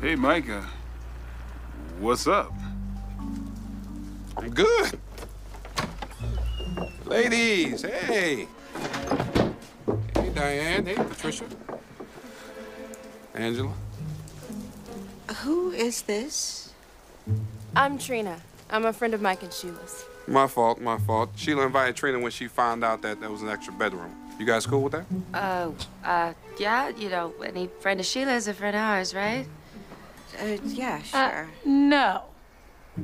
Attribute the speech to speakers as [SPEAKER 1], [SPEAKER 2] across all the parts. [SPEAKER 1] Hey, Micah. What's up?
[SPEAKER 2] I'm good. Ladies, hey. Hey, Diane. Hey, Patricia. Angela.
[SPEAKER 3] Who is this?
[SPEAKER 4] I'm Trina. I'm a friend of Mike and Sheila's.
[SPEAKER 2] My fault, my fault. Sheila invited Trina when she found out that there was an extra bedroom. You guys cool with that?
[SPEAKER 5] Oh, uh, yeah, you know, any friend of Sheila is a friend of ours, right?
[SPEAKER 3] Uh, yeah, sure.
[SPEAKER 6] No.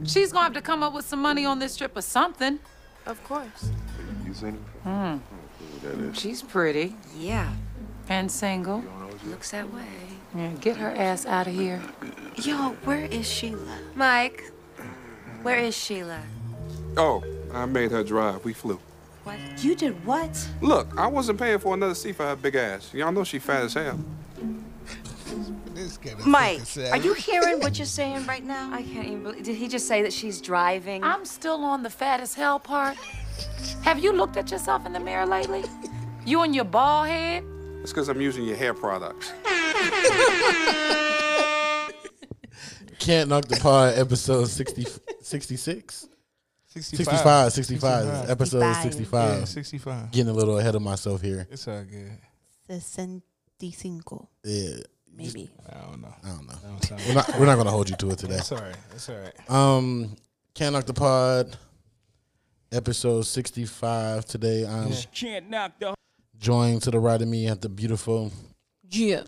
[SPEAKER 6] She's gonna have to come up with some money on this trip or something.
[SPEAKER 4] Of course.
[SPEAKER 7] You seen him?
[SPEAKER 6] She's pretty
[SPEAKER 5] Yeah,
[SPEAKER 6] and single.
[SPEAKER 5] looks that way.
[SPEAKER 6] Yeah, get her ass out of here.
[SPEAKER 3] Yo, where is Sheila?
[SPEAKER 5] Mike, where is Sheila?
[SPEAKER 2] Oh, I made her drive. We flew.
[SPEAKER 3] What? You did what?
[SPEAKER 2] Look, I wasn't paying for another seat for her big ass. Y'all know she fat as hell.
[SPEAKER 8] This kind of
[SPEAKER 3] Mike, are you hearing what you're saying right now?
[SPEAKER 5] I can't even believe. Did he just say that she's driving?
[SPEAKER 6] I'm still on the fat as hell part. Have you looked at yourself in the mirror lately? You and your bald head?
[SPEAKER 2] It's because I'm using your hair products.
[SPEAKER 8] Can't knock the pod episode 60, 66? 65, 65, is episode 65.
[SPEAKER 9] 65.
[SPEAKER 8] Yeah,
[SPEAKER 7] 65.
[SPEAKER 8] Getting a little ahead of myself here.
[SPEAKER 7] It's all good.
[SPEAKER 9] 65.
[SPEAKER 8] Yeah,
[SPEAKER 9] Maybe.
[SPEAKER 7] I don't know.
[SPEAKER 8] I don't know.
[SPEAKER 7] I don't sound
[SPEAKER 8] We're not, we're not going to hold you to it today.
[SPEAKER 7] It's all right. It's all right.
[SPEAKER 8] Um, Can't knock the pod episode 65 today. I'm
[SPEAKER 10] Can't knock the
[SPEAKER 8] joined to the right of me at the beautiful
[SPEAKER 9] Yeah.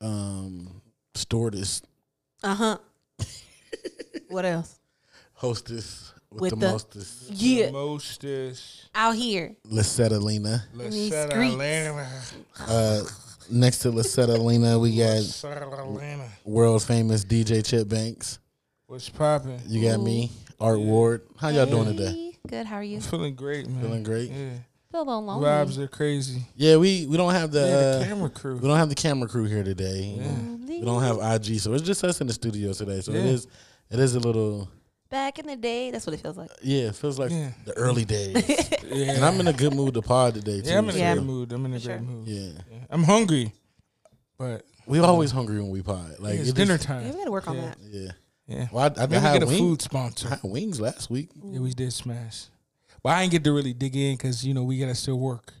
[SPEAKER 8] um, stewardess,
[SPEAKER 9] Uh huh. what else?
[SPEAKER 8] hostess with,
[SPEAKER 9] With
[SPEAKER 8] the,
[SPEAKER 9] the-
[SPEAKER 8] mostest,
[SPEAKER 9] Yeah.
[SPEAKER 7] Mostest.
[SPEAKER 9] Out here.
[SPEAKER 8] Lisetta Lena.
[SPEAKER 9] these
[SPEAKER 7] Lesetta
[SPEAKER 9] streets.
[SPEAKER 7] Lena.
[SPEAKER 8] Uh, next to Lisetta Lena, we got
[SPEAKER 7] Lesetta Lena.
[SPEAKER 8] world famous DJ Chip Banks.
[SPEAKER 7] What's popping?
[SPEAKER 8] You got me, Art Ward. How y'all doing today?
[SPEAKER 9] Good. How are you?
[SPEAKER 7] I'm feeling great, man.
[SPEAKER 8] Feeling great?
[SPEAKER 7] Yeah.
[SPEAKER 9] Feel a little lonely.
[SPEAKER 7] Vibes are crazy.
[SPEAKER 8] Yeah, we we don't have the,
[SPEAKER 7] yeah, the
[SPEAKER 8] uh,
[SPEAKER 7] camera crew.
[SPEAKER 8] we don't have the camera crew here today. you know. We don't have IG, so it's just us in the studio today. So it
[SPEAKER 7] Yeah.
[SPEAKER 8] is it is a little
[SPEAKER 9] Back in the day, that's what it feels like.
[SPEAKER 8] yeah. It feels like
[SPEAKER 7] Yeah.
[SPEAKER 8] the early days,
[SPEAKER 7] yeah.
[SPEAKER 8] and I'm in a good mood to pod today too.
[SPEAKER 7] yeah, I'm in a
[SPEAKER 9] Yeah.
[SPEAKER 7] great mood. I'm in a great mood.
[SPEAKER 8] yeah,
[SPEAKER 7] Yeah. I'm hungry, but
[SPEAKER 8] we always hungry when we pod. Like
[SPEAKER 7] it's
[SPEAKER 8] it
[SPEAKER 7] dinner
[SPEAKER 8] is-
[SPEAKER 7] time.
[SPEAKER 9] Maybe we gotta work on
[SPEAKER 7] Yeah.
[SPEAKER 9] that.
[SPEAKER 8] Yeah.
[SPEAKER 7] Yeah.
[SPEAKER 8] Well, I, I,
[SPEAKER 7] Maybe
[SPEAKER 8] had
[SPEAKER 7] get a
[SPEAKER 8] wings.
[SPEAKER 7] food
[SPEAKER 8] I
[SPEAKER 7] sponsor.
[SPEAKER 8] had wings last week.
[SPEAKER 7] Yeah, we did smash. But I didn't get to really dig in because you know we gotta still work.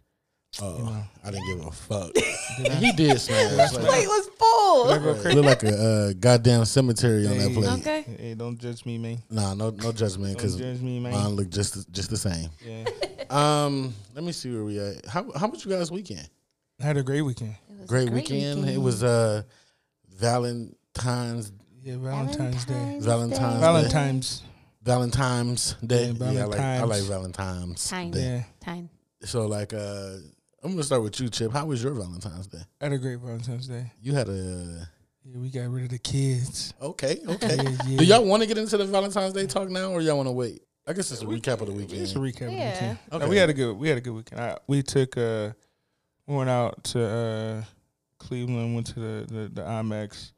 [SPEAKER 8] Oh, I didn't give a fuck.
[SPEAKER 7] Did I-
[SPEAKER 8] he did smash.
[SPEAKER 7] Did I-
[SPEAKER 8] Like,
[SPEAKER 9] It was full.
[SPEAKER 7] did I go
[SPEAKER 8] it
[SPEAKER 7] crazy?
[SPEAKER 8] looked like a uh, goddamn cemetery on that
[SPEAKER 7] Hey.
[SPEAKER 8] plate.
[SPEAKER 9] Okay.
[SPEAKER 7] Hey, don't judge me, man.
[SPEAKER 8] Nah, no, no judgment
[SPEAKER 7] Don't
[SPEAKER 8] because
[SPEAKER 7] judge me, man.
[SPEAKER 8] mine looked just just the same.
[SPEAKER 7] yeah.
[SPEAKER 8] Um, let me see where we at. How how was you guys weekend?
[SPEAKER 7] I had a great weekend.
[SPEAKER 8] Great, weekend. It was uh Valentine's
[SPEAKER 7] Yeah, Valentine's, Day.
[SPEAKER 8] Valentine's Day.
[SPEAKER 7] Valentine's.
[SPEAKER 8] Valentine's Day.
[SPEAKER 7] Yeah,
[SPEAKER 8] Yeah, I like I
[SPEAKER 7] Valentine's.
[SPEAKER 8] like Valentine's.
[SPEAKER 9] Time.
[SPEAKER 8] Day.
[SPEAKER 7] Yeah.
[SPEAKER 9] Time.
[SPEAKER 8] So like uh I'm gonna start with you, Chip. How was your Valentine's Day?
[SPEAKER 7] I had a great Valentine's Day.
[SPEAKER 8] You had a
[SPEAKER 7] Yeah, we got rid of the kids.
[SPEAKER 8] okay, okay.
[SPEAKER 7] Yeah, yeah.
[SPEAKER 8] Do y'all want to get into the Valentine's Day talk now, or y'all want to wait? I guess it's a recap of the weekend.
[SPEAKER 7] It's a recap.
[SPEAKER 9] Yeah.
[SPEAKER 7] Yeah.
[SPEAKER 8] Okay.
[SPEAKER 7] we had a good we had a good weekend. I, we took uh we went out to uh Cleveland, went to the the, the IMAX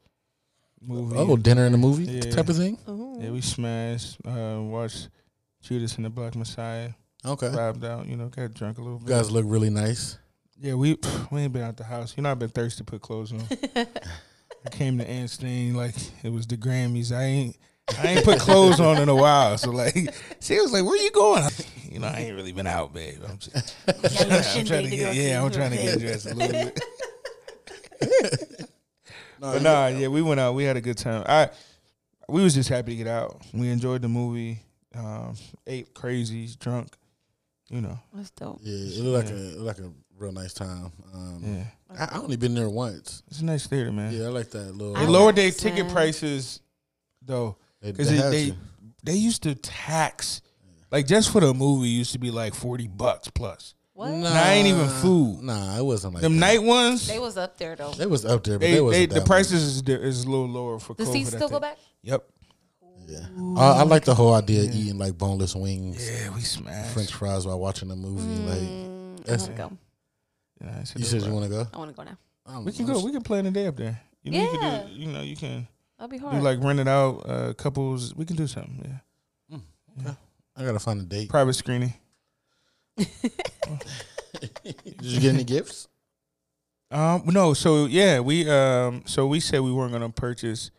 [SPEAKER 7] movie.
[SPEAKER 8] oh, dinner and a movie
[SPEAKER 7] Yeah.
[SPEAKER 8] type of thing.
[SPEAKER 7] yeah, we smashed. Uh, watched Judas and the Black Messiah.
[SPEAKER 8] Okay,
[SPEAKER 7] Vibed out, you know, got drunk a little
[SPEAKER 8] you
[SPEAKER 7] bit.
[SPEAKER 8] guys look really nice.
[SPEAKER 7] Yeah, we we ain't been out the house. You know, I've been thirsty to put clothes on. I came to Ant's thing like it was the Grammys. I ain't I ain't put clothes on in a while. So like she was like, Where you going? I'm- You know, I ain't really been out, babe. I'm just I'm trying to get yeah, I'm trying to get dressed a little bit. But nah, yeah, we went out. We had a good time. I we was just happy to get out. We enjoyed the movie. Um, ate crazy, drunk. You know,
[SPEAKER 9] That's dope.
[SPEAKER 8] Yeah, it looked like a it looked like a real nice time. Um,
[SPEAKER 7] yeah,
[SPEAKER 8] I, I only been there once.
[SPEAKER 7] it's a nice theater, man.
[SPEAKER 8] Yeah, I like that little.
[SPEAKER 7] They
[SPEAKER 9] I
[SPEAKER 7] lowered
[SPEAKER 9] like
[SPEAKER 7] their
[SPEAKER 9] that.
[SPEAKER 7] ticket prices though,
[SPEAKER 8] They-
[SPEAKER 7] because
[SPEAKER 8] they
[SPEAKER 7] they
[SPEAKER 8] had
[SPEAKER 7] they,
[SPEAKER 8] to.
[SPEAKER 7] they used to tax, like just for the movie used to be like forty bucks plus.
[SPEAKER 9] What?
[SPEAKER 8] Nah,
[SPEAKER 7] I ain't even food.
[SPEAKER 8] Nah, it wasn't like
[SPEAKER 7] Them
[SPEAKER 8] that.
[SPEAKER 7] night ones,
[SPEAKER 9] They
[SPEAKER 7] they,
[SPEAKER 9] was up there though.
[SPEAKER 8] It was up there, but
[SPEAKER 7] they,
[SPEAKER 8] they, wasn't that
[SPEAKER 7] the
[SPEAKER 8] much.
[SPEAKER 7] prices is, di- is a little lower for.
[SPEAKER 9] The
[SPEAKER 7] COVID,
[SPEAKER 9] seats
[SPEAKER 7] I
[SPEAKER 9] still go
[SPEAKER 7] think.
[SPEAKER 9] back?
[SPEAKER 7] Yep.
[SPEAKER 8] Yeah, Uh, I, I like the whole idea of eating like boneless wings,
[SPEAKER 7] Yeah, we smashed.
[SPEAKER 8] French fries while watching a movie. Like
[SPEAKER 9] Mm, I
[SPEAKER 8] that's-
[SPEAKER 9] wanna go.
[SPEAKER 7] Yeah,
[SPEAKER 8] you
[SPEAKER 7] I said that
[SPEAKER 8] said,
[SPEAKER 7] was
[SPEAKER 8] you
[SPEAKER 7] right.
[SPEAKER 8] want to go.
[SPEAKER 9] I wanna go now.
[SPEAKER 8] I'm-
[SPEAKER 7] We can
[SPEAKER 8] I'm
[SPEAKER 7] go. We can plan a day up there. You know, you,
[SPEAKER 9] Yeah.
[SPEAKER 7] can do, you know, you can
[SPEAKER 9] That'll be
[SPEAKER 7] do
[SPEAKER 9] hard.
[SPEAKER 7] like rent it out. Uh, couples, we can do something. Yeah,
[SPEAKER 8] I gotta find a date.
[SPEAKER 7] private screening.
[SPEAKER 8] Did you get any gifts?
[SPEAKER 7] Um, no, so yeah, we um, so we said we weren't gonna purchase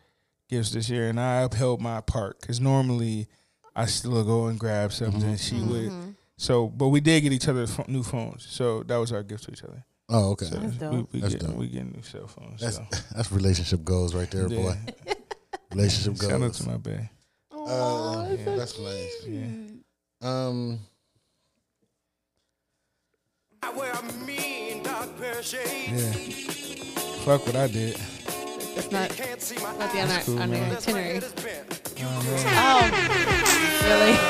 [SPEAKER 7] gifts this year, and I upheld my part because normally I still go and grab something.
[SPEAKER 8] Mm-hmm.
[SPEAKER 7] She
[SPEAKER 9] Mm-hmm.
[SPEAKER 7] would. So, but we did get each other pho- new phones. So that was our gift to each other.
[SPEAKER 8] Oh, okay.
[SPEAKER 7] So
[SPEAKER 9] That's
[SPEAKER 7] we,
[SPEAKER 9] dope.
[SPEAKER 7] we
[SPEAKER 8] That's
[SPEAKER 7] get
[SPEAKER 8] dope.
[SPEAKER 7] we get new cell phones.
[SPEAKER 8] That's
[SPEAKER 7] so.
[SPEAKER 8] that's relationship goals right there, boy. Relationship
[SPEAKER 7] Shout out
[SPEAKER 8] goals.
[SPEAKER 7] to my bae.
[SPEAKER 8] Uh, that's nice.
[SPEAKER 7] Yeah.
[SPEAKER 8] Um,
[SPEAKER 7] yeah. Fuck what I did.
[SPEAKER 9] That's not, not be on our,
[SPEAKER 7] cool,
[SPEAKER 9] on our
[SPEAKER 7] man.
[SPEAKER 9] itinerary. Oh.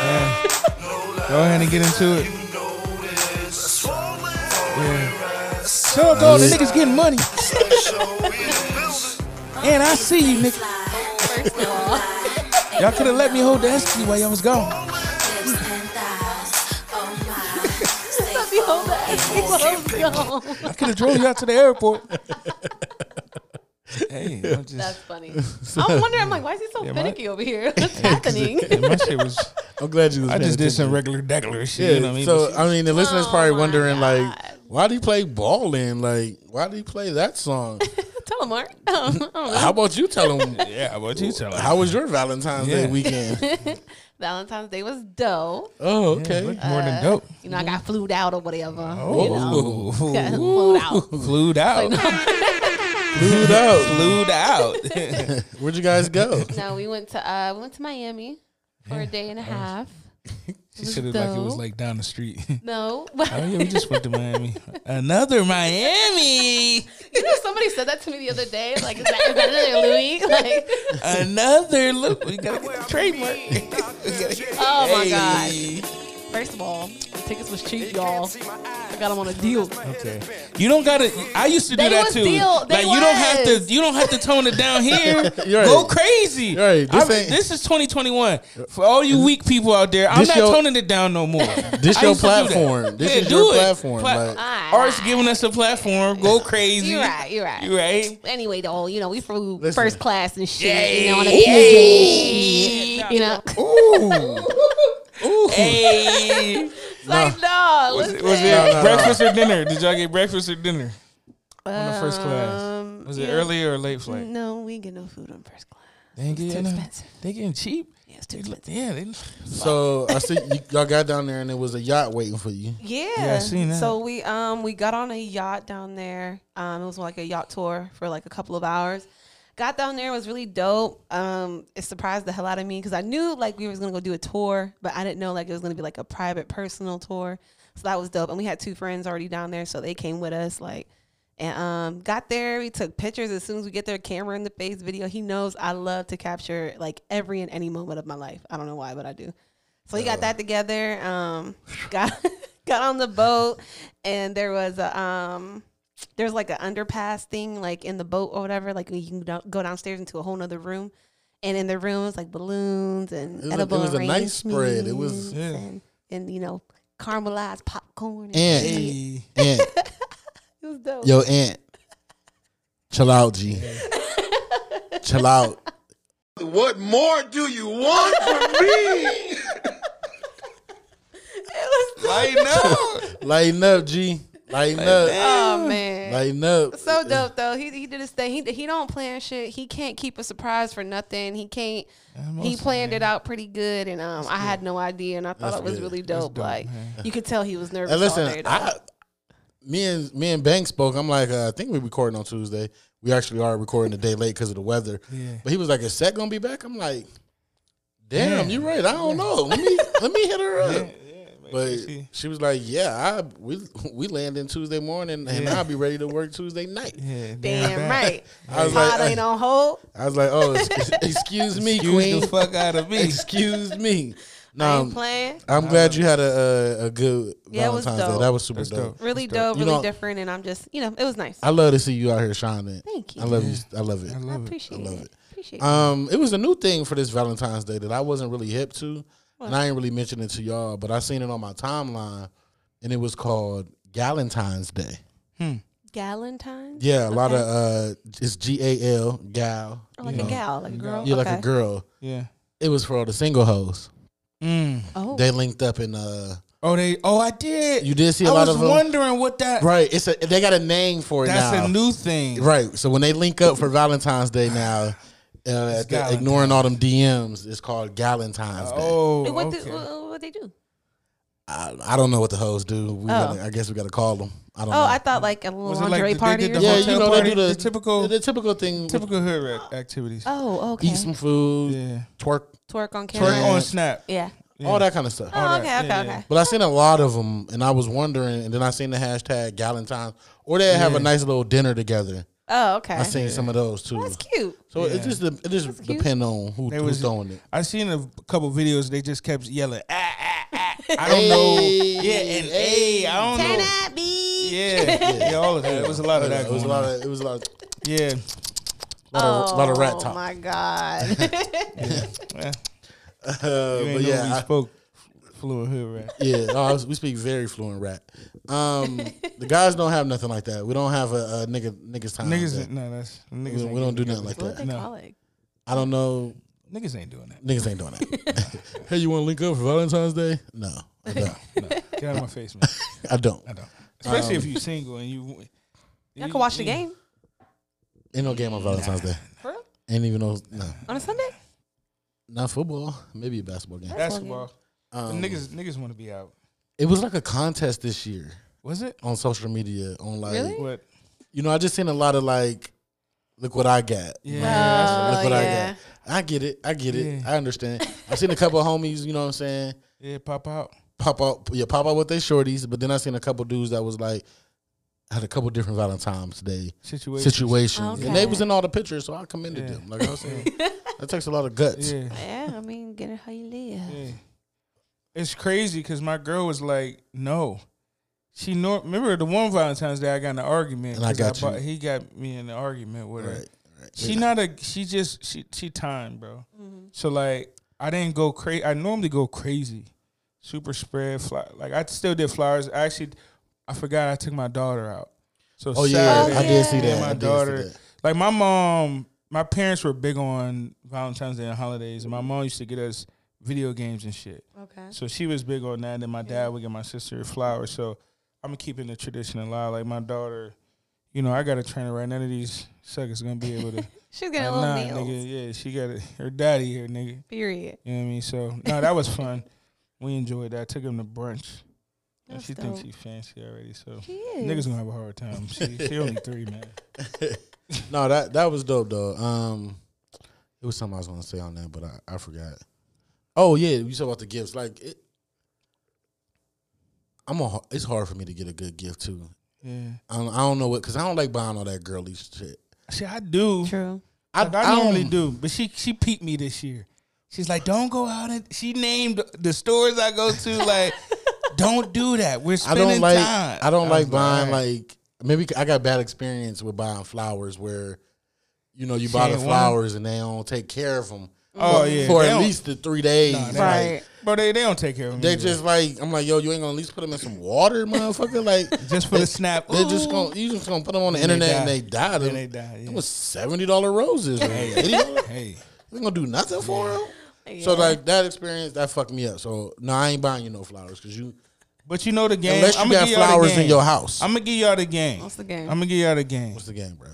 [SPEAKER 7] Yeah. Go ahead and get into it. Yeah. So dog, the niggas getting money. and I see you, nigga. Y'all could have let me hold the esky while y'all was gone. I could have drove y'all to the airport. hey, I'm
[SPEAKER 9] That's
[SPEAKER 7] just
[SPEAKER 9] funny. I'm wondering, I'm like, why is he so
[SPEAKER 7] Yeah, my-
[SPEAKER 9] finicky over here? What's happening?
[SPEAKER 7] yeah, my shit was.
[SPEAKER 8] I'm glad you was.
[SPEAKER 7] I just
[SPEAKER 8] paying
[SPEAKER 7] did some
[SPEAKER 8] attention.
[SPEAKER 7] regular degular shit.
[SPEAKER 8] Yeah.
[SPEAKER 7] you know what I mean? But
[SPEAKER 8] so
[SPEAKER 7] she-
[SPEAKER 8] I mean, the listeners probably
[SPEAKER 9] my
[SPEAKER 8] wondering like,
[SPEAKER 9] God.
[SPEAKER 8] why do you play ballin'? Like, why do you play that song?
[SPEAKER 9] Tell him, Mark. I don't know.
[SPEAKER 8] How about you tell them?
[SPEAKER 7] yeah, what you tell her?
[SPEAKER 8] How was your Valentine's Day
[SPEAKER 7] Yeah.
[SPEAKER 8] weekend?
[SPEAKER 9] Valentine's Day was dope.
[SPEAKER 8] Oh,
[SPEAKER 7] Yeah,
[SPEAKER 8] okay. Uh,
[SPEAKER 7] look more than dope.
[SPEAKER 9] You know, I got flued out or whatever. You know,
[SPEAKER 7] Oh,
[SPEAKER 9] got flued out.
[SPEAKER 7] flued out,
[SPEAKER 8] Flued out.
[SPEAKER 7] flued out.
[SPEAKER 8] Where'd you guys go?
[SPEAKER 9] No, we went to uh, we went to Miami for a day and a
[SPEAKER 7] Oh.
[SPEAKER 9] half.
[SPEAKER 7] she said it like it was
[SPEAKER 9] dope.
[SPEAKER 7] like down the street.
[SPEAKER 9] No,
[SPEAKER 7] oh yeah, we just went to Miami. Another Miami,
[SPEAKER 9] you know somebody said that to me the other day. Like, is that, is that another Louis? Like,
[SPEAKER 7] another look. We gotta get the trademark. We gotta get-
[SPEAKER 9] oh my god!
[SPEAKER 7] Hey.
[SPEAKER 9] First of all, the tickets was cheap, y'all. I got them on a deal.
[SPEAKER 7] Okay. You don't gotta. I used to do
[SPEAKER 9] They
[SPEAKER 7] that
[SPEAKER 9] was
[SPEAKER 7] too.
[SPEAKER 9] deal- they
[SPEAKER 7] like you don't have
[SPEAKER 9] was.
[SPEAKER 7] to. You don't have to tone it down here.
[SPEAKER 8] You're
[SPEAKER 7] Go
[SPEAKER 8] right.
[SPEAKER 7] crazy.
[SPEAKER 8] You're right. This
[SPEAKER 7] I'm-
[SPEAKER 8] ain't-
[SPEAKER 7] this is 2021. For all you weak people out there, I'm
[SPEAKER 8] This
[SPEAKER 7] not
[SPEAKER 8] your-
[SPEAKER 7] toning it down no more.
[SPEAKER 8] This your
[SPEAKER 7] I used to do that.
[SPEAKER 8] platform. This
[SPEAKER 7] Yeah,
[SPEAKER 8] is your
[SPEAKER 7] do it.
[SPEAKER 8] platform.
[SPEAKER 7] Pla-
[SPEAKER 8] like,
[SPEAKER 7] Art's giving us a platform. Go crazy.
[SPEAKER 9] You're right. You're right.
[SPEAKER 7] You right?
[SPEAKER 9] Anyway, though, you know we flew
[SPEAKER 8] Listen.
[SPEAKER 9] first class and shit. You know, on a Tuesday. and shit, You know,
[SPEAKER 7] Ooh. Ooh. Hey.
[SPEAKER 9] like no.
[SPEAKER 7] Was
[SPEAKER 9] listen.
[SPEAKER 7] it, was it
[SPEAKER 8] No, no, no.
[SPEAKER 7] breakfast or dinner? Did y'all get breakfast or dinner on the
[SPEAKER 9] Um,
[SPEAKER 7] first class? Was it early or late flight?
[SPEAKER 9] No, we get no food on first class.
[SPEAKER 7] They ain't getting,
[SPEAKER 9] expensive.
[SPEAKER 7] They getting cheap.
[SPEAKER 9] Yeah, it's too
[SPEAKER 7] They look-
[SPEAKER 9] expensive.
[SPEAKER 7] yeah, they,
[SPEAKER 8] so I see you, y'all got down there and there was a yacht waiting for you.
[SPEAKER 9] Yeah.
[SPEAKER 7] Yeah, I seen that.
[SPEAKER 9] So we um we got on a yacht down there. Um it was like a yacht tour for like a couple of hours. Got down there it was really dope. Um it surprised the hell out of me cuz I knew like we was going to go do a tour, but I didn't know like it was going to be like a private personal tour. So that was dope. And we had two friends already down there so they came with us like and um got there we took pictures as soon as we get there camera in the face video. He knows I love to capture like every and any moment of my life. I don't know why, but I do. So we got
[SPEAKER 8] Uh.
[SPEAKER 9] that together. Um, got got on the boat, and there was a um, there's like an underpass thing, like in the boat or whatever. Like you can do- go downstairs into a whole nother room, and in the room was like balloons and
[SPEAKER 8] It was a-
[SPEAKER 9] edible
[SPEAKER 8] it was a nice spread. It was-
[SPEAKER 9] arrangements
[SPEAKER 7] Yeah.
[SPEAKER 9] and, and you know caramelized popcorn. And
[SPEAKER 8] Aunt,
[SPEAKER 9] shit.
[SPEAKER 8] aunt,
[SPEAKER 9] it was dope.
[SPEAKER 8] yo, aunt, chill out, G. chill out.
[SPEAKER 10] What more do you want from me?
[SPEAKER 7] Lighten up.
[SPEAKER 8] Lighten up, G. Lighten up.
[SPEAKER 9] Oh man.
[SPEAKER 8] Lighten up.
[SPEAKER 9] so dope though. He he did his thing. He he don't plan shit. He can't keep a surprise for nothing. He can't. He planned it out pretty good, and um, I had no idea, and I thought
[SPEAKER 8] That's
[SPEAKER 9] it was
[SPEAKER 8] good.
[SPEAKER 9] really dope. like you could tell he was nervous.
[SPEAKER 8] And
[SPEAKER 9] all day,
[SPEAKER 8] listen,
[SPEAKER 9] though.
[SPEAKER 8] I, me and me and Banks spoke. I'm like, uh, I think we're recording on Tuesday. We actually are recording a day late because of the weather.
[SPEAKER 7] Yeah.
[SPEAKER 8] But he was like, "Is Set gonna be back?" I'm like, "Damn,
[SPEAKER 7] Yeah.
[SPEAKER 8] you're right. I don't know. Let me let me hit her up." But
[SPEAKER 7] she-
[SPEAKER 8] she was like, "Yeah, I we we land in Tuesday morning, and
[SPEAKER 7] Yeah.
[SPEAKER 8] I'll be ready to work Tuesday night."
[SPEAKER 7] Yeah,
[SPEAKER 9] damn right.
[SPEAKER 8] I was
[SPEAKER 9] Todd
[SPEAKER 8] like,
[SPEAKER 9] ain't on hold.
[SPEAKER 8] I was like, "Oh, ex- excuse me,
[SPEAKER 7] Excuse
[SPEAKER 8] Queen.
[SPEAKER 7] the fuck out of me.
[SPEAKER 8] excuse me."
[SPEAKER 9] I
[SPEAKER 8] No,
[SPEAKER 9] ain't playing.
[SPEAKER 8] I'm glad you had a a, a good
[SPEAKER 9] Yeah, it was
[SPEAKER 8] Valentine's Day.
[SPEAKER 9] dope.
[SPEAKER 8] That was super
[SPEAKER 7] That's
[SPEAKER 8] dope.
[SPEAKER 7] dope.
[SPEAKER 9] Really
[SPEAKER 7] That's dope.
[SPEAKER 9] dope,
[SPEAKER 8] You
[SPEAKER 9] really
[SPEAKER 8] know-
[SPEAKER 9] different, and I'm just you know it was nice. I,
[SPEAKER 8] I love to see you out here shining.
[SPEAKER 9] Thank you.
[SPEAKER 8] I love you. I love it.
[SPEAKER 7] I love it.
[SPEAKER 9] appreciate
[SPEAKER 8] I love
[SPEAKER 9] it.
[SPEAKER 8] it.
[SPEAKER 9] Appreciate it.
[SPEAKER 8] Um, it was a new thing for this Valentine's Day that I wasn't really hip to, and I ain't really mentioned it to y'all, but I seen it on my timeline, and it was called Galentine's Day.
[SPEAKER 9] Galentine.
[SPEAKER 8] Yeah, a lot of uh, it's G A L gal.
[SPEAKER 9] Or Oh, like
[SPEAKER 8] you
[SPEAKER 9] a
[SPEAKER 8] know.
[SPEAKER 9] gal, like a girl.
[SPEAKER 8] Yeah, like
[SPEAKER 9] Okay.
[SPEAKER 8] a girl.
[SPEAKER 7] Yeah.
[SPEAKER 8] It was for all the single hoes.
[SPEAKER 7] Mm.
[SPEAKER 9] Oh,
[SPEAKER 8] They linked up and uh,
[SPEAKER 7] Oh, they. Oh, I did.
[SPEAKER 8] you did see a
[SPEAKER 7] I
[SPEAKER 8] lot
[SPEAKER 7] was
[SPEAKER 8] of them.
[SPEAKER 7] wondering what that.
[SPEAKER 8] Right, it's a they got a name for it
[SPEAKER 7] that's
[SPEAKER 8] now.
[SPEAKER 7] a new thing.
[SPEAKER 8] Right. So when they link up for Valentine's Day now, uh,
[SPEAKER 7] It's
[SPEAKER 8] at the-
[SPEAKER 7] Galentine's.
[SPEAKER 8] ignoring all them DMs. It's called Galentine's Day.
[SPEAKER 7] Oh,
[SPEAKER 9] what
[SPEAKER 7] okay.
[SPEAKER 9] do, what, what they do?
[SPEAKER 8] I, I don't know what the hoes do. We gotta- I guess we got to call them. I don't
[SPEAKER 9] Oh,
[SPEAKER 8] know.
[SPEAKER 9] I thought like a little
[SPEAKER 7] Was it like
[SPEAKER 9] lingerie
[SPEAKER 7] the- they
[SPEAKER 9] party.
[SPEAKER 7] did
[SPEAKER 9] or
[SPEAKER 7] the
[SPEAKER 8] yeah,
[SPEAKER 9] something.
[SPEAKER 8] you
[SPEAKER 7] hotel
[SPEAKER 8] know
[SPEAKER 7] party,
[SPEAKER 8] they do the,
[SPEAKER 7] the typical-
[SPEAKER 8] the typical thing.
[SPEAKER 7] typical hood rec- activities.
[SPEAKER 9] Oh, okay.
[SPEAKER 8] Eat some food,
[SPEAKER 7] Yeah,
[SPEAKER 8] twerk,
[SPEAKER 9] Twerk on camera.
[SPEAKER 7] twerk on snap.
[SPEAKER 9] Yeah.
[SPEAKER 8] all that kind of stuff.
[SPEAKER 9] Oh, okay,
[SPEAKER 7] that.
[SPEAKER 9] okay,
[SPEAKER 7] Yeah,
[SPEAKER 9] okay.
[SPEAKER 7] yeah.
[SPEAKER 8] But I seen a lot of them, and I was wondering, and then I seen the hashtag Galentine's, or they have
[SPEAKER 7] Yeah.
[SPEAKER 8] a nice little dinner together.
[SPEAKER 9] Oh, okay.
[SPEAKER 8] I seen some of those too.
[SPEAKER 9] That's cute.
[SPEAKER 8] So it just it just depend on who,
[SPEAKER 7] They
[SPEAKER 8] who's
[SPEAKER 7] was-
[SPEAKER 8] throwing it.
[SPEAKER 7] I seen a couple videos. They just kept yelling. Ah, ah, ah. I don't know.
[SPEAKER 8] Hey,
[SPEAKER 7] Yeah, and hey, I don't know. Yeah, yeah, all of that. It was a lot of that.
[SPEAKER 8] uh, It was a
[SPEAKER 7] going
[SPEAKER 8] lot
[SPEAKER 7] on.
[SPEAKER 8] of it was a lot of,
[SPEAKER 7] Yeah,
[SPEAKER 8] lot of, lot of rat talk.
[SPEAKER 9] Oh my god.
[SPEAKER 8] Uh,
[SPEAKER 7] you
[SPEAKER 8] but
[SPEAKER 7] ain't yeah,
[SPEAKER 8] yeah,
[SPEAKER 7] know we
[SPEAKER 8] I,
[SPEAKER 7] spoke fluent hood rap.
[SPEAKER 8] yeah, no, I was- we speak very fluent rat. Um, the guys don't have nothing like that. We don't have a, a nigga niggas time.
[SPEAKER 7] Niggas,
[SPEAKER 8] that-
[SPEAKER 7] ain't- no, that's niggas.
[SPEAKER 8] we,
[SPEAKER 7] ain't
[SPEAKER 8] we don't do
[SPEAKER 7] getting
[SPEAKER 8] nothing like
[SPEAKER 7] together.
[SPEAKER 9] what they
[SPEAKER 8] that.
[SPEAKER 7] No.
[SPEAKER 9] call it?
[SPEAKER 8] I don't know.
[SPEAKER 7] Niggas ain't doing that.
[SPEAKER 8] Niggas ain't doing that. hey, you want to link up for Valentine's Day? No, I don't.
[SPEAKER 7] Get out of my face, man.
[SPEAKER 8] I don't.
[SPEAKER 7] I don't. Especially
[SPEAKER 8] Um,
[SPEAKER 7] if you single and you.
[SPEAKER 9] Y'all can watch the game
[SPEAKER 8] Ain't no game on Valentine's Day.
[SPEAKER 9] For real?
[SPEAKER 8] Ain't even no no.
[SPEAKER 9] on a Sunday.
[SPEAKER 8] Not football. Maybe a basketball game.
[SPEAKER 7] Basketball.
[SPEAKER 8] Um,
[SPEAKER 7] niggas, niggas want to be out.
[SPEAKER 8] It was like a contest this year
[SPEAKER 7] Was it?
[SPEAKER 8] on social media. On like,
[SPEAKER 7] What?
[SPEAKER 8] you know, I just seen a lot of like, look what I got.
[SPEAKER 7] Yeah.
[SPEAKER 8] Look what
[SPEAKER 9] Oh, yeah.
[SPEAKER 8] I got. I get it. I get it.
[SPEAKER 7] Yeah.
[SPEAKER 8] I understand. I've seen a couple of homies, you know what I'm saying,
[SPEAKER 7] Yeah, pop out.
[SPEAKER 8] pop out yeah, pop out with their shorties, but then I seen a couple dudes that was like had a couple different Valentine's Day
[SPEAKER 7] Situation.
[SPEAKER 8] situations. And they
[SPEAKER 9] Oh, Okay.
[SPEAKER 8] was in all the pictures, so I commended
[SPEAKER 7] Yeah.
[SPEAKER 8] them. Like I was saying, that takes a lot of guts.
[SPEAKER 7] Yeah.
[SPEAKER 9] Yeah, I mean, get it how you live.
[SPEAKER 7] Yeah. It's crazy because my girl was like, no. She nor- remember the one Valentine's Day I got in an argument
[SPEAKER 8] And I
[SPEAKER 7] 'cause
[SPEAKER 8] got you.
[SPEAKER 7] bought- he got me in an argument with her.
[SPEAKER 8] Right, right.
[SPEAKER 7] She not a she just she she time, bro. So like I didn't go crazy. I normally go crazy, super spread fly. Like I still did flowers. I actually I forgot I took my daughter out. So
[SPEAKER 8] Oh yeah,
[SPEAKER 7] Saturday,
[SPEAKER 8] I did see
[SPEAKER 7] me and
[SPEAKER 8] that.
[SPEAKER 7] My
[SPEAKER 8] I did see
[SPEAKER 7] daughter,
[SPEAKER 8] that.
[SPEAKER 7] like my mom, my parents were big on Valentine's Day and holidays, and my mom used to get us video games and shit.
[SPEAKER 9] Okay.
[SPEAKER 7] So she was big on that, and my dad would get my sister flowers. So I'm keeping the tradition alive. Like my daughter, you know, I got to train her right. None of these suckers gonna be able to.
[SPEAKER 9] She's getting a
[SPEAKER 7] Like,
[SPEAKER 9] little
[SPEAKER 7] nah,
[SPEAKER 9] nails.
[SPEAKER 7] nigga, yeah, she got it. Her daddy here, nigga.
[SPEAKER 9] Period.
[SPEAKER 7] You know what I mean? So no, that was fun. We enjoyed that. Took him to brunch. And
[SPEAKER 9] That's
[SPEAKER 7] she thinks
[SPEAKER 9] dope.
[SPEAKER 7] she's fancy already, so
[SPEAKER 9] She
[SPEAKER 7] niggas
[SPEAKER 9] is.
[SPEAKER 7] gonna have a hard time. She, she only three, man.
[SPEAKER 8] No, that that was dope though. Um, it was something I was gonna say on that, but I, I forgot. Oh yeah, you said about the gifts. Like, it, I'm a. har- It's hard for me to get a good gift too.
[SPEAKER 7] Yeah.
[SPEAKER 8] I don't, I don't know what because I don't like buying all that girly shit.
[SPEAKER 7] See, I do.
[SPEAKER 9] True.
[SPEAKER 8] I,
[SPEAKER 7] Like, I, normally
[SPEAKER 8] don't-
[SPEAKER 7] do, but she she peeped me this year. She's like, "Don't go out." and She named the stores I go to like, "Don't do that." We're
[SPEAKER 8] I
[SPEAKER 7] spending
[SPEAKER 8] don't like.
[SPEAKER 7] time.
[SPEAKER 8] I don't
[SPEAKER 7] was
[SPEAKER 8] like buying
[SPEAKER 7] "Alright."
[SPEAKER 8] like maybe I got bad experience with buying flowers where, you know, you
[SPEAKER 7] She
[SPEAKER 8] buy the
[SPEAKER 7] ain't want 'em?
[SPEAKER 8] flowers and they don't take care of them.
[SPEAKER 7] Oh, yeah,
[SPEAKER 8] for
[SPEAKER 7] they
[SPEAKER 8] at
[SPEAKER 7] don't-
[SPEAKER 8] least the three days.
[SPEAKER 7] Nah, they
[SPEAKER 8] Like,
[SPEAKER 7] don't. Bro, they, they don't take care of me.
[SPEAKER 8] They
[SPEAKER 7] bro.
[SPEAKER 8] just like I'm like, yo, you ain't gonna at least put them in some water, motherfucker. Like
[SPEAKER 7] just for the snap.
[SPEAKER 8] they just
[SPEAKER 7] Ooh.
[SPEAKER 8] gonna you just gonna put them on the
[SPEAKER 7] Then they
[SPEAKER 8] internet and
[SPEAKER 7] die.
[SPEAKER 8] they die.
[SPEAKER 7] Then
[SPEAKER 8] Them-
[SPEAKER 7] they die, yeah.
[SPEAKER 8] Them was seventy dollar roses. or $80.
[SPEAKER 7] Hey,
[SPEAKER 8] They gonna do nothing for them. So like that experience that fucked me up. So no, I ain't buying you no flowers because you
[SPEAKER 7] but you know the game.
[SPEAKER 8] unless you
[SPEAKER 7] I'm
[SPEAKER 8] got flowers in your house.
[SPEAKER 7] I'm gonna give y'all the game.
[SPEAKER 9] What's the game?
[SPEAKER 7] I'm gonna give y'all the game.
[SPEAKER 8] What's the game, bro?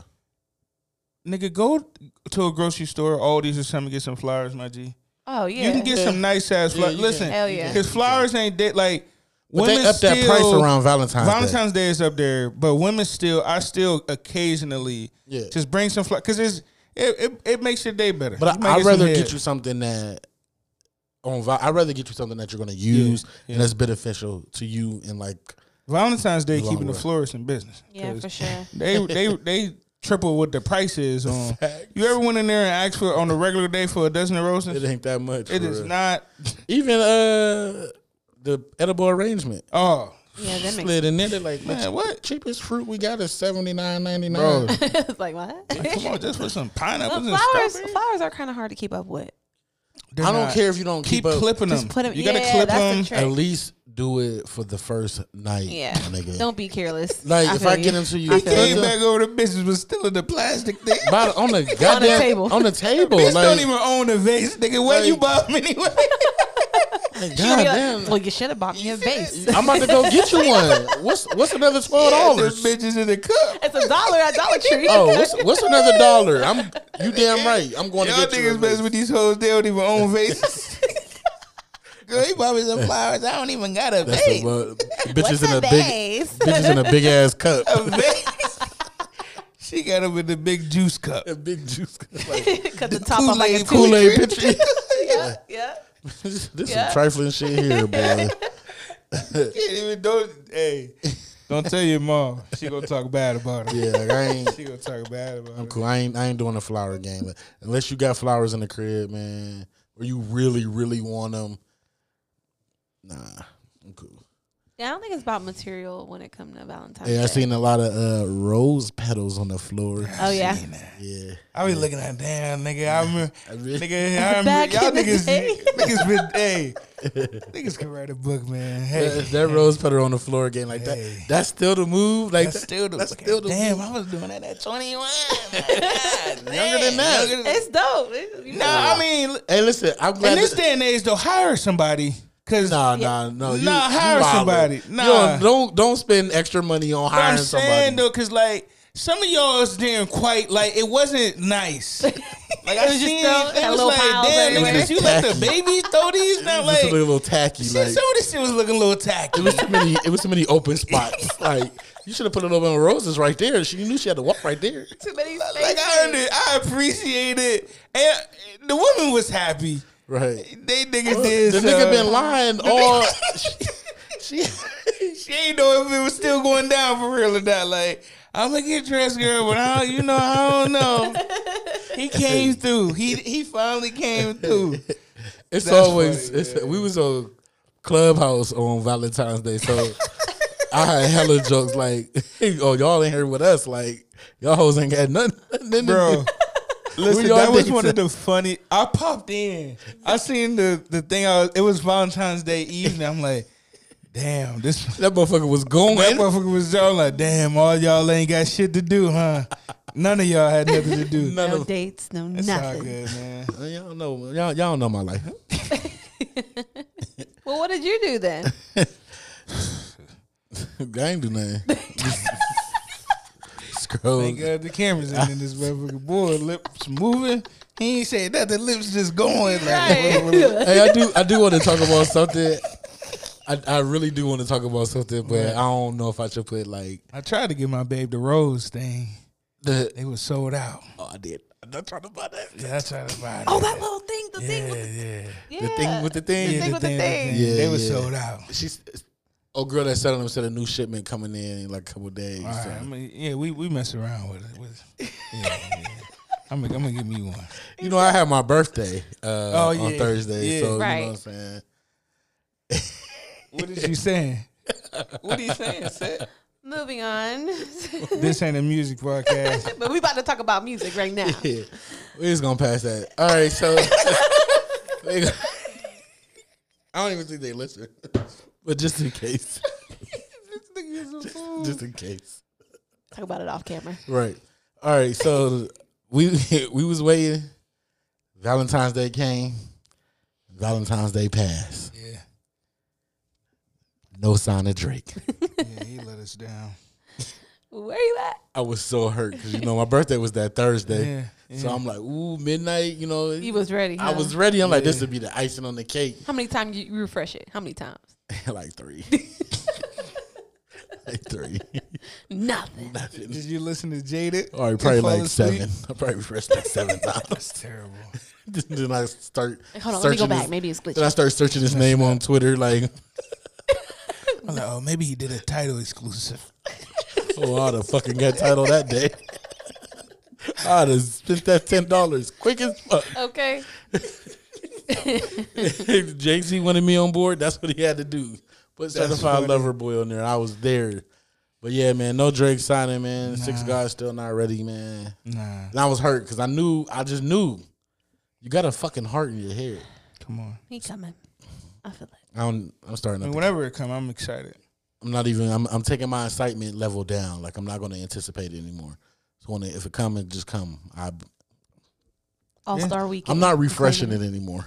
[SPEAKER 7] Nigga, go to a grocery store, Aldi's or something, get some flowers, my G.
[SPEAKER 9] Oh yeah.
[SPEAKER 7] You can get some nice ass
[SPEAKER 8] Yeah,
[SPEAKER 7] flowers.
[SPEAKER 8] you can.
[SPEAKER 7] Listen,
[SPEAKER 9] Hell yeah.
[SPEAKER 7] because flowers ain't that like.
[SPEAKER 8] But they
[SPEAKER 7] women
[SPEAKER 8] up that price
[SPEAKER 7] still-
[SPEAKER 8] around Valentine's. Day.
[SPEAKER 7] Valentine's Day is up there, but women still, I still occasionally
[SPEAKER 8] Yeah.
[SPEAKER 7] just bring some flowers because it's it, it it makes your day better. You
[SPEAKER 8] But
[SPEAKER 7] might
[SPEAKER 8] I, I'd
[SPEAKER 7] some
[SPEAKER 8] rather
[SPEAKER 7] head.
[SPEAKER 8] get you something that on. Val- I'd rather get you something that you're gonna use and that's beneficial to you and like.
[SPEAKER 7] Valentine's Day
[SPEAKER 8] long
[SPEAKER 7] keeping the
[SPEAKER 8] run.
[SPEAKER 7] florist in business.
[SPEAKER 9] yeah,
[SPEAKER 7] 'cause
[SPEAKER 9] for sure.
[SPEAKER 7] They they they triple what the price is on. You ever went in there and asked for on a regular day for a dozen of roses?
[SPEAKER 8] It ain't that much.
[SPEAKER 7] It
[SPEAKER 8] for
[SPEAKER 7] is
[SPEAKER 8] real.
[SPEAKER 7] not.
[SPEAKER 8] Even uh the edible arrangement.
[SPEAKER 7] Oh,
[SPEAKER 9] Yeah, that makes
[SPEAKER 8] Slid in there, they're like,
[SPEAKER 7] Man,
[SPEAKER 8] man,
[SPEAKER 7] what?
[SPEAKER 8] what cheapest fruit we got is seventy nine ninety
[SPEAKER 7] bro,
[SPEAKER 8] nine.
[SPEAKER 9] sense. Like what?
[SPEAKER 7] come on, just for some
[SPEAKER 9] Well,
[SPEAKER 7] pineapples and
[SPEAKER 9] flowers,
[SPEAKER 7] strawberries.
[SPEAKER 9] flowers are kind of hard to keep up with.
[SPEAKER 7] They're
[SPEAKER 8] I don't
[SPEAKER 7] not.
[SPEAKER 8] care if you don't keep,
[SPEAKER 7] Keep
[SPEAKER 8] up.
[SPEAKER 7] clipping them.
[SPEAKER 9] Just put 'em-
[SPEAKER 7] You gotta
[SPEAKER 9] yeah,
[SPEAKER 7] clip
[SPEAKER 9] that's the
[SPEAKER 7] them.
[SPEAKER 9] trick.
[SPEAKER 8] At least do it for the first night.
[SPEAKER 9] Yeah.
[SPEAKER 8] my nigga.
[SPEAKER 9] Don't be careless.
[SPEAKER 8] like if
[SPEAKER 9] feel
[SPEAKER 8] I
[SPEAKER 9] you.
[SPEAKER 8] get into you,
[SPEAKER 9] I
[SPEAKER 8] I
[SPEAKER 9] feel
[SPEAKER 7] Came back over the bitches was still in the plastic thing.
[SPEAKER 8] on the goddamn on the
[SPEAKER 9] table.
[SPEAKER 8] table. On the table.
[SPEAKER 7] Bitch
[SPEAKER 8] like,
[SPEAKER 7] don't even own the vase, nigga. Where you
[SPEAKER 8] like-
[SPEAKER 7] buy them anyway?
[SPEAKER 8] Like,
[SPEAKER 9] She gonna be
[SPEAKER 8] goddamn.
[SPEAKER 9] like, well, you should have bought me a vase.
[SPEAKER 8] I'm about to go get you one. What's what's another twelve dollars?
[SPEAKER 7] This bitch is in the cup.
[SPEAKER 9] It's a dollar at Dollar Tree.
[SPEAKER 8] Oh, what's, what's another dollar? I'm you damn right. I'm going
[SPEAKER 7] Y'all
[SPEAKER 8] to get you. a
[SPEAKER 7] niggas mess
[SPEAKER 8] vase.
[SPEAKER 7] with these hoes. They don't even own vases. Girl, he bought me some flowers. I don't even got a
[SPEAKER 8] That's the
[SPEAKER 7] vase.
[SPEAKER 8] word. bitches in a big
[SPEAKER 9] vase?
[SPEAKER 8] bitches in a big ass cup.
[SPEAKER 7] A vase. she got him in the big juice cup.
[SPEAKER 8] A big juice cup.
[SPEAKER 9] Cut the top off like a
[SPEAKER 7] Kool-Aid
[SPEAKER 9] two.
[SPEAKER 8] Kool Aid picture.
[SPEAKER 9] Yeah, yeah.
[SPEAKER 8] this is
[SPEAKER 9] Yeah.
[SPEAKER 8] some trifling shit here, boy.
[SPEAKER 7] Can't even do Hey, don't tell your mom. She gonna talk bad about it.
[SPEAKER 8] Yeah, like I ain't.
[SPEAKER 7] She gonna talk bad about
[SPEAKER 8] I'm
[SPEAKER 7] it.
[SPEAKER 8] cool. I ain't I ain't doing a flower game But unless you got flowers in the crib, man, or you really really want them. Nah, I'm cool.
[SPEAKER 9] Yeah, I don't think it's about material when it comes to Valentine's.
[SPEAKER 8] Hey, I
[SPEAKER 9] Day.
[SPEAKER 8] seen a lot of uh, rose petals on the floor.
[SPEAKER 9] Oh yeah,
[SPEAKER 8] Yeah,
[SPEAKER 7] I be looking at damn nigga. I remember,
[SPEAKER 8] mean-
[SPEAKER 7] nigga. I remember
[SPEAKER 9] Back
[SPEAKER 7] y'all
[SPEAKER 9] in the
[SPEAKER 7] niggas.
[SPEAKER 9] day.
[SPEAKER 7] Niggas been hey. Niggas can write a book, man. Hey,
[SPEAKER 8] that, that rose petal on the floor again like
[SPEAKER 7] Hey.
[SPEAKER 8] that. That's still the move. Like
[SPEAKER 7] that's
[SPEAKER 8] that-
[SPEAKER 7] still the.
[SPEAKER 8] that's still the
[SPEAKER 7] damn,
[SPEAKER 8] move.
[SPEAKER 7] I was doing that at 21.
[SPEAKER 8] Younger than that.
[SPEAKER 9] it's dope. It's- you
[SPEAKER 7] no,
[SPEAKER 9] know,
[SPEAKER 7] I mean,
[SPEAKER 8] Hey, listen, I'm glad.
[SPEAKER 7] in this
[SPEAKER 8] that-
[SPEAKER 7] day and age, though, hire somebody because
[SPEAKER 8] Nah, nah, no. You,
[SPEAKER 7] Nah, hire
[SPEAKER 8] you wildin'.
[SPEAKER 7] somebody.
[SPEAKER 8] You
[SPEAKER 7] Nah.
[SPEAKER 8] don't, don't don't spend extra money on
[SPEAKER 7] But I'm
[SPEAKER 8] hiring
[SPEAKER 7] saying
[SPEAKER 8] somebody.
[SPEAKER 7] though, because like some of y'all's didn't quite like it wasn't nice. Like I
[SPEAKER 9] was just
[SPEAKER 7] seen
[SPEAKER 9] throw-
[SPEAKER 7] these
[SPEAKER 9] had
[SPEAKER 7] things
[SPEAKER 9] little
[SPEAKER 7] like,
[SPEAKER 9] piles
[SPEAKER 7] damn,
[SPEAKER 9] everywhere.
[SPEAKER 7] niggas, you let the
[SPEAKER 8] Tacky.
[SPEAKER 7] babies throw these now.
[SPEAKER 8] it was
[SPEAKER 7] Like,
[SPEAKER 8] just a
[SPEAKER 7] shit,
[SPEAKER 8] little tacky.
[SPEAKER 7] some
[SPEAKER 8] like
[SPEAKER 7] of this shit was looking a little tacky.
[SPEAKER 8] it was too many. It was too many open spots. like you should have put a little bit of roses right there. She you knew she had to walk right there.
[SPEAKER 9] too many
[SPEAKER 7] Like I earned it, I appreciate it, and the woman was happy.
[SPEAKER 8] Right.
[SPEAKER 7] They niggas
[SPEAKER 8] Uh, The
[SPEAKER 7] did.
[SPEAKER 8] nigga
[SPEAKER 7] so-
[SPEAKER 8] been lying all. she,
[SPEAKER 7] She ain't know if it was still going down for real or not. Like I'm gonna get dressed, girl, but I don't, you know I don't know. He came through. He he finally came through.
[SPEAKER 8] it's
[SPEAKER 7] That's
[SPEAKER 8] always.
[SPEAKER 7] funny,
[SPEAKER 8] it's, we was on Clubhouse on Valentine's Day, so I had hella jokes like, "Oh, y'all in here with us? Like, y'all hoes ain't got nothing." nothing to
[SPEAKER 7] bro. Listen,
[SPEAKER 8] y'all
[SPEAKER 7] that was
[SPEAKER 8] niggas
[SPEAKER 7] one
[SPEAKER 8] at?
[SPEAKER 7] of the funny. I popped in. I seen the the thing. I was, it was Valentine's Day evening. I'm like, damn, this
[SPEAKER 8] That motherfucker was going.
[SPEAKER 7] that motherfucker was all like, damn, all y'all ain't got shit to do, huh? None of y'all had nothing to do.
[SPEAKER 8] None
[SPEAKER 9] no
[SPEAKER 8] of- Uh,
[SPEAKER 9] dates, no
[SPEAKER 7] It's all
[SPEAKER 9] nothing.
[SPEAKER 7] good, man.
[SPEAKER 8] y'all know, y'all, y'all know my life.
[SPEAKER 9] Well, what did you do then?
[SPEAKER 8] I ain't do nothing. Scroll.
[SPEAKER 7] Thank God the cameras ain't in this motherfucker. Boy, lips moving. He ain't saying that. The lips just going. Like,
[SPEAKER 8] Hey, I do. I do want to talk about something. I, I really do want to talk about something, but I don't know if I should put like
[SPEAKER 7] I tried to get my babe the rose thing.
[SPEAKER 8] the.
[SPEAKER 7] They was sold out.
[SPEAKER 8] Oh, I did. I'm not talking about that.
[SPEAKER 7] Yeah, I tried to buy it.
[SPEAKER 9] Oh, that little thing, the thing with
[SPEAKER 7] yeah, yeah.
[SPEAKER 9] the, yeah.
[SPEAKER 8] The thing with the thing.
[SPEAKER 7] Yeah,
[SPEAKER 9] thing with the thing.
[SPEAKER 8] Yeah,
[SPEAKER 7] they was
[SPEAKER 8] yeah.
[SPEAKER 7] sold out.
[SPEAKER 8] She's. Oh, girl, that selling them said a new shipment coming in in like a couple days.
[SPEAKER 7] All right,
[SPEAKER 8] so.
[SPEAKER 7] I mean, yeah, we we mess around with it. With, yeah, yeah. I'm gonna I'm gonna give me one.
[SPEAKER 8] You know, I had my birthday uh,
[SPEAKER 7] Oh,
[SPEAKER 8] on
[SPEAKER 7] yeah.
[SPEAKER 8] Thursday,
[SPEAKER 7] Yeah.
[SPEAKER 8] so you
[SPEAKER 9] Right.
[SPEAKER 8] know what I'm saying.
[SPEAKER 7] What is you saying? What are you saying, Seth?
[SPEAKER 9] Moving on,
[SPEAKER 7] This ain't a music podcast.
[SPEAKER 9] but we about to talk about music right now.
[SPEAKER 8] Yeah. We just gonna pass that. All right, so We go- I don't even think they listen, but just in case, just in case,
[SPEAKER 9] Talk about it off camera.
[SPEAKER 8] right? All right, so we we was waiting. Valentine's Day came. Valentine's Day passed.
[SPEAKER 7] Yeah,
[SPEAKER 8] No sign of Drake.
[SPEAKER 7] yeah, he let us down.
[SPEAKER 9] Where you at?
[SPEAKER 8] I was so hurt because you know my birthday was that Thursday,
[SPEAKER 7] Yeah,
[SPEAKER 8] so I'm like, ooh, midnight. You know,
[SPEAKER 9] You was ready.
[SPEAKER 8] I
[SPEAKER 9] huh?
[SPEAKER 8] was ready. I'm like, this would be the icing on the cake.
[SPEAKER 9] How many times you you refresh it? How many times?
[SPEAKER 8] like three. like three.
[SPEAKER 9] Nothing.
[SPEAKER 8] Nothing.
[SPEAKER 7] Did you listen to Jaded?
[SPEAKER 8] All right, probably like seven. I probably refreshed like seven times.
[SPEAKER 7] That's terrible.
[SPEAKER 8] then I start.
[SPEAKER 9] Hold on, let me go
[SPEAKER 8] searching
[SPEAKER 9] back.
[SPEAKER 8] his-
[SPEAKER 9] Maybe it's
[SPEAKER 8] Then I
[SPEAKER 9] glitchy.
[SPEAKER 8] start searching his name on Twitter. Like,
[SPEAKER 7] I'm like, oh, maybe he did a title exclusive.
[SPEAKER 8] oh, I'd have fucking got title that day. I'd have spent that ten dollars quick as fuck.
[SPEAKER 5] Oh.
[SPEAKER 4] Okay.
[SPEAKER 8] Jay Z wanted me on board. That's what he had to do. Put certified
[SPEAKER 7] funny.
[SPEAKER 8] lover boy on there. I was there. But yeah, man, no Drake signing, man. Six guys still not ready, man.
[SPEAKER 7] Nah,
[SPEAKER 8] And I was hurt because I knew, I just knew. You got a fucking heart in your head.
[SPEAKER 7] come on.
[SPEAKER 9] He coming. I feel it.
[SPEAKER 8] I don't, I'm starting
[SPEAKER 7] I
[SPEAKER 8] to.
[SPEAKER 7] mean,
[SPEAKER 8] think-
[SPEAKER 7] whenever it come, I'm excited.
[SPEAKER 8] I'm not even. I'm, I'm taking my excitement level down. Like I'm not going to anticipate it anymore. So when it, if it come, it just come. I
[SPEAKER 9] All Star Weekend.
[SPEAKER 8] I'm not refreshing it anymore.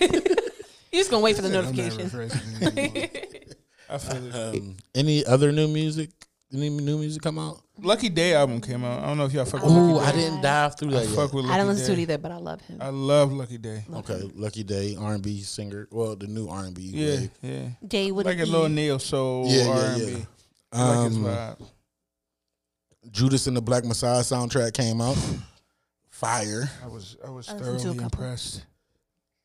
[SPEAKER 9] You're just gonna wait for the
[SPEAKER 7] I'm not
[SPEAKER 9] notification.
[SPEAKER 7] refreshing anymore. I feel it.
[SPEAKER 8] Um, any other new music? Any new music come out?
[SPEAKER 7] Lucky Day album came out. I don't know if y'all fuck with
[SPEAKER 8] Ooh,
[SPEAKER 7] Lucky
[SPEAKER 8] I
[SPEAKER 7] Day.
[SPEAKER 8] didn't dive through that
[SPEAKER 7] I
[SPEAKER 8] yet.
[SPEAKER 7] fuck with Lucky
[SPEAKER 9] I don't listen to it
[SPEAKER 7] Day.
[SPEAKER 9] either, but I love him.
[SPEAKER 7] I love Lucky Day.
[SPEAKER 8] okay, Lucky Day, R and B singer. Well, the new R and B.
[SPEAKER 7] Yeah, yeah.
[SPEAKER 9] Day with
[SPEAKER 7] Like a
[SPEAKER 9] an E.
[SPEAKER 7] little neo soul
[SPEAKER 8] Yeah, yeah,
[SPEAKER 7] R&B.
[SPEAKER 8] yeah.
[SPEAKER 7] I Like his
[SPEAKER 8] Um,
[SPEAKER 7] vibe.
[SPEAKER 8] Judas and the Black Messiah soundtrack came out. Fire.
[SPEAKER 7] I was I was
[SPEAKER 9] I listened to a
[SPEAKER 7] thoroughly
[SPEAKER 9] couple.
[SPEAKER 7] impressed.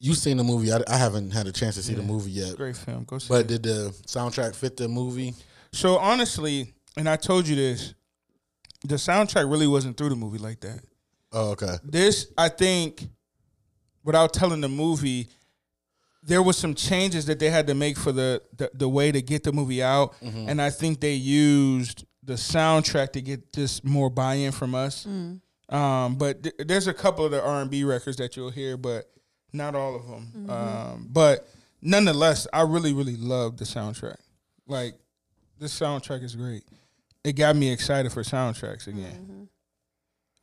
[SPEAKER 8] You seen the movie? I, I haven't had a chance to see the
[SPEAKER 7] Yeah.
[SPEAKER 8] movie yet.
[SPEAKER 7] Great film. Go see
[SPEAKER 8] But
[SPEAKER 7] it.
[SPEAKER 8] did the soundtrack fit the movie?
[SPEAKER 7] So honestly, and I told you this, the soundtrack really wasn't through the movie like that.
[SPEAKER 8] Oh, okay.
[SPEAKER 7] This, I think, without telling the movie, there was some changes that they had to make for the the, the way to get the movie out, and I think they used the soundtrack to get this more buy-in from us. Um, but th- there's a couple of the R and B records that you'll hear, but not all of them. Um, but nonetheless, I really really love the soundtrack. Like this soundtrack is great. It got me excited for soundtracks again.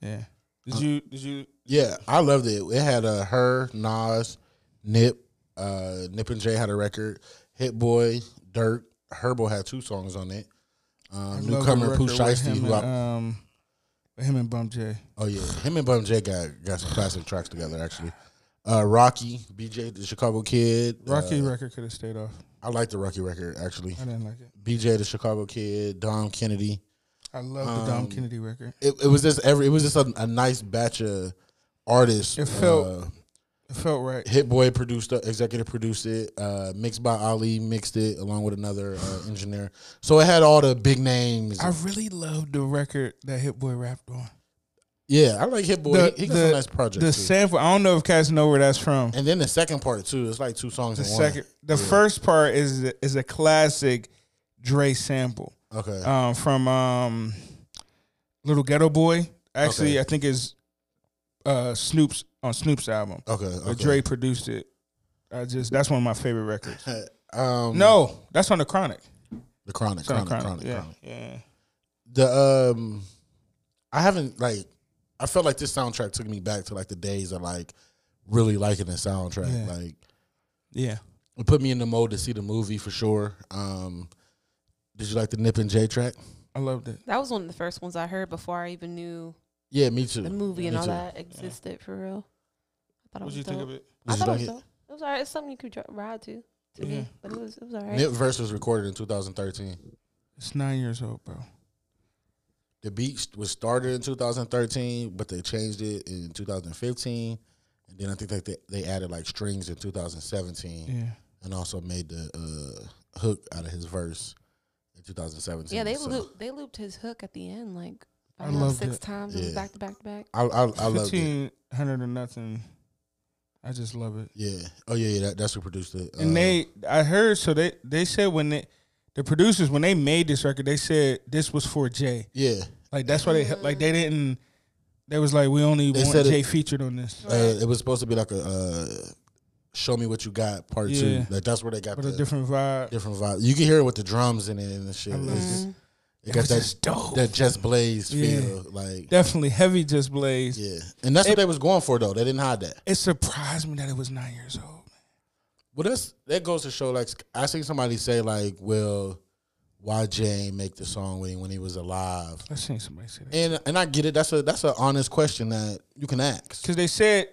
[SPEAKER 7] Yeah. Did you? Did you?
[SPEAKER 8] Yeah, I loved it. It had uh, her, Nas, Nip, uh, Nip and Jay had a record. Hit Boy, Dirt, Herbo had two songs on it.
[SPEAKER 7] I
[SPEAKER 8] Um,
[SPEAKER 7] love the
[SPEAKER 8] newcomer Pooh
[SPEAKER 7] record with
[SPEAKER 8] Shiesty,
[SPEAKER 7] him
[SPEAKER 8] who
[SPEAKER 7] and,
[SPEAKER 8] I,
[SPEAKER 7] um, with him and Bump J.
[SPEAKER 8] oh yeah, him and Bum J got got some classic tracks together actually. Uh, Rocky, BJ the Chicago Kid,
[SPEAKER 7] Rocky
[SPEAKER 8] uh,
[SPEAKER 7] record could have stayed off.
[SPEAKER 8] I like the Rocky record actually.
[SPEAKER 7] I didn't like it.
[SPEAKER 8] BJ the Chicago Kid, Dom Kennedy.
[SPEAKER 7] I love the Dom
[SPEAKER 8] Um,
[SPEAKER 7] Kennedy record.
[SPEAKER 8] it, it was just every it was just a, a nice batch of artists.
[SPEAKER 7] It felt-
[SPEAKER 8] uh,
[SPEAKER 7] It felt right.
[SPEAKER 8] Hit Boy produced it, executive produced it, uh, mixed by Ali, mixed it along with another uh, engineer. So it had all the big names.
[SPEAKER 7] I really loved the record that Hit Boy rapped on.
[SPEAKER 8] yeah, I like Hit Boy. he, he got some nice projects.
[SPEAKER 7] The
[SPEAKER 8] too.
[SPEAKER 7] sample. I don't know if cats know where that's from.
[SPEAKER 8] and then the second part too. It's like two songs
[SPEAKER 7] The
[SPEAKER 8] in
[SPEAKER 7] second, the first part is is a classic Dre
[SPEAKER 8] one.
[SPEAKER 7] sample.
[SPEAKER 8] Okay.
[SPEAKER 7] um, from um, Little Ghetto Boy. Actually,
[SPEAKER 8] Okay.
[SPEAKER 7] I think is uh, Snoop's on Snoop's album.
[SPEAKER 8] okay.
[SPEAKER 7] But
[SPEAKER 8] Okay.
[SPEAKER 7] Dre produced it. I just that's one of my favorite records.
[SPEAKER 8] Um,
[SPEAKER 7] No, that's on the Chronic.
[SPEAKER 8] The Chronic.
[SPEAKER 7] It's on
[SPEAKER 8] Chronic.
[SPEAKER 7] the Chronic.
[SPEAKER 8] Chronic. Chronic.
[SPEAKER 7] yeah, yeah.
[SPEAKER 8] the um I haven't like I felt like this soundtrack took me back to like the days of like really liking the soundtrack.
[SPEAKER 7] Yeah.
[SPEAKER 8] Like
[SPEAKER 7] Yeah.
[SPEAKER 8] it put me in the mode to see the movie for sure. Um did you like the Nip and J track?
[SPEAKER 7] I loved it.
[SPEAKER 9] That was one of the first ones I heard before I even knew
[SPEAKER 8] Yeah, me too.
[SPEAKER 9] the movie
[SPEAKER 8] Me
[SPEAKER 9] and all
[SPEAKER 8] too.
[SPEAKER 9] that existed for real. I thought it
[SPEAKER 7] What
[SPEAKER 9] was
[SPEAKER 7] do you
[SPEAKER 9] dope.
[SPEAKER 7] think of it?
[SPEAKER 9] I
[SPEAKER 8] Did you
[SPEAKER 9] thought it
[SPEAKER 8] like
[SPEAKER 9] was
[SPEAKER 8] it?
[SPEAKER 9] dope. It was alright. It's something you could dri- ride to, to
[SPEAKER 7] Yeah.
[SPEAKER 9] me, but it was it was alright.
[SPEAKER 8] Nip Verse was recorded in 2013.
[SPEAKER 7] It's nine years old, bro.
[SPEAKER 8] The beat was started in 2013, but they changed it in 2015. And then I think that they, they added like strings in 2017.
[SPEAKER 7] Yeah.
[SPEAKER 8] and also made the uh, hook out of his verse in 2017.
[SPEAKER 9] Yeah, they
[SPEAKER 8] so
[SPEAKER 9] looped they looped his hook at the end like
[SPEAKER 7] I
[SPEAKER 9] I know,
[SPEAKER 7] loved
[SPEAKER 9] six
[SPEAKER 7] it.
[SPEAKER 9] times. It was
[SPEAKER 8] Yeah.
[SPEAKER 9] back to back to back.
[SPEAKER 8] I I, I love it.
[SPEAKER 7] Fifteen hundred or nothing. I just love it.
[SPEAKER 8] Yeah. Oh yeah, yeah. That, that's who produced it.
[SPEAKER 7] And
[SPEAKER 8] Uh,
[SPEAKER 7] they, I heard, so they, they said when they, the producers when they made this record, they said this was for Jay.
[SPEAKER 8] Yeah.
[SPEAKER 7] Like that's why they
[SPEAKER 9] Mm.
[SPEAKER 7] like they didn't. They was like we only
[SPEAKER 8] They
[SPEAKER 7] want
[SPEAKER 8] said it-
[SPEAKER 7] Jay featured on this,
[SPEAKER 8] Uh, it was supposed to be like a uh, "Show Me What You Got" part
[SPEAKER 7] Yeah.
[SPEAKER 8] two. Like that's where they got
[SPEAKER 7] but
[SPEAKER 8] the
[SPEAKER 7] a different vibe.
[SPEAKER 8] different vibe. You can hear it with the drums in it and the shit.
[SPEAKER 7] I love
[SPEAKER 8] It's-
[SPEAKER 7] it.
[SPEAKER 8] It got
[SPEAKER 7] was
[SPEAKER 8] that
[SPEAKER 7] just dope.
[SPEAKER 8] that Just Blaze
[SPEAKER 7] Yeah.
[SPEAKER 8] feel. Like
[SPEAKER 7] Definitely heavy, just blaze.
[SPEAKER 8] yeah, and that's
[SPEAKER 7] It-
[SPEAKER 8] what they was going for though. They didn't hide that.
[SPEAKER 7] It surprised me that it was nine years old.
[SPEAKER 8] Well, that's that goes to show. Like I seen somebody say, like, well, why Jay ain't make the song when he, when he was alive?
[SPEAKER 7] I seen somebody say that
[SPEAKER 8] And and I get it. That's a that's an honest question that you can ask.
[SPEAKER 7] because they said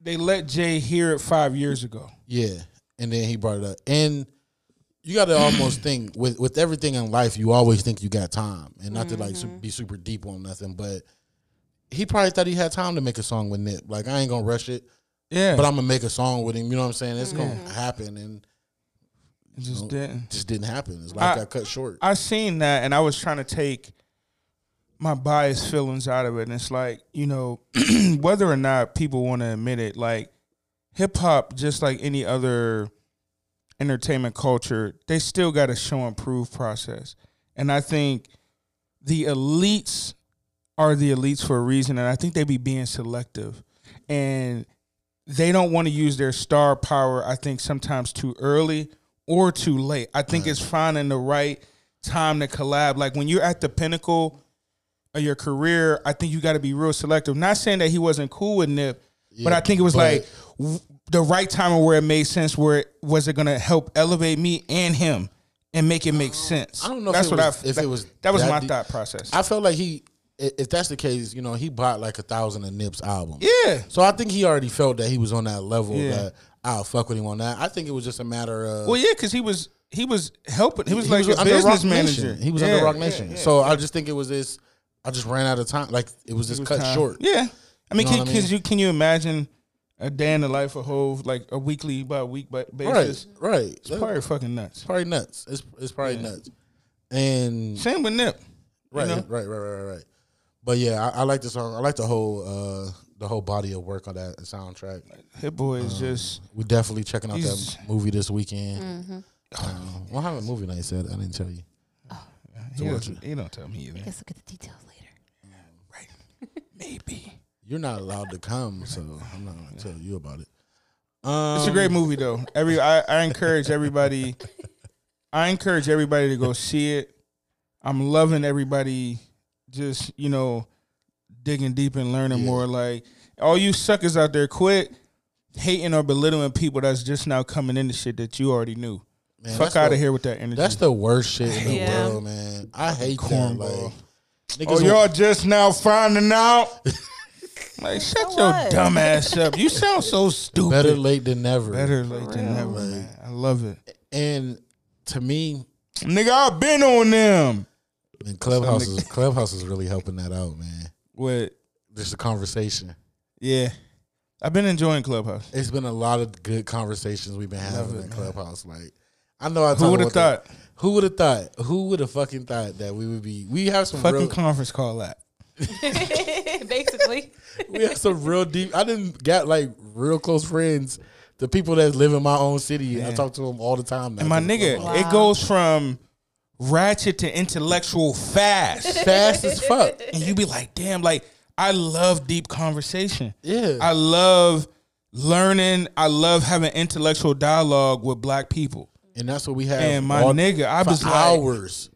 [SPEAKER 7] they let Jay hear it five years ago.
[SPEAKER 8] Yeah. And then he brought it up. And you got to almost think with with everything in life, you always think you got time, and not to like su- be super deep on nothing, but. He probably thought he had time to make a song with Nip. Like I ain't gonna rush it,
[SPEAKER 7] Yeah,
[SPEAKER 8] but I'm gonna make a song with him. You know what I'm saying? It's gonna happen, and
[SPEAKER 7] it just didn't.
[SPEAKER 8] it just didn't happen. His life
[SPEAKER 7] I-
[SPEAKER 8] got cut short.
[SPEAKER 7] I seen that, and I was trying to take my biased feelings out of it. And it's like, you know, whether or not people want to admit it, like hip hop, just like any other entertainment culture, they still got a show and prove process. And I think the elites are the elites for a reason, and I think they be being selective, and they don't want to use their star power. I think sometimes too early or too late. I think it's finding the right time to collab. Like when you're at the pinnacle of your career, I think you got to be real selective. Not saying that he wasn't cool with Nip, but I think it was
[SPEAKER 8] but-
[SPEAKER 7] like w- the right time and where it made sense. Where it, was it going to help elevate me and him and make it make sense?
[SPEAKER 8] Uh, I don't know.
[SPEAKER 7] That's
[SPEAKER 8] if it
[SPEAKER 7] what
[SPEAKER 8] was,
[SPEAKER 7] I.
[SPEAKER 8] if
[SPEAKER 7] that,
[SPEAKER 8] it was
[SPEAKER 7] that was my
[SPEAKER 8] deep.
[SPEAKER 7] thought process.
[SPEAKER 8] I felt like he, i- if that's the case, you know, he bought like a thousand of Nip's albums.
[SPEAKER 7] yeah,
[SPEAKER 8] So I think he already felt that he was on that level
[SPEAKER 7] Yeah.
[SPEAKER 8] that I'll fuck with him on that. I think it was just a matter of
[SPEAKER 7] well, yeah, because he was he was helping. He was like a
[SPEAKER 8] under Rock
[SPEAKER 7] business
[SPEAKER 8] Nation.
[SPEAKER 7] manager.
[SPEAKER 8] He was
[SPEAKER 7] yeah.
[SPEAKER 8] under Rock Nation. So I just think it was this. I just ran out of time. Like it was just cut
[SPEAKER 7] time.
[SPEAKER 8] short.
[SPEAKER 7] Yeah, I mean,
[SPEAKER 8] know
[SPEAKER 7] can,
[SPEAKER 8] what I
[SPEAKER 7] can
[SPEAKER 8] mean?
[SPEAKER 7] you can you imagine a day in the life of Hove like a weekly by week by basis?
[SPEAKER 8] Right. Right.
[SPEAKER 7] It's probably fucking nuts.
[SPEAKER 8] probably nuts. It's it's probably nuts. And
[SPEAKER 7] Same with Nip.
[SPEAKER 8] right,
[SPEAKER 7] know?
[SPEAKER 8] right, right, right, right, right. But yeah, I, I like the song. I like the whole uh the whole body of work on that soundtrack.
[SPEAKER 7] Hit Boy
[SPEAKER 8] Uh,
[SPEAKER 7] is just
[SPEAKER 8] We're definitely checking out
[SPEAKER 7] He's-
[SPEAKER 8] that movie this weekend. Uh, well, how the movie night said I didn't tell you.
[SPEAKER 7] he don't, he don't tell me either.
[SPEAKER 6] Let's look at the details later.
[SPEAKER 7] Maybe
[SPEAKER 8] You're not allowed to come, so I'm not gonna tell you about it. Um,
[SPEAKER 7] it's a great movie though. Every I, I encourage everybody. I encourage everybody to go see it. I'm loving everybody. Just you know, digging deep and learning more. Like all you suckers out there, quit hating or belittling people that's just now coming into shit that you already knew.
[SPEAKER 8] Man,
[SPEAKER 7] Fuck
[SPEAKER 8] that's
[SPEAKER 7] out
[SPEAKER 8] the-
[SPEAKER 7] of here with that energy.
[SPEAKER 8] That's the worst shit in the
[SPEAKER 9] Yeah.
[SPEAKER 8] world, man. I hate that.
[SPEAKER 7] cornball.
[SPEAKER 8] Like, niggas
[SPEAKER 7] Oh,
[SPEAKER 8] who-
[SPEAKER 7] y'all just now finding out. like, shut your
[SPEAKER 9] what?
[SPEAKER 7] dumb ass up. You sound so stupid.
[SPEAKER 8] better late than never.
[SPEAKER 7] Better late than never, man. I love it.
[SPEAKER 8] And to me,
[SPEAKER 7] Nigga, I've been on them.
[SPEAKER 8] and Clubhouse is Clubhouse is really helping that out, man.
[SPEAKER 7] What?
[SPEAKER 8] Just a conversation.
[SPEAKER 7] Yeah. I've been enjoying Clubhouse.
[SPEAKER 8] It's been a lot of good conversations we've been having in Clubhouse. Like, I know I.
[SPEAKER 7] Who
[SPEAKER 8] talk
[SPEAKER 7] would have
[SPEAKER 8] about that-
[SPEAKER 7] thought?
[SPEAKER 8] Who would have thought? Who would have fucking thought that we would be? We have some
[SPEAKER 7] Fucking
[SPEAKER 8] real,
[SPEAKER 7] conference call app.
[SPEAKER 9] Basically.
[SPEAKER 8] we have some real deep. I didn't got like real close friends. The people that live in my own city, I talk to them all the time. Now
[SPEAKER 7] And my
[SPEAKER 8] 'cause of
[SPEAKER 7] nigga,
[SPEAKER 8] Clubhouse.
[SPEAKER 7] it goes from ratchet to intellectual fast.
[SPEAKER 8] fast as fuck.
[SPEAKER 7] and you be like, damn, like I love deep conversation.
[SPEAKER 8] Yeah.
[SPEAKER 7] I love learning. I love having intellectual dialogue with black people.
[SPEAKER 8] And that's what we have.
[SPEAKER 7] And my nigga, I
[SPEAKER 8] for
[SPEAKER 7] was like-
[SPEAKER 8] hours.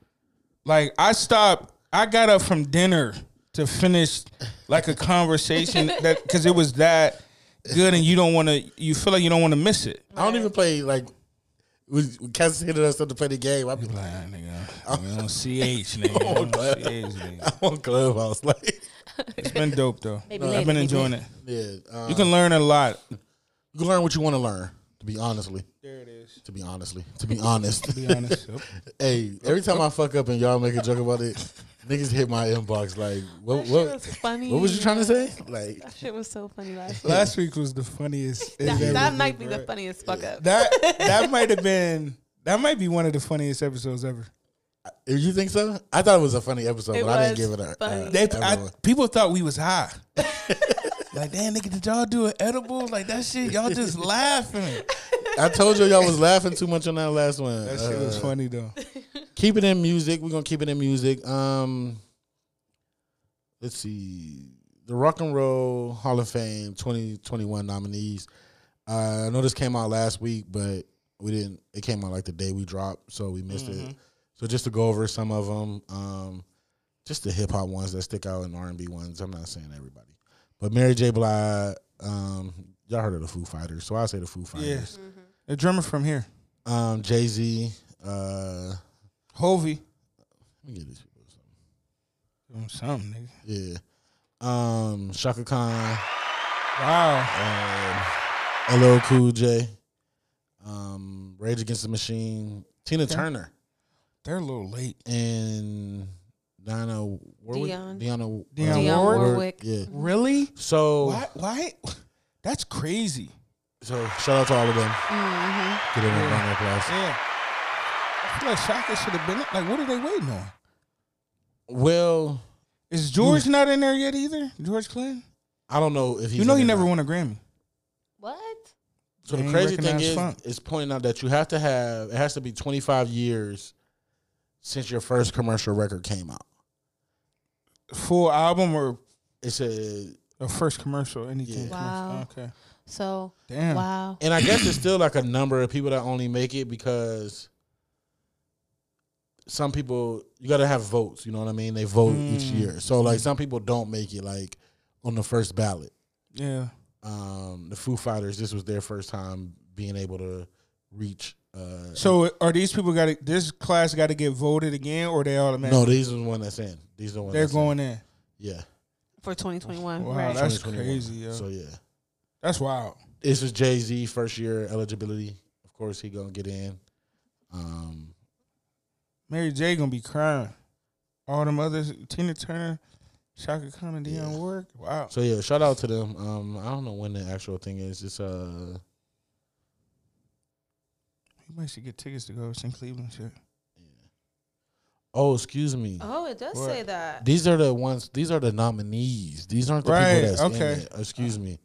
[SPEAKER 7] Like I stopped, I got up from dinner to finish like a conversation that because it was that good, and you don't want to, you feel like you don't want to miss it.
[SPEAKER 8] I don't even play like. When when Cass hit us up to play the game, I'd be like,
[SPEAKER 7] Like, nigga, we on CH, nigga. We on CH, nigga.
[SPEAKER 8] I'm on Clubhouse. Like,
[SPEAKER 7] It's been dope though. I've
[SPEAKER 4] later,
[SPEAKER 7] been
[SPEAKER 4] maybe
[SPEAKER 7] enjoying it.
[SPEAKER 8] yeah, uh,
[SPEAKER 7] You can learn a lot.
[SPEAKER 8] you can learn what you want to learn. To be honestly,
[SPEAKER 7] There it is.
[SPEAKER 8] to be honestly, to be honest.
[SPEAKER 7] To be honest. Yep.
[SPEAKER 8] hey, every time I fuck up and y'all make a joke about it, niggas hit my inbox like, what,
[SPEAKER 9] That shit
[SPEAKER 8] what,
[SPEAKER 9] was funny.
[SPEAKER 8] what was you trying to say? Like,
[SPEAKER 9] That shit was so funny last week.
[SPEAKER 7] Last week was the funniest.
[SPEAKER 9] That,
[SPEAKER 7] it's ever
[SPEAKER 9] that
[SPEAKER 7] been,
[SPEAKER 9] might be the
[SPEAKER 7] right?
[SPEAKER 9] funniest fuck up.
[SPEAKER 7] That that might have been that might be one of the funniest episodes ever.
[SPEAKER 8] you think so? I thought it was a funny episode,
[SPEAKER 9] It
[SPEAKER 8] but I didn't
[SPEAKER 9] was
[SPEAKER 8] give it a.
[SPEAKER 9] funny.
[SPEAKER 8] a-
[SPEAKER 7] They
[SPEAKER 8] a
[SPEAKER 7] I,
[SPEAKER 8] one.
[SPEAKER 7] people thought we was high. like damn, nigga, did y'all do an edible? Like that shit, y'all just laughing.
[SPEAKER 8] I told you y'all was laughing too much on that last one. Uh,
[SPEAKER 7] That shit was funny though.
[SPEAKER 8] keep it in music. We're gonna keep it in music. Um, let's see, the Rock and Roll Hall of Fame 2021 nominees. Uh, I know this came out last week, but we didn't. It came out like the day we dropped, so we missed it. So just to go over some of them, um, just the hip hop ones that stick out and R and B ones. I'm not saying everybody, but Mary J. Blige. Um, y'all heard of the Foo Fighters, so I say the Foo
[SPEAKER 7] Yeah,
[SPEAKER 8] Fighters.
[SPEAKER 7] a drummer from here,
[SPEAKER 8] Um, Jay Z. Uh,
[SPEAKER 7] Hovey.
[SPEAKER 8] let me get this.
[SPEAKER 7] Doing something,
[SPEAKER 8] Yeah.
[SPEAKER 7] nigga.
[SPEAKER 8] Um, Shaka Khan,
[SPEAKER 7] Wow.
[SPEAKER 8] um, LL Cool J, um, Rage Against the Machine, Tina Turner,
[SPEAKER 7] They're a little late.
[SPEAKER 8] and Diana Warwick.
[SPEAKER 9] Dionne.
[SPEAKER 8] Deanna,
[SPEAKER 7] Dionne
[SPEAKER 9] Dionne Warwick. Warwick.
[SPEAKER 8] Yeah.
[SPEAKER 7] Really?
[SPEAKER 8] So,
[SPEAKER 7] Why why that's crazy.
[SPEAKER 8] so shout out to all of them. Give them a round of applause.
[SPEAKER 7] Yeah. I feel like Shaka should have been like what are they waiting on?
[SPEAKER 8] Well,
[SPEAKER 7] Is George not in there yet either? George Clinton?
[SPEAKER 8] I don't know if he's
[SPEAKER 7] you know
[SPEAKER 8] in
[SPEAKER 7] he
[SPEAKER 8] it or
[SPEAKER 7] never
[SPEAKER 8] not.
[SPEAKER 7] won a Grammy.
[SPEAKER 6] What?
[SPEAKER 8] So the
[SPEAKER 7] They ain't
[SPEAKER 8] crazy thing
[SPEAKER 7] recognized
[SPEAKER 8] is,
[SPEAKER 7] funk.
[SPEAKER 8] is pointing out that you have to have it has to be 25 years since your first commercial record came out.
[SPEAKER 7] Full album or
[SPEAKER 8] It's a
[SPEAKER 7] a first commercial? Anything?
[SPEAKER 8] Yeah.
[SPEAKER 9] Wow.
[SPEAKER 7] Commercial. Okay.
[SPEAKER 9] So,
[SPEAKER 7] Damn.
[SPEAKER 9] wow.
[SPEAKER 8] And I guess it's still like a number of people that only make it because some people you got to have votes. You know what I mean? They
[SPEAKER 7] Mm.
[SPEAKER 8] vote each year, so like some people don't make it like on the first ballot.
[SPEAKER 7] Yeah.
[SPEAKER 8] um, the Foo Fighters. This was their first time being able to reach. Uh,
[SPEAKER 7] So are these people got to this class got to get voted again, or they automatically?
[SPEAKER 8] no, these are the one that's in. These are the one
[SPEAKER 7] they're
[SPEAKER 8] that's
[SPEAKER 7] going in.
[SPEAKER 8] In. Yeah,
[SPEAKER 9] for 2021.
[SPEAKER 7] Wow,
[SPEAKER 9] right.
[SPEAKER 7] that's
[SPEAKER 8] 2021.
[SPEAKER 7] crazy, yo.
[SPEAKER 8] So yeah,
[SPEAKER 7] That's wild.
[SPEAKER 8] this is Jay Z first year eligibility. Of course, he gonna get in. Um,
[SPEAKER 7] Mary J gonna be crying. All them others, Tina Turner, Shaka Khan, and Dionne Warwick. Wow.
[SPEAKER 8] so yeah, shout out to them. Um, I don't know when the actual thing is. It's uh,
[SPEAKER 7] We might should get tickets to go St. Cleveland shit.
[SPEAKER 8] oh, excuse me.
[SPEAKER 9] Oh, it does
[SPEAKER 7] What?
[SPEAKER 9] say that.
[SPEAKER 8] These are the ones. These are the nominees. These aren't the
[SPEAKER 7] Right,
[SPEAKER 8] people that's
[SPEAKER 7] okay.
[SPEAKER 8] in it. Excuse me.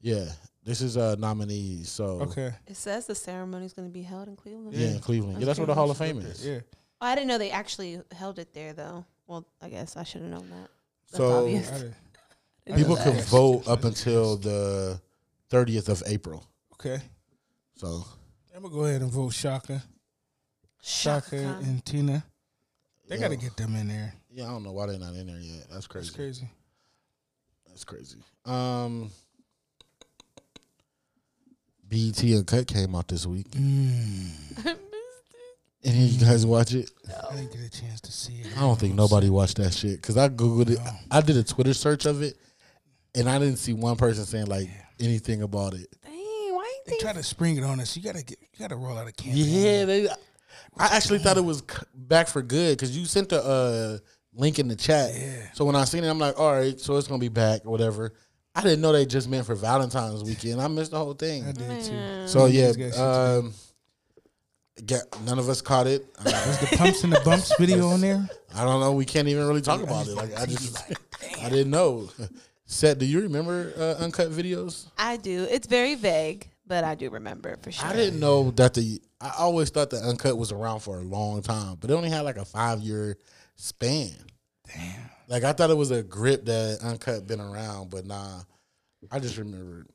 [SPEAKER 8] Yeah, this is uh nominees. So
[SPEAKER 7] Okay.
[SPEAKER 9] It says the ceremony is going to be held in Cleveland.
[SPEAKER 8] yeah, in Cleveland. Yeah, that's where the Hall of Fame is.
[SPEAKER 7] Yeah.
[SPEAKER 9] Oh, I didn't know they actually held it there though. Well, I guess I should have known that. That's
[SPEAKER 8] So-
[SPEAKER 9] obvious.
[SPEAKER 7] I did- I
[SPEAKER 8] People
[SPEAKER 7] did
[SPEAKER 8] can
[SPEAKER 7] that.
[SPEAKER 8] vote up until the thirtieth of April.
[SPEAKER 7] Okay.
[SPEAKER 8] So
[SPEAKER 7] I'm gonna go ahead and vote Shaka, Shaka,
[SPEAKER 9] Khan.
[SPEAKER 7] and Tina. They got to
[SPEAKER 8] Yeah.
[SPEAKER 7] get them in there.
[SPEAKER 8] yeah, I don't know why they're not in there yet. That's crazy.
[SPEAKER 7] That's crazy.
[SPEAKER 8] That's crazy. Um, BET Uncut came out this week. Mm. Any of you guys watch it?
[SPEAKER 7] I didn't get a chance to see it.
[SPEAKER 8] I don't think nobody watched that shit because I googled it. I did a Twitter search of it, and I didn't see one person saying like anything about it.
[SPEAKER 3] Dang, why ain't
[SPEAKER 7] They try to spring it on us. You gotta get. You gotta roll out a campaign.
[SPEAKER 8] Yeah, they. I actually thought it was c- back for good because you sent the uh, link in the chat. So when I seen it, I'm like, all right, so it's gonna be back, or whatever. I didn't know they just meant for Valentine's weekend. I missed the whole thing.
[SPEAKER 7] I did too.
[SPEAKER 8] So yeah,
[SPEAKER 7] These guys should
[SPEAKER 8] um, get, none of us caught it. I,
[SPEAKER 7] Was the pumps and the bumps video on there?
[SPEAKER 8] I don't know. We can't even really talk about it. Like I just, I didn't know. Set, do you remember uh, uncut videos?
[SPEAKER 9] I do. It's very vague, but I do remember for sure.
[SPEAKER 8] I didn't know that the. I always thought that uncut was around for a long time, but it only had like a five year span. Damn. Like I thought it was a grip that uncut been around, but nah. I just remembered.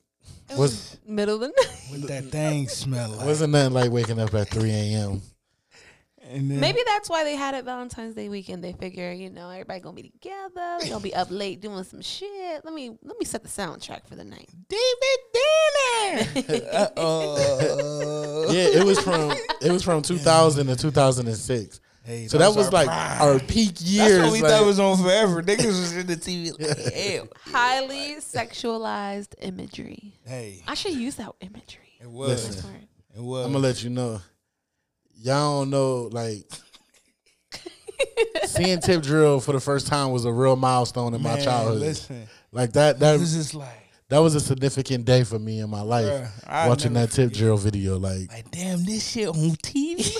[SPEAKER 8] Was
[SPEAKER 9] Middle of the night.
[SPEAKER 7] What that thing smell like?
[SPEAKER 8] wasn't nothing like waking up at three a.m.
[SPEAKER 7] And then
[SPEAKER 9] Maybe that's why they had it Valentine's Day weekend. They figure, you know, everybody gonna be together. We gonna be up late doing some shit. Let me let me set the soundtrack for the night.
[SPEAKER 7] David Danner.
[SPEAKER 8] yeah, it was from it was from 2000 to 2006.
[SPEAKER 7] Hey,
[SPEAKER 8] so
[SPEAKER 7] those
[SPEAKER 8] that was
[SPEAKER 7] are
[SPEAKER 8] like
[SPEAKER 7] prime.
[SPEAKER 8] our peak years.
[SPEAKER 7] That's what we
[SPEAKER 8] like-
[SPEAKER 7] thought was on forever. Niggas was in the TV. Like, hell.
[SPEAKER 9] Highly sexualized imagery.
[SPEAKER 7] Hey,
[SPEAKER 9] I should use that imagery.
[SPEAKER 7] it was.
[SPEAKER 8] Listen.
[SPEAKER 7] It was.
[SPEAKER 8] I'm gonna let you know. Y'all don't know, like seeing Tip Drill for the first time was a real milestone in my
[SPEAKER 7] Man,
[SPEAKER 8] childhood.
[SPEAKER 7] listen.
[SPEAKER 8] Like that that
[SPEAKER 7] This is like,
[SPEAKER 8] that was a significant day for me in my life.
[SPEAKER 7] Bruh, I'll
[SPEAKER 8] watching
[SPEAKER 7] never
[SPEAKER 8] that Tip Drill video, like
[SPEAKER 7] like, damn, this shit on TV.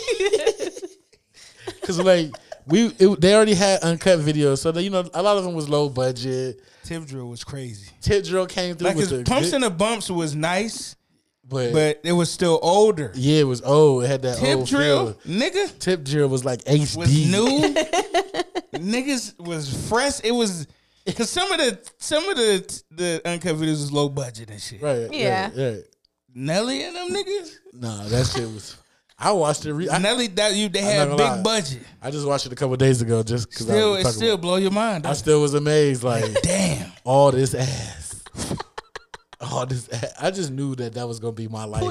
[SPEAKER 8] because like we it, they already had uncut videos, so they, you know a lot of them was low budget.
[SPEAKER 7] Tip drill was crazy.
[SPEAKER 8] Tip Drill came through
[SPEAKER 7] Like
[SPEAKER 8] with
[SPEAKER 7] his
[SPEAKER 8] the
[SPEAKER 7] pumps
[SPEAKER 8] good-
[SPEAKER 7] and the bumps was nice, but it was still older.
[SPEAKER 8] Yeah, it was old. It had that
[SPEAKER 7] Tip
[SPEAKER 8] old
[SPEAKER 7] drill,
[SPEAKER 8] feel.
[SPEAKER 7] nigga,
[SPEAKER 8] Tip drill was like HD.
[SPEAKER 7] was new. Niggas was fresh. It was because some of the some of the the uncut videos was low budget and shit.
[SPEAKER 8] Right. Yeah.
[SPEAKER 9] Yeah.
[SPEAKER 8] Yeah.
[SPEAKER 7] Nelly and them niggas.
[SPEAKER 8] Nah, that shit was. I watched it. Re- I,
[SPEAKER 7] Nelly that you they
[SPEAKER 8] I'm
[SPEAKER 7] had
[SPEAKER 8] not
[SPEAKER 7] big
[SPEAKER 8] gonna lie.
[SPEAKER 7] budget.
[SPEAKER 8] I just watched it a couple days ago just because I
[SPEAKER 7] Still,
[SPEAKER 8] was
[SPEAKER 7] it
[SPEAKER 8] talking
[SPEAKER 7] still
[SPEAKER 8] about-
[SPEAKER 7] blow your mind.
[SPEAKER 8] I still was amazed. Like
[SPEAKER 7] Damn.
[SPEAKER 8] all this ass. All this. Ass. I just knew that that was gonna be my life.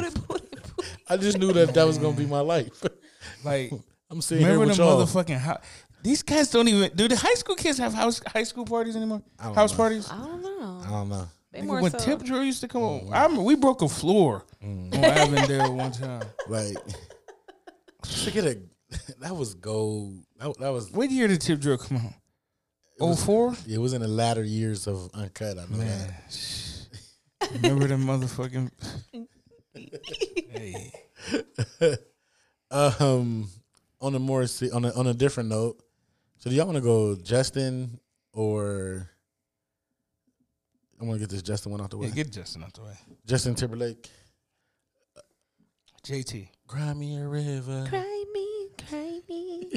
[SPEAKER 8] I just knew that that was gonna be my life.
[SPEAKER 7] Like
[SPEAKER 8] I'm sitting
[SPEAKER 7] remember
[SPEAKER 8] here
[SPEAKER 7] the
[SPEAKER 8] with y'all.
[SPEAKER 7] motherfucking house. These cats don't even do the high school kids have house high school parties anymore?
[SPEAKER 8] don't
[SPEAKER 7] House
[SPEAKER 8] know.
[SPEAKER 7] parties?
[SPEAKER 9] I don't know.
[SPEAKER 8] I don't know.
[SPEAKER 9] They
[SPEAKER 7] Nigga,
[SPEAKER 9] Uh, more
[SPEAKER 7] when
[SPEAKER 9] so-
[SPEAKER 7] Tip Drill used to come
[SPEAKER 8] Mm.
[SPEAKER 7] on, I remember we broke a floor on Avondale one time.
[SPEAKER 8] Like to get a. That was gold. That, that was.
[SPEAKER 7] What year did Tip Drill come on? Oh four.
[SPEAKER 8] It was in the latter years of uncut. I know that.
[SPEAKER 7] Man, remember the motherfucking. hey,
[SPEAKER 8] Um, on a more se- on a on a different note, so do y'all want to go Justin or I want to get this Justin one out the way.
[SPEAKER 7] yeah, get Justin out the way.
[SPEAKER 8] Justin Timberlake,
[SPEAKER 7] JT.
[SPEAKER 8] "Cry Me a River."
[SPEAKER 9] Cry me, cry me.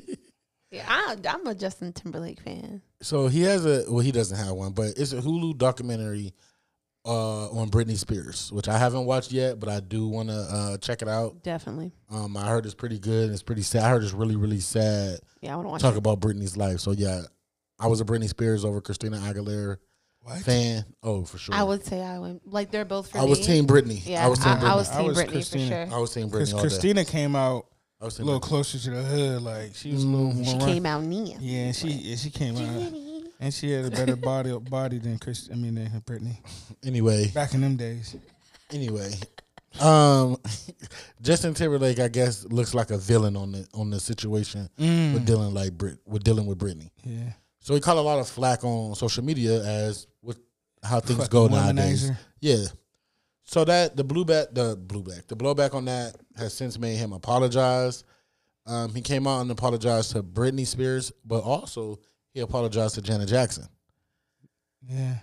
[SPEAKER 9] yeah, I, I'm a Justin Timberlake fan.
[SPEAKER 8] So he has a well, he doesn't have one, but it's a Hulu documentary uh on Britney Spears, which I haven't watched yet, but I do want to uh check it out.
[SPEAKER 9] Definitely.
[SPEAKER 8] Um, I heard it's pretty good. And it's pretty sad. I heard it's really really sad.
[SPEAKER 9] Yeah, I want to watch
[SPEAKER 8] talk about Britney's life. So yeah, I was a Britney Spears over Christina Aguilera fan. Oh, for sure.
[SPEAKER 9] I would say I went like they're both for
[SPEAKER 8] I was
[SPEAKER 9] me.
[SPEAKER 8] Team Britney.
[SPEAKER 9] Yeah,
[SPEAKER 8] I was Team
[SPEAKER 9] I,
[SPEAKER 8] Britney.
[SPEAKER 9] was
[SPEAKER 7] I
[SPEAKER 9] Team
[SPEAKER 7] was
[SPEAKER 9] Britney
[SPEAKER 7] Christina.
[SPEAKER 9] for sure.
[SPEAKER 8] I was saying
[SPEAKER 7] Because
[SPEAKER 8] Britney all day.
[SPEAKER 7] Christina came out
[SPEAKER 8] I was
[SPEAKER 7] a
[SPEAKER 8] saying
[SPEAKER 7] little closer to the hood, like she was a little
[SPEAKER 8] Mm-hmm.
[SPEAKER 7] more.
[SPEAKER 9] She
[SPEAKER 7] round.
[SPEAKER 9] came out near.
[SPEAKER 7] Yeah, and she yeah, she came out, and she had a better body body than Chris. I mean, than Britney
[SPEAKER 8] Anyway,
[SPEAKER 7] back in them days.
[SPEAKER 8] anyway, um, Justin Timberlake, I guess, looks like a villain on the on the situation with dealing like Brit with dealing with Britney.
[SPEAKER 7] Mm. Yeah,
[SPEAKER 8] So he caught a lot of flack on social media as with how things go
[SPEAKER 7] Fucking
[SPEAKER 8] nowadays.
[SPEAKER 7] womanizer.
[SPEAKER 8] Yeah. So that the blue back the blue back the blowback on that has since made him apologize. Um, he came out and apologized to Britney Spears, but also he apologized to Janet Jackson
[SPEAKER 7] yeah.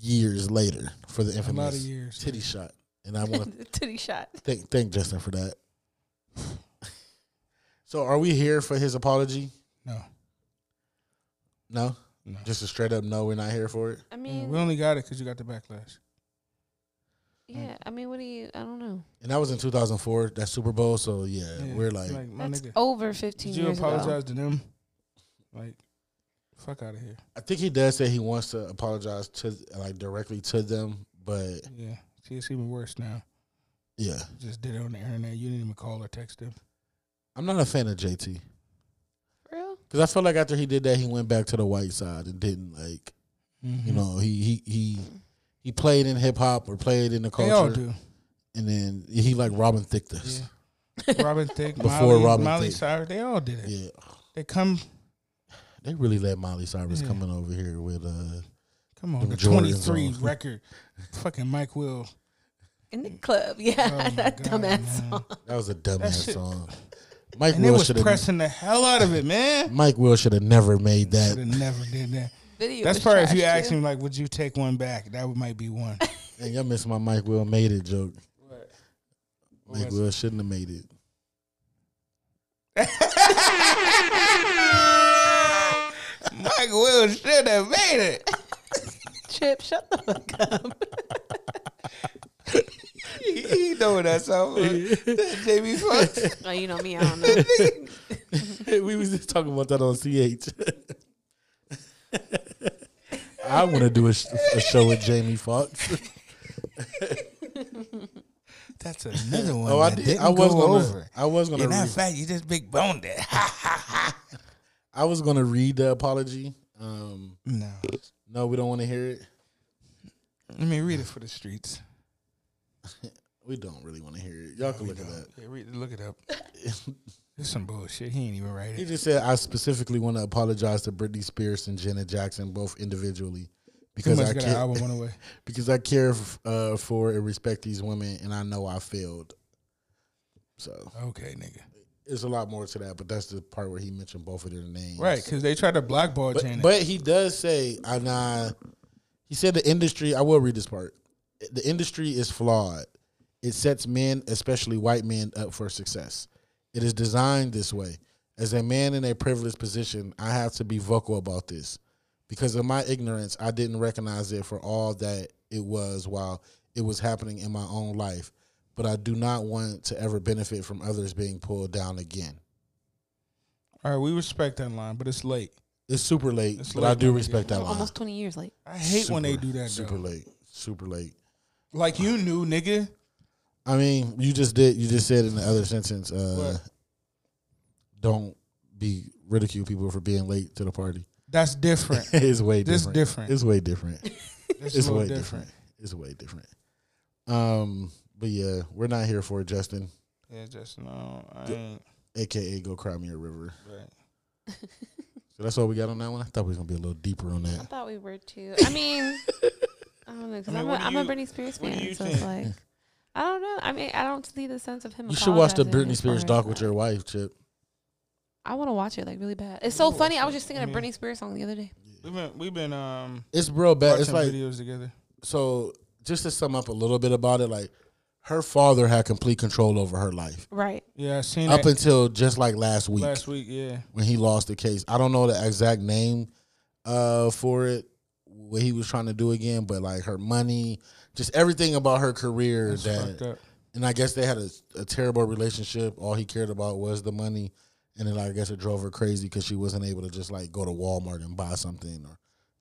[SPEAKER 8] years later for the infamous
[SPEAKER 7] lot of years.
[SPEAKER 8] titty shot. And I want to
[SPEAKER 9] Titty shot.
[SPEAKER 8] thank thank Justin for that. so are we here for his apology?
[SPEAKER 7] No,
[SPEAKER 8] No? Just a straight up no, we're not here for it.
[SPEAKER 4] I
[SPEAKER 7] Yeah,
[SPEAKER 4] mean,
[SPEAKER 7] we only got it because you got the backlash.
[SPEAKER 9] Yeah, I mean, what do you? I don't know.
[SPEAKER 8] And that was in 2004, that Super Bowl. So yeah,
[SPEAKER 7] Yeah,
[SPEAKER 8] we're like,
[SPEAKER 7] my
[SPEAKER 9] That's
[SPEAKER 7] nigga,
[SPEAKER 9] over fifteen
[SPEAKER 7] did you
[SPEAKER 9] years
[SPEAKER 7] apologize
[SPEAKER 9] ago.
[SPEAKER 7] to them? Like, fuck out of here.
[SPEAKER 8] I think he does say he wants to apologize to like directly to them, but
[SPEAKER 7] Yeah, see, it's even worse now.
[SPEAKER 8] yeah,
[SPEAKER 7] You just did it on the internet. You didn't even call or text them.
[SPEAKER 8] I'm not a fan of JT
[SPEAKER 9] For real?
[SPEAKER 8] because I feel like after he did that, he went back to the white side and didn't like,
[SPEAKER 7] Mm-hmm.
[SPEAKER 8] you know, he he he he played in hip hop or played in the
[SPEAKER 7] they all
[SPEAKER 8] culture,
[SPEAKER 7] do.
[SPEAKER 8] and then he like Robin Thicke this.
[SPEAKER 7] Yeah. Robin Thicke,
[SPEAKER 8] Before
[SPEAKER 7] Molly,
[SPEAKER 8] Robin
[SPEAKER 7] Molly
[SPEAKER 8] Thicke.
[SPEAKER 7] Cyrus, they all did it.
[SPEAKER 8] Yeah,
[SPEAKER 7] They come,
[SPEAKER 8] they really let Miley Cyrus
[SPEAKER 7] Yeah.
[SPEAKER 8] coming over here with uh
[SPEAKER 7] come on, the
[SPEAKER 8] Them Jordans
[SPEAKER 7] twenty-three
[SPEAKER 8] on.
[SPEAKER 7] record, fucking Mike Will.
[SPEAKER 9] In the club, yeah.
[SPEAKER 7] Oh my
[SPEAKER 9] that dumbass
[SPEAKER 7] God, man.
[SPEAKER 9] song.
[SPEAKER 8] that was a dumbass
[SPEAKER 7] shit-
[SPEAKER 8] song. Mike
[SPEAKER 7] And it
[SPEAKER 8] Will
[SPEAKER 7] was
[SPEAKER 8] should have
[SPEAKER 7] pressing the hell out of it, man.
[SPEAKER 8] Mike Will should have never made that.
[SPEAKER 7] Should have never did that.
[SPEAKER 9] Video
[SPEAKER 7] That's
[SPEAKER 9] was
[SPEAKER 7] probably if you
[SPEAKER 9] trash,
[SPEAKER 7] asked
[SPEAKER 9] too.
[SPEAKER 7] him like, would you take one back? That would- might be one.
[SPEAKER 8] And y'all missed my Mike Will made it joke.
[SPEAKER 7] What
[SPEAKER 8] Mike
[SPEAKER 7] was
[SPEAKER 8] Will shouldn't have made it.
[SPEAKER 7] it? Mike Will should have made it.
[SPEAKER 9] Chip, shut the fuck up.
[SPEAKER 7] He, he know what that song was. That Jamie Foxx.
[SPEAKER 9] oh, you know me. I don't know.
[SPEAKER 8] we was just talking about that on CH. I want to do a, sh- a show with Jamie Foxx.
[SPEAKER 7] That's another one.
[SPEAKER 8] Oh, I
[SPEAKER 7] that
[SPEAKER 8] did.
[SPEAKER 7] didn't
[SPEAKER 8] I was
[SPEAKER 7] go
[SPEAKER 8] gonna.
[SPEAKER 7] over.
[SPEAKER 8] I was gonna.
[SPEAKER 7] In that
[SPEAKER 8] Read,
[SPEAKER 7] fact, you just big boned it.
[SPEAKER 8] I was gonna read the apology. Um,
[SPEAKER 7] no,
[SPEAKER 8] no, we don't want to hear it.
[SPEAKER 7] let me read it for the streets.
[SPEAKER 8] We don't really want to hear it. Y'all can look at that.
[SPEAKER 7] Yeah, read, look it up. It's some bullshit. He ain't even write
[SPEAKER 8] He
[SPEAKER 7] it.
[SPEAKER 8] just said, "I specifically want to apologize to Britney Spears and Janet Jackson, both individually,
[SPEAKER 7] Too
[SPEAKER 8] because
[SPEAKER 7] much
[SPEAKER 8] I
[SPEAKER 7] got an
[SPEAKER 8] can't-
[SPEAKER 7] album one away.
[SPEAKER 8] because I care f- uh, for and respect these women, and I know I failed. So
[SPEAKER 7] Okay, nigga.
[SPEAKER 8] it's a lot more to that, but that's the part where he mentioned both of their names,
[SPEAKER 7] Right, because they tried to blackball
[SPEAKER 8] But,
[SPEAKER 7] Janet.
[SPEAKER 8] but he does say, and I, he said the industry. I will read this part. The industry is flawed. It sets men, especially white men, up for success. It is designed this way. As a man in a privileged position, I have to be vocal about this. Because of my ignorance, I didn't recognize it for all that it was while it was happening in my own life. But I do not want to ever benefit from others being pulled down again.
[SPEAKER 7] All right, we respect that line, but it's late.
[SPEAKER 8] It's super late,
[SPEAKER 7] It's
[SPEAKER 8] but
[SPEAKER 7] late
[SPEAKER 8] I do
[SPEAKER 7] now,
[SPEAKER 8] respect that line.
[SPEAKER 9] Almost twenty years late.
[SPEAKER 7] I hate when they
[SPEAKER 8] Super-
[SPEAKER 7] do that.
[SPEAKER 8] Super
[SPEAKER 7] Super late.
[SPEAKER 8] late. Super late.
[SPEAKER 7] Like you knew, nigga.
[SPEAKER 8] I mean, you just did. You just said in the other sentence, uh,
[SPEAKER 7] What?
[SPEAKER 8] don't be ridicule people for being late to the party.
[SPEAKER 7] That's different.
[SPEAKER 8] it's way
[SPEAKER 7] This
[SPEAKER 8] different.
[SPEAKER 7] different.
[SPEAKER 8] It's way different.
[SPEAKER 7] That's
[SPEAKER 8] it's
[SPEAKER 7] a
[SPEAKER 8] way
[SPEAKER 7] little
[SPEAKER 8] different. It's way different. Um, but yeah, we're not here for it, Justin,
[SPEAKER 7] Yeah, just no. I ain't.
[SPEAKER 8] aka Go Cry Me a River.
[SPEAKER 7] But
[SPEAKER 8] So that's all we got on that one. I thought we was gonna be a little deeper on
[SPEAKER 9] I
[SPEAKER 8] that.
[SPEAKER 9] thought we were too. I mean, I don't know. Because
[SPEAKER 7] I
[SPEAKER 9] I am
[SPEAKER 7] mean, what do
[SPEAKER 9] a, I'm a
[SPEAKER 7] you-
[SPEAKER 9] Britney Spears
[SPEAKER 7] what do
[SPEAKER 9] fan,
[SPEAKER 7] you
[SPEAKER 9] so it's
[SPEAKER 7] think?
[SPEAKER 9] like, I don't know. I mean, I don't see the sense of him.
[SPEAKER 8] You should watch the
[SPEAKER 9] apologizing
[SPEAKER 8] Britney
[SPEAKER 9] as
[SPEAKER 8] Spears
[SPEAKER 9] far
[SPEAKER 8] doc
[SPEAKER 9] as
[SPEAKER 8] with
[SPEAKER 9] that.
[SPEAKER 8] your wife, Chip.
[SPEAKER 9] I want to watch it like really bad. It's so funny. I was just singing
[SPEAKER 7] I
[SPEAKER 9] a
[SPEAKER 7] mean-
[SPEAKER 9] Britney Spears song the other day.
[SPEAKER 7] we've been we've been um
[SPEAKER 8] It's real bad.
[SPEAKER 7] watching
[SPEAKER 8] It's like
[SPEAKER 7] videos together.
[SPEAKER 8] so just to sum up a little bit about it, like her father had complete control over her life
[SPEAKER 9] Right.
[SPEAKER 7] Yeah, I seen
[SPEAKER 8] up
[SPEAKER 7] it
[SPEAKER 8] until just like last week
[SPEAKER 7] last week. Yeah,
[SPEAKER 8] when he lost the case. I don't know the exact name uh, for it, what he was trying to do again, but like her money, just everything about her career
[SPEAKER 7] it's
[SPEAKER 8] that,
[SPEAKER 7] fucked up.
[SPEAKER 8] and I guess they had a, a terrible relationship. All he cared about was the money, and then I guess it drove her crazy because she wasn't able to just like go to Walmart and buy something or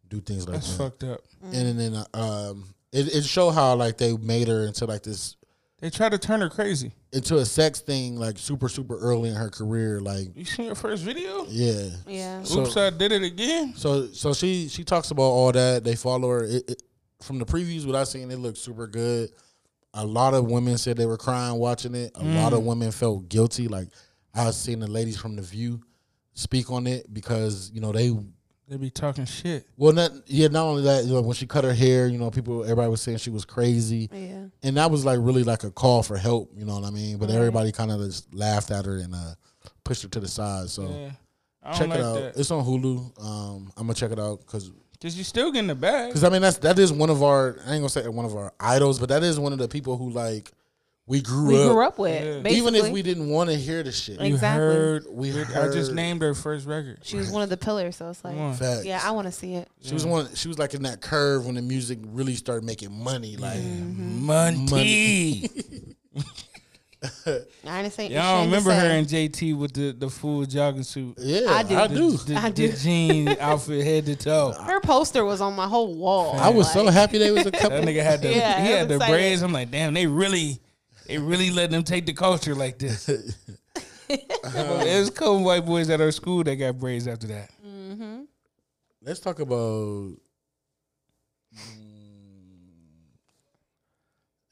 [SPEAKER 8] do things like
[SPEAKER 7] That's
[SPEAKER 8] that.
[SPEAKER 7] fucked up.
[SPEAKER 8] And, then uh, um, it, it showed how like they made her into like this
[SPEAKER 7] They tried to turn her crazy.
[SPEAKER 8] into a sex thing like super super early in her career. Like
[SPEAKER 7] You seen her first video?
[SPEAKER 8] yeah,
[SPEAKER 9] Yeah.
[SPEAKER 8] So-
[SPEAKER 7] Oops, I did it again.
[SPEAKER 8] So so she she talks about all that. They follow her. It, it, from the previews, what I seen, it looked super good. A lot of women said they were crying watching it. A lot of women felt guilty. Like I seen the ladies from the View speak on it because you know they
[SPEAKER 7] They be talking shit.
[SPEAKER 8] well not yeah not only that you know, when she cut her hair you know people everybody was saying she was crazy
[SPEAKER 9] Yeah.
[SPEAKER 8] and that was like really like a call for help you know what I mean but everybody kind of just laughed at her and uh, pushed her to the side so
[SPEAKER 7] Yeah. I don't
[SPEAKER 8] Oh. check
[SPEAKER 7] like
[SPEAKER 8] it out
[SPEAKER 7] that.
[SPEAKER 8] it's on Hulu um, I'm gonna check it out because
[SPEAKER 7] Cause you still getting the bag.
[SPEAKER 8] Because I mean, that's that is one of our. I ain't gonna say one of our idols, but that is one of the people who like we grew
[SPEAKER 9] We
[SPEAKER 8] up.
[SPEAKER 9] grew up with. Basically.
[SPEAKER 8] Even if we didn't want to hear the shit,
[SPEAKER 9] Like-
[SPEAKER 7] You
[SPEAKER 9] Exactly.
[SPEAKER 7] heard,
[SPEAKER 8] We
[SPEAKER 7] we heard. I
[SPEAKER 8] heard-
[SPEAKER 7] just named her first record.
[SPEAKER 9] she was one of the pillars, so it's like,
[SPEAKER 7] Come on.
[SPEAKER 8] facts.
[SPEAKER 9] yeah, I want to see it.
[SPEAKER 8] she was one. She was like in that curve when the music really started making money. Like
[SPEAKER 9] Mm-hmm.
[SPEAKER 7] Monty.
[SPEAKER 9] I didn't say.
[SPEAKER 7] Y'all don't
[SPEAKER 9] ashamed to
[SPEAKER 7] remember her
[SPEAKER 9] say.
[SPEAKER 7] and JT with the, the full jogging suit.
[SPEAKER 8] yeah,
[SPEAKER 9] I
[SPEAKER 8] I
[SPEAKER 9] do.
[SPEAKER 8] do.
[SPEAKER 7] The-
[SPEAKER 8] I,
[SPEAKER 9] I
[SPEAKER 7] The, the
[SPEAKER 9] do.
[SPEAKER 7] jean outfit head to toe.
[SPEAKER 9] Her poster was on my whole wall.
[SPEAKER 8] was so happy they was a
[SPEAKER 7] That
[SPEAKER 8] couple.
[SPEAKER 7] nigga had the
[SPEAKER 9] Yeah,
[SPEAKER 7] he
[SPEAKER 9] I
[SPEAKER 7] had the
[SPEAKER 9] was excited.
[SPEAKER 7] braids. I'm like, damn, they really they really letting them take the culture like this. There's a couple white boys at our school that got braids after that.
[SPEAKER 9] Mm.
[SPEAKER 8] Let's talk about.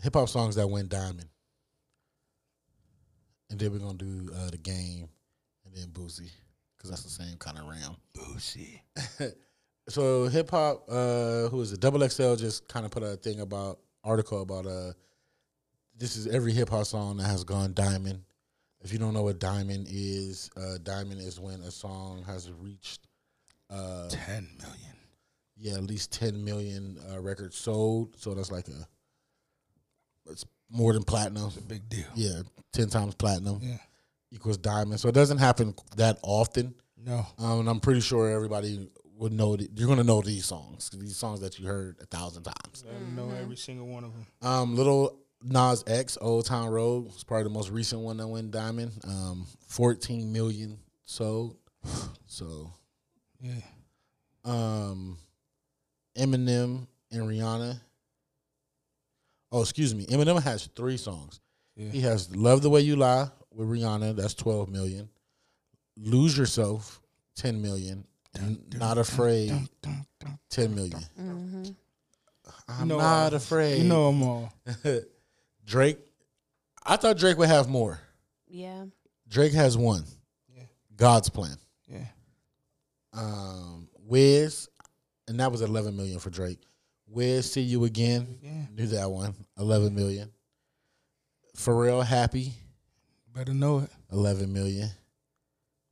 [SPEAKER 8] Hip hop songs that went diamond, and then we're gonna do uh, the game, and then Boosie, because that's the same kind of realm.
[SPEAKER 7] Boosie.
[SPEAKER 8] So hip hop, uh, who is it? Double XL just kind of put out a thing about article about uh, this is every hip hop song that has gone diamond. If you don't know what diamond is, uh, diamond is when a song has reached uh,
[SPEAKER 7] Ten million.
[SPEAKER 8] yeah at least ten million uh, records sold. So that's like a it's more than platinum.
[SPEAKER 7] Big deal.
[SPEAKER 8] Yeah, ten times platinum
[SPEAKER 7] Yeah.
[SPEAKER 8] equals diamond. So it doesn't happen that often.
[SPEAKER 7] No.
[SPEAKER 8] Um, and I'm pretty sure everybody would know. th- you're gonna know these songs, these songs that you heard a thousand times.
[SPEAKER 7] I know every single one of them.
[SPEAKER 8] Um, Little Nas X, Old Town Road was probably the most recent one that went diamond. Um, 14 million sold. So,
[SPEAKER 7] Yeah.
[SPEAKER 8] um, Eminem and Rihanna. Oh, excuse me. Eminem has three songs.
[SPEAKER 7] Yeah.
[SPEAKER 8] He has "Love the Way You Lie" with Rihanna. That's 12 million. "Lose Yourself" 10 million. Not Afraid. 10 million. I'm
[SPEAKER 7] know
[SPEAKER 8] not
[SPEAKER 7] all.
[SPEAKER 8] afraid.
[SPEAKER 7] Mm-hmm. uh, You know them all.
[SPEAKER 8] Drake. I thought Drake would have more.
[SPEAKER 9] Yeah.
[SPEAKER 8] Drake has one.
[SPEAKER 7] Yeah.
[SPEAKER 8] God's plan.
[SPEAKER 7] Yeah.
[SPEAKER 8] Um, Wiz, and that was 11 million for Drake. Wiz, see you again.
[SPEAKER 7] Yeah.
[SPEAKER 8] Knew that one. 11 million. Pharrell, happy.
[SPEAKER 7] Better know it.
[SPEAKER 8] 11 million.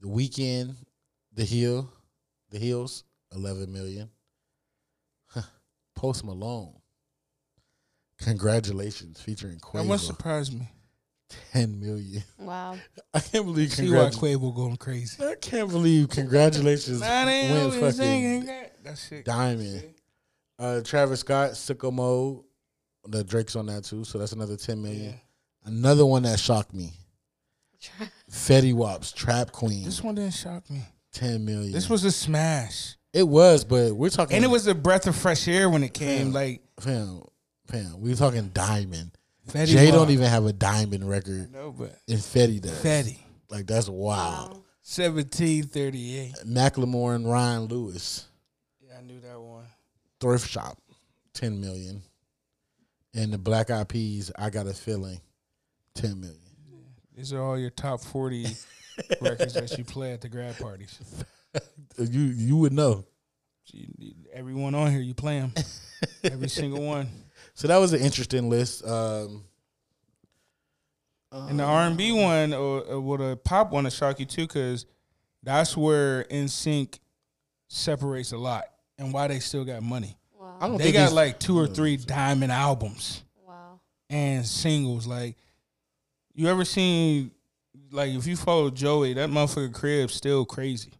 [SPEAKER 8] The weekend, the hill, the hills, 11 million. Huh. Post Malone. Congratulations, featuring
[SPEAKER 7] That one
[SPEAKER 8] Quavo.
[SPEAKER 7] surprised me.
[SPEAKER 8] 10 million.
[SPEAKER 9] Wow.
[SPEAKER 8] I can't believe
[SPEAKER 7] See why
[SPEAKER 8] congratulations.
[SPEAKER 7] Quavo going crazy.
[SPEAKER 8] I can't believe congratulations
[SPEAKER 7] Nah, they
[SPEAKER 8] went
[SPEAKER 7] always singing
[SPEAKER 8] fucking
[SPEAKER 7] that that shit.
[SPEAKER 8] diamond. Uh, Travis Scott, Sicko Mode. The Drake's on that too, so that's another ten million.
[SPEAKER 7] Yeah.
[SPEAKER 8] Another one that shocked me. Fetty Wap's Trap Queen,
[SPEAKER 7] This one didn't shock me.
[SPEAKER 8] ten million.
[SPEAKER 7] This was a smash.
[SPEAKER 8] it was, but we're talking
[SPEAKER 7] And it was a breath of fresh air when it came. Like
[SPEAKER 8] fam, fam. We're talking diamond.
[SPEAKER 7] Fetty
[SPEAKER 8] Jay
[SPEAKER 7] Wap.
[SPEAKER 8] don't even have a diamond record,
[SPEAKER 7] No, but
[SPEAKER 8] and Fetty does.
[SPEAKER 7] Fetty.
[SPEAKER 8] like that's wild.
[SPEAKER 7] Seventeen thirty eight.
[SPEAKER 8] Macklemore and Ryan Lewis.
[SPEAKER 7] Yeah, I knew that one.
[SPEAKER 8] thrift shop, ten million, and the Black Eyed Peas, I got a feeling, ten million.
[SPEAKER 7] These are all your top forty records that you play at the grad parties.
[SPEAKER 8] You you would know.
[SPEAKER 7] You- Everyone on here, you play them. Every single one.
[SPEAKER 8] So that was an interesting list. Um,
[SPEAKER 7] And the R and B one or, or what a pop one to shock you too, because that's where NSYNC separates a lot and why they still got money.
[SPEAKER 8] I don't
[SPEAKER 7] They
[SPEAKER 8] think
[SPEAKER 7] got
[SPEAKER 8] these-
[SPEAKER 7] like two or three diamond albums. and singles. Like, you ever seen, like, if you follow Joey, that motherfucker crib still crazy.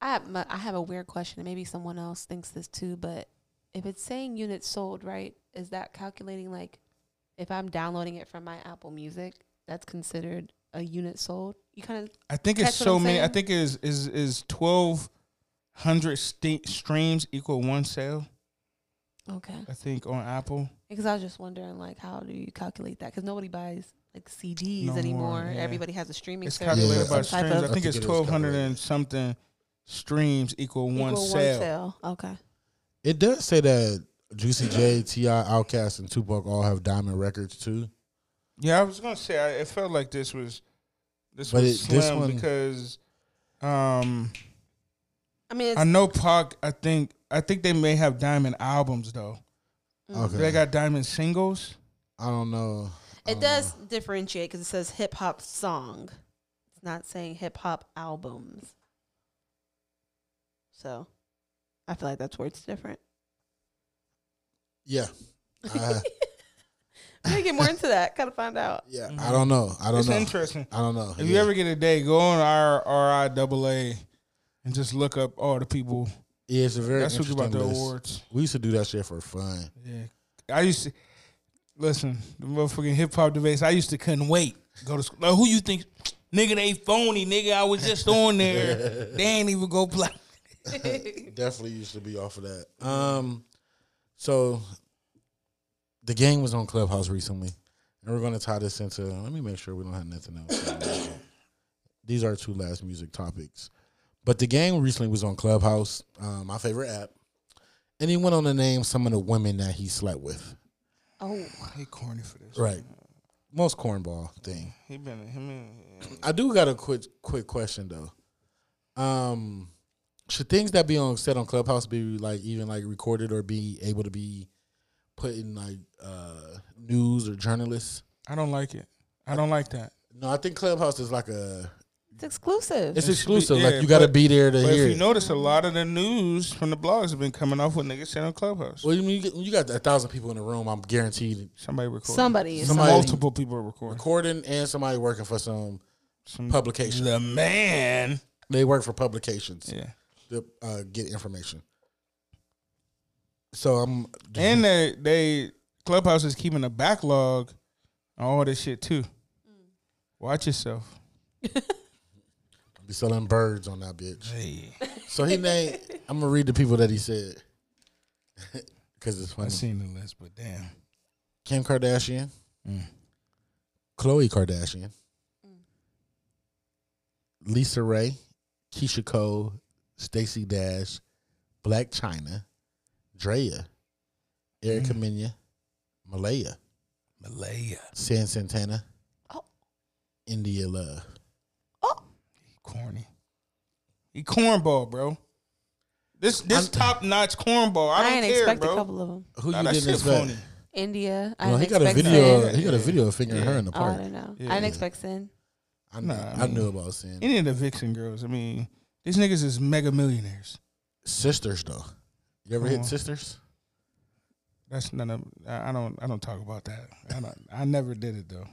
[SPEAKER 9] I have, my, I have a weird question, and maybe someone else thinks this too. But if it's saying units sold, right? Is that calculating like if I'm downloading it from my Apple Music, that's considered a unit sold? You kind of
[SPEAKER 7] I think it's
[SPEAKER 9] Catch what
[SPEAKER 7] so
[SPEAKER 9] I'm
[SPEAKER 7] many. I
[SPEAKER 9] saying?
[SPEAKER 7] think is is is twelve hundred st- streams equal one sale.
[SPEAKER 9] Okay.
[SPEAKER 7] I think on Apple.
[SPEAKER 9] Because I was just wondering, like, how do you calculate that? Because nobody buys like CDs
[SPEAKER 7] No more,
[SPEAKER 9] anymore.
[SPEAKER 7] yeah.
[SPEAKER 9] Everybody has a streaming
[SPEAKER 7] It's
[SPEAKER 9] service.
[SPEAKER 7] calculated
[SPEAKER 8] Yeah.
[SPEAKER 7] by
[SPEAKER 9] some type
[SPEAKER 7] streams.
[SPEAKER 9] of
[SPEAKER 7] I think
[SPEAKER 8] I think
[SPEAKER 7] it's
[SPEAKER 8] it is
[SPEAKER 7] twelve hundred and
[SPEAKER 8] calculated.
[SPEAKER 7] something streams equal,
[SPEAKER 9] equal
[SPEAKER 7] one sale.
[SPEAKER 9] Okay.
[SPEAKER 8] It does say that Juicy J, Ti, Outkast, and Tupac all have diamond records too.
[SPEAKER 7] Yeah, I was gonna say I, it felt like this was this
[SPEAKER 8] But
[SPEAKER 7] was
[SPEAKER 8] it-
[SPEAKER 7] slim
[SPEAKER 8] this one-
[SPEAKER 7] because um
[SPEAKER 9] I mean, it's,
[SPEAKER 7] I know Pac. I think I think they may have diamond albums though.
[SPEAKER 8] Okay,
[SPEAKER 7] Do They got diamond singles.
[SPEAKER 8] I don't know. I
[SPEAKER 7] Oh,
[SPEAKER 9] it
[SPEAKER 8] don't
[SPEAKER 9] does differentiate because it says hip hop song. It's not saying hip hop albums. So, I feel like that's where it's different.
[SPEAKER 8] Yeah, Uh,
[SPEAKER 9] I gotta get more into that. Gotta find out.
[SPEAKER 8] yeah. I don't know. I don't
[SPEAKER 7] Mm-hmm. It's
[SPEAKER 8] know.
[SPEAKER 7] interesting.
[SPEAKER 8] I don't know.
[SPEAKER 7] If you
[SPEAKER 8] Yeah.
[SPEAKER 7] ever get a day, go on R R I double A and just look up all the people.
[SPEAKER 8] yeah, it's a very
[SPEAKER 7] That's what
[SPEAKER 8] interesting
[SPEAKER 7] about the
[SPEAKER 8] list.
[SPEAKER 7] awards.
[SPEAKER 8] We used to do that shit for fun.
[SPEAKER 7] Yeah, I used to listen the motherfucking hip hop debates. I used to couldn't wait go to school. Like, who you think, nigga? They phony, nigga. I was just on there. they ain't even go black.
[SPEAKER 8] Definitely used to be off of that. Um, so the gang was on Clubhouse recently, and we're going to tie this into. Let me make sure we don't have nothing else. These are two last music topics, but the gang recently was on Clubhouse, uh, my favorite app, and he went on to name some of the women that he slept with.
[SPEAKER 9] Oh,
[SPEAKER 7] He corny for this.
[SPEAKER 8] Right, most cornball thing.
[SPEAKER 7] He been him. and-
[SPEAKER 8] I do got a quick quick question though. Um, should things that be on set on Clubhouse be like even like recorded or be able to be put in like uh news or journalists?
[SPEAKER 7] I don't like it. I don't like that.
[SPEAKER 8] No, I think Clubhouse is like a
[SPEAKER 9] it's exclusive.
[SPEAKER 8] it's
[SPEAKER 7] It should be-
[SPEAKER 8] exclusive.
[SPEAKER 7] yeah,
[SPEAKER 8] like you got to
[SPEAKER 7] but-
[SPEAKER 8] be there to
[SPEAKER 7] But
[SPEAKER 8] hear.
[SPEAKER 7] if you
[SPEAKER 8] it.
[SPEAKER 7] notice, a lot of the news from the blogs have been coming off what niggas said on Clubhouse.
[SPEAKER 8] well, you mean you, get, you got a thousand people in the room. I'm guaranteed
[SPEAKER 7] Somebody recording.
[SPEAKER 9] Somebody. is
[SPEAKER 8] Somebody-
[SPEAKER 7] Multiple people recording.
[SPEAKER 8] recording and somebody working for some
[SPEAKER 7] Some
[SPEAKER 8] publication.
[SPEAKER 7] The man.
[SPEAKER 8] They work for publications
[SPEAKER 7] Yeah.
[SPEAKER 8] to uh, get information. So I'm
[SPEAKER 7] And they, they Clubhouse is keeping a backlog on all this shit too. Watch yourself.
[SPEAKER 8] be selling birds on that bitch. So he named. I'm gonna read the people that he said because it's funny.
[SPEAKER 7] I seen the list, but damn.
[SPEAKER 8] Kim Kardashian,
[SPEAKER 7] Mm.
[SPEAKER 8] Khloe Kardashian,
[SPEAKER 9] Mm.
[SPEAKER 8] Lisa Ray, Keisha Cole, Stacey Dash, Black China, Drea, Erica
[SPEAKER 7] Mm.
[SPEAKER 8] Mena, Malaya,
[SPEAKER 7] Malaya.
[SPEAKER 8] San Santana,
[SPEAKER 9] Oh.
[SPEAKER 8] India Love.
[SPEAKER 7] He corny. He cornball, bro. This this
[SPEAKER 8] I'm-
[SPEAKER 7] top notch cornball. I
[SPEAKER 9] I,
[SPEAKER 7] don't
[SPEAKER 9] ain't
[SPEAKER 7] care,
[SPEAKER 9] expect
[SPEAKER 7] bro.
[SPEAKER 9] a couple of them.
[SPEAKER 8] Who
[SPEAKER 7] Nah,
[SPEAKER 8] you
[SPEAKER 7] that
[SPEAKER 8] didn't
[SPEAKER 7] shit
[SPEAKER 8] expect?
[SPEAKER 7] phony.
[SPEAKER 9] India. I
[SPEAKER 8] Well, he
[SPEAKER 9] didn't
[SPEAKER 8] got a
[SPEAKER 9] expect
[SPEAKER 8] video.
[SPEAKER 9] Sin.
[SPEAKER 8] He got a video of fingering
[SPEAKER 7] Yeah.
[SPEAKER 8] her in the
[SPEAKER 9] Oh, I
[SPEAKER 8] park.
[SPEAKER 9] don't know.
[SPEAKER 7] Yeah.
[SPEAKER 9] I didn't expect sin.
[SPEAKER 8] I, knew,
[SPEAKER 7] Nah, I
[SPEAKER 8] I
[SPEAKER 7] mean-
[SPEAKER 8] knew about sin.
[SPEAKER 7] Any of the Vixen girls. I mean, these niggas is mega millionaires.
[SPEAKER 8] Sisters though. You ever
[SPEAKER 7] Oh.
[SPEAKER 8] hit sisters?
[SPEAKER 7] That's none of. I I don't. I don't talk about that. I don't, I never did it though.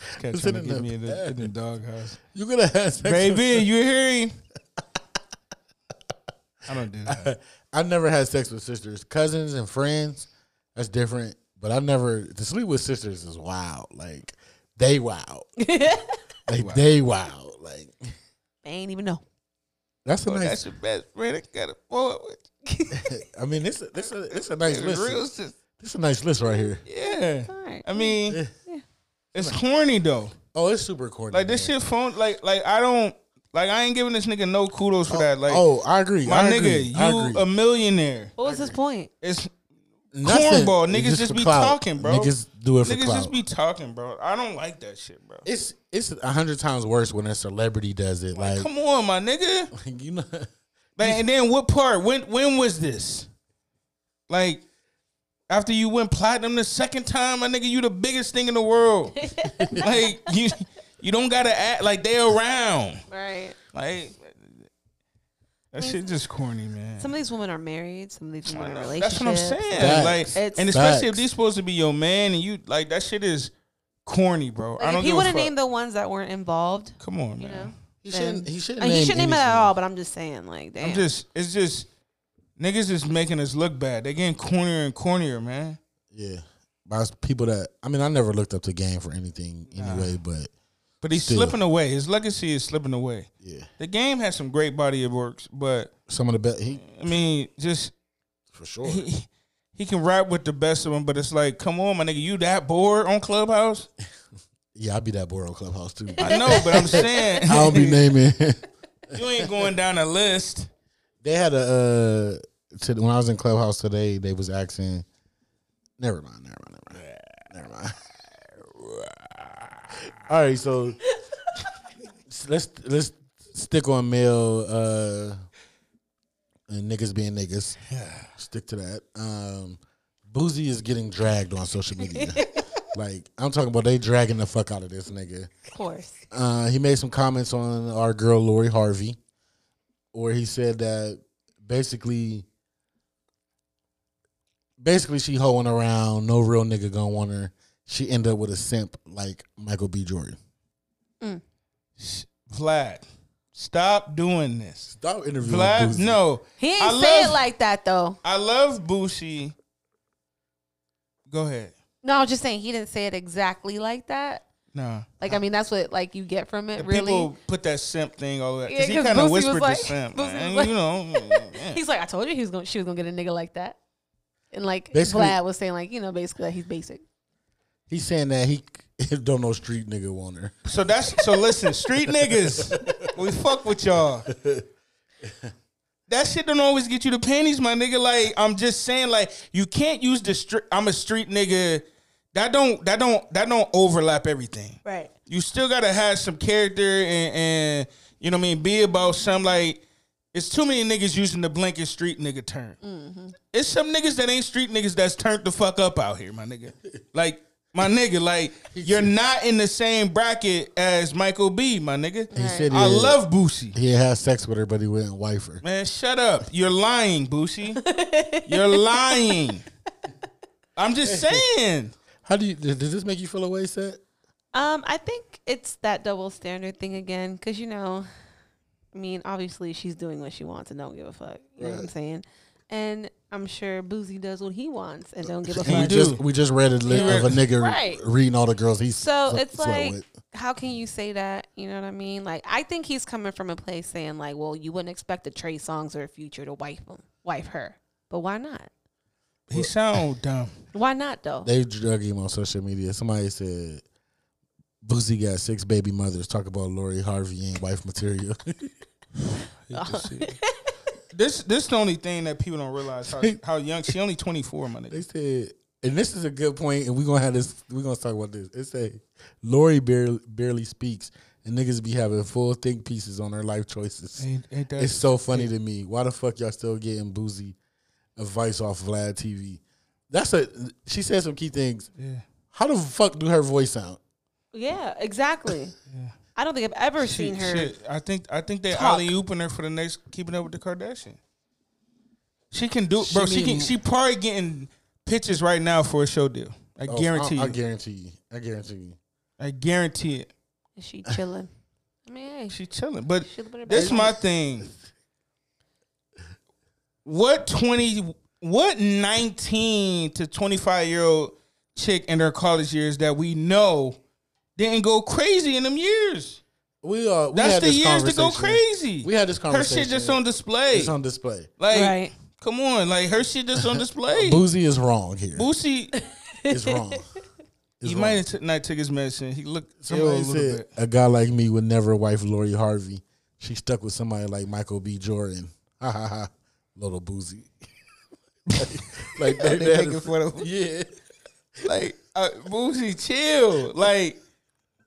[SPEAKER 7] This cat
[SPEAKER 8] It's
[SPEAKER 7] trying to
[SPEAKER 8] in
[SPEAKER 7] get
[SPEAKER 8] the
[SPEAKER 7] me in the,
[SPEAKER 8] bag.
[SPEAKER 7] in the doghouse,
[SPEAKER 8] You could have had sex
[SPEAKER 7] baby.
[SPEAKER 8] With,
[SPEAKER 7] You hear him? I don't do that.
[SPEAKER 8] I never had sex with sisters, cousins and friends. That's different. But I never to sleep with sisters is wild. Like they wild. like they wild. Like
[SPEAKER 9] They ain't even know.
[SPEAKER 8] that's a nice.
[SPEAKER 7] your best friend. I got a boy with
[SPEAKER 8] I mean, this this a, this a nice list.
[SPEAKER 7] sister.
[SPEAKER 8] This a nice list right here.
[SPEAKER 7] Yeah.
[SPEAKER 9] All right.
[SPEAKER 7] I mean, it's horny though.
[SPEAKER 8] Oh, it's super corny.
[SPEAKER 7] Like this
[SPEAKER 8] man.
[SPEAKER 7] shit phone. Like like I don't. Like I ain't giving this nigga no kudos for that. Like
[SPEAKER 8] oh, I agree.
[SPEAKER 7] my
[SPEAKER 8] I
[SPEAKER 7] nigga,
[SPEAKER 8] agree. I
[SPEAKER 7] you
[SPEAKER 8] agree.
[SPEAKER 7] a millionaire.
[SPEAKER 9] What was his point?
[SPEAKER 7] It's
[SPEAKER 8] Nothing.
[SPEAKER 7] cornball.
[SPEAKER 8] It's
[SPEAKER 7] Niggas just
[SPEAKER 8] for
[SPEAKER 7] be
[SPEAKER 8] clout.
[SPEAKER 7] talking, bro.
[SPEAKER 8] Niggas do it for
[SPEAKER 7] niggas
[SPEAKER 8] clout.
[SPEAKER 7] just be talking, bro. I don't like that shit, bro.
[SPEAKER 8] it's it's a hundred times worse when a celebrity does it. Like,
[SPEAKER 7] Come on, my nigga.
[SPEAKER 8] you know,
[SPEAKER 7] Like, and then what part? When when was this? Like after you went platinum the second time, my nigga, you the biggest thing in the world. like you you don't gotta act like they around.
[SPEAKER 9] Right.
[SPEAKER 7] Like that shit just corny, man.
[SPEAKER 9] Some of these women are married. Some of these women are relationships.
[SPEAKER 7] That's what I'm saying.
[SPEAKER 8] Facts.
[SPEAKER 7] Like
[SPEAKER 9] It's-
[SPEAKER 7] and especially if
[SPEAKER 8] Facts.
[SPEAKER 7] these supposed to be your man and you like that shit is corny, bro.
[SPEAKER 9] Like,
[SPEAKER 7] I don't
[SPEAKER 9] if he
[SPEAKER 7] give
[SPEAKER 9] would
[SPEAKER 7] a
[SPEAKER 9] have
[SPEAKER 7] fuck.
[SPEAKER 9] named the ones that weren't involved,
[SPEAKER 7] Come on, man.
[SPEAKER 9] you know,
[SPEAKER 8] he shouldn't. He
[SPEAKER 9] I
[SPEAKER 8] shouldn't.
[SPEAKER 9] mean, he
[SPEAKER 8] name
[SPEAKER 9] shouldn't name it at
[SPEAKER 8] anything.
[SPEAKER 9] all. But I'm just saying, like, damn.
[SPEAKER 7] I'm just it's just niggas is making us look bad. They getting cornier and cornier, man.
[SPEAKER 8] Yeah, by people that I mean, I never looked up to game for anything anyway. But
[SPEAKER 7] But he's
[SPEAKER 8] Still.
[SPEAKER 7] slipping away. His legacy is slipping away.
[SPEAKER 8] Yeah.
[SPEAKER 7] The game has some great body of works, but
[SPEAKER 8] Some of the best. He
[SPEAKER 7] I mean, just
[SPEAKER 8] for sure.
[SPEAKER 7] he, he can rap with the best of them. But it's like, come on, my nigga, you that bored on Clubhouse?
[SPEAKER 8] yeah, I'd be that boy on Clubhouse too.
[SPEAKER 7] I know, but I'm saying
[SPEAKER 8] I don't be naming.
[SPEAKER 7] you ain't going down a list.
[SPEAKER 8] they had a uh, to, when I was in Clubhouse today. They was asking. Never mind. Never mind. Never mind. Never mind. All right, so s- let's let's stick on male uh, and niggas being niggas. Stick to that. Um, Boozy is getting dragged on social media. like I'm talking about, they dragging the fuck out of this nigga.
[SPEAKER 9] Of course.
[SPEAKER 8] Uh, he made some comments on our girl Lori Harvey, where he said that basically, basically she hoeing around. No real nigga gonna want her. She end up with a simp like Michael B. Jordan.
[SPEAKER 7] Vlad, stop doing this.
[SPEAKER 8] Stop interviewing
[SPEAKER 7] Vlad,
[SPEAKER 8] Boosie.
[SPEAKER 7] no.
[SPEAKER 9] He ain't
[SPEAKER 7] I
[SPEAKER 9] say
[SPEAKER 7] love-
[SPEAKER 9] it like that though.
[SPEAKER 7] I love Boosie. Go ahead.
[SPEAKER 9] No, I was just saying he didn't say it exactly like that.
[SPEAKER 7] Nah.
[SPEAKER 9] Like I mean, that's what like you get from it.
[SPEAKER 7] And
[SPEAKER 9] Really,
[SPEAKER 7] People put that simp thing all that
[SPEAKER 9] Yeah,
[SPEAKER 7] because he
[SPEAKER 9] 'cause
[SPEAKER 7] kind of
[SPEAKER 9] Boosie was
[SPEAKER 7] whispered
[SPEAKER 9] like-
[SPEAKER 7] to simp,
[SPEAKER 9] Boosie
[SPEAKER 7] and
[SPEAKER 9] was
[SPEAKER 7] you know, yeah.
[SPEAKER 9] he's like, I told you he was going. to She was gonna get a nigga like that. And like
[SPEAKER 8] Basically-
[SPEAKER 9] Vlad was saying, like you know, basically that he's basic.
[SPEAKER 8] He's saying that he don't know street nigga want her.
[SPEAKER 7] so that's so. Listen, street niggas, we fuck with y'all. That shit don't always get you the panties, my nigga. Like I'm just saying, like you can't use the street. I'm a street nigga. That don't that don't that don't overlap everything.
[SPEAKER 9] Right.
[SPEAKER 7] you still gotta have some character and, and you know what I mean, be about some like it's too many niggas using the blanket street nigga term.
[SPEAKER 8] Mm-hmm.
[SPEAKER 7] It's some niggas that ain't street niggas that's turned the fuck up out here, my nigga. Like my nigga, like you're not in the same bracket as Michael B, my nigga.
[SPEAKER 8] He said he
[SPEAKER 7] I
[SPEAKER 8] had-
[SPEAKER 7] love Boosie.
[SPEAKER 8] He had sex with her, but he wouldn't wife her.
[SPEAKER 7] Man, shut up. You're lying, Boosie. You're lying. I'm just saying.
[SPEAKER 8] How do you? Does this make you feel away, Seth?
[SPEAKER 9] Um, I think it's that double standard thing again, because you know, I mean, obviously she's doing what she wants and don't give a fuck. You know what I'm saying? And I'm sure Boozy does what he wants and don't give a
[SPEAKER 8] And we
[SPEAKER 9] fuck.
[SPEAKER 7] do.
[SPEAKER 8] just we just read a list of a nigga
[SPEAKER 9] Right.
[SPEAKER 8] reading all the girls he's
[SPEAKER 9] So
[SPEAKER 8] slept
[SPEAKER 9] it's like,
[SPEAKER 8] with.
[SPEAKER 9] how can you say that? You know what I mean? Like, I think he's coming from a place saying, like, well, you wouldn't expect a Trey Songs or a Future to wife him, wife her, but why not?
[SPEAKER 7] He sound dumb.
[SPEAKER 9] Why not though?
[SPEAKER 8] They drug him on social media. Somebody said Boosie got six baby mothers. Talk about Lori Harvey and wife material.
[SPEAKER 7] This this the only thing that people don't realize how, how young she only twenty four, my
[SPEAKER 8] they
[SPEAKER 7] nigga.
[SPEAKER 8] said, and this is a good point, and we're gonna have this we're gonna talk about this. It say Lori barely barely speaks and niggas be having full think pieces on her life choices.
[SPEAKER 7] Ain't- ain't that-
[SPEAKER 8] it's so funny to me. Why the fuck y'all still getting boozy advice off Vlad TV? That's a she said some key things.
[SPEAKER 7] Yeah.
[SPEAKER 8] How the fuck do her voice sound?
[SPEAKER 9] Yeah, exactly. I don't think I've ever seen her.
[SPEAKER 7] Shit, I think I think they
[SPEAKER 9] Talk.
[SPEAKER 7] alley ooping her for the next Keeping Up with the Kardashian. She can do, bro.
[SPEAKER 8] She
[SPEAKER 7] She, can.
[SPEAKER 8] need-
[SPEAKER 7] She probably getting pitches right now for a show deal. I
[SPEAKER 8] Oh,
[SPEAKER 7] guarantee
[SPEAKER 8] I, I
[SPEAKER 7] you.
[SPEAKER 8] guarantee you. I guarantee you.
[SPEAKER 7] I guarantee it.
[SPEAKER 9] Is she chilling? I mean, hey,
[SPEAKER 7] She chilling, but
[SPEAKER 9] She look at her
[SPEAKER 7] this
[SPEAKER 9] back.
[SPEAKER 7] my thing. What twenty? What nineteen to twenty five year old chick in her college years that we know didn't go crazy in them years?
[SPEAKER 8] We uh, we
[SPEAKER 7] That's
[SPEAKER 8] had
[SPEAKER 7] the
[SPEAKER 8] this
[SPEAKER 7] years to go
[SPEAKER 8] conversation.
[SPEAKER 7] crazy.
[SPEAKER 8] We had this conversation.
[SPEAKER 7] Her shit just on display.
[SPEAKER 8] It's on display.
[SPEAKER 7] like,
[SPEAKER 9] Right.
[SPEAKER 7] come on, like her shit just on display.
[SPEAKER 8] Boozy is wrong here.
[SPEAKER 7] Boosie,
[SPEAKER 8] It's wrong. It's
[SPEAKER 7] he
[SPEAKER 8] wrong.
[SPEAKER 7] might have t- not took his medicine. He looked ill a
[SPEAKER 8] Somebody
[SPEAKER 7] little
[SPEAKER 8] said
[SPEAKER 7] bit.
[SPEAKER 8] a guy like me would never wife Lori Harvey. She stuck with somebody like Michael B. Jordan. Ha ha ha. Little boozy. like, like they, had a- yeah.
[SPEAKER 7] like uh, Boosie, chill. Like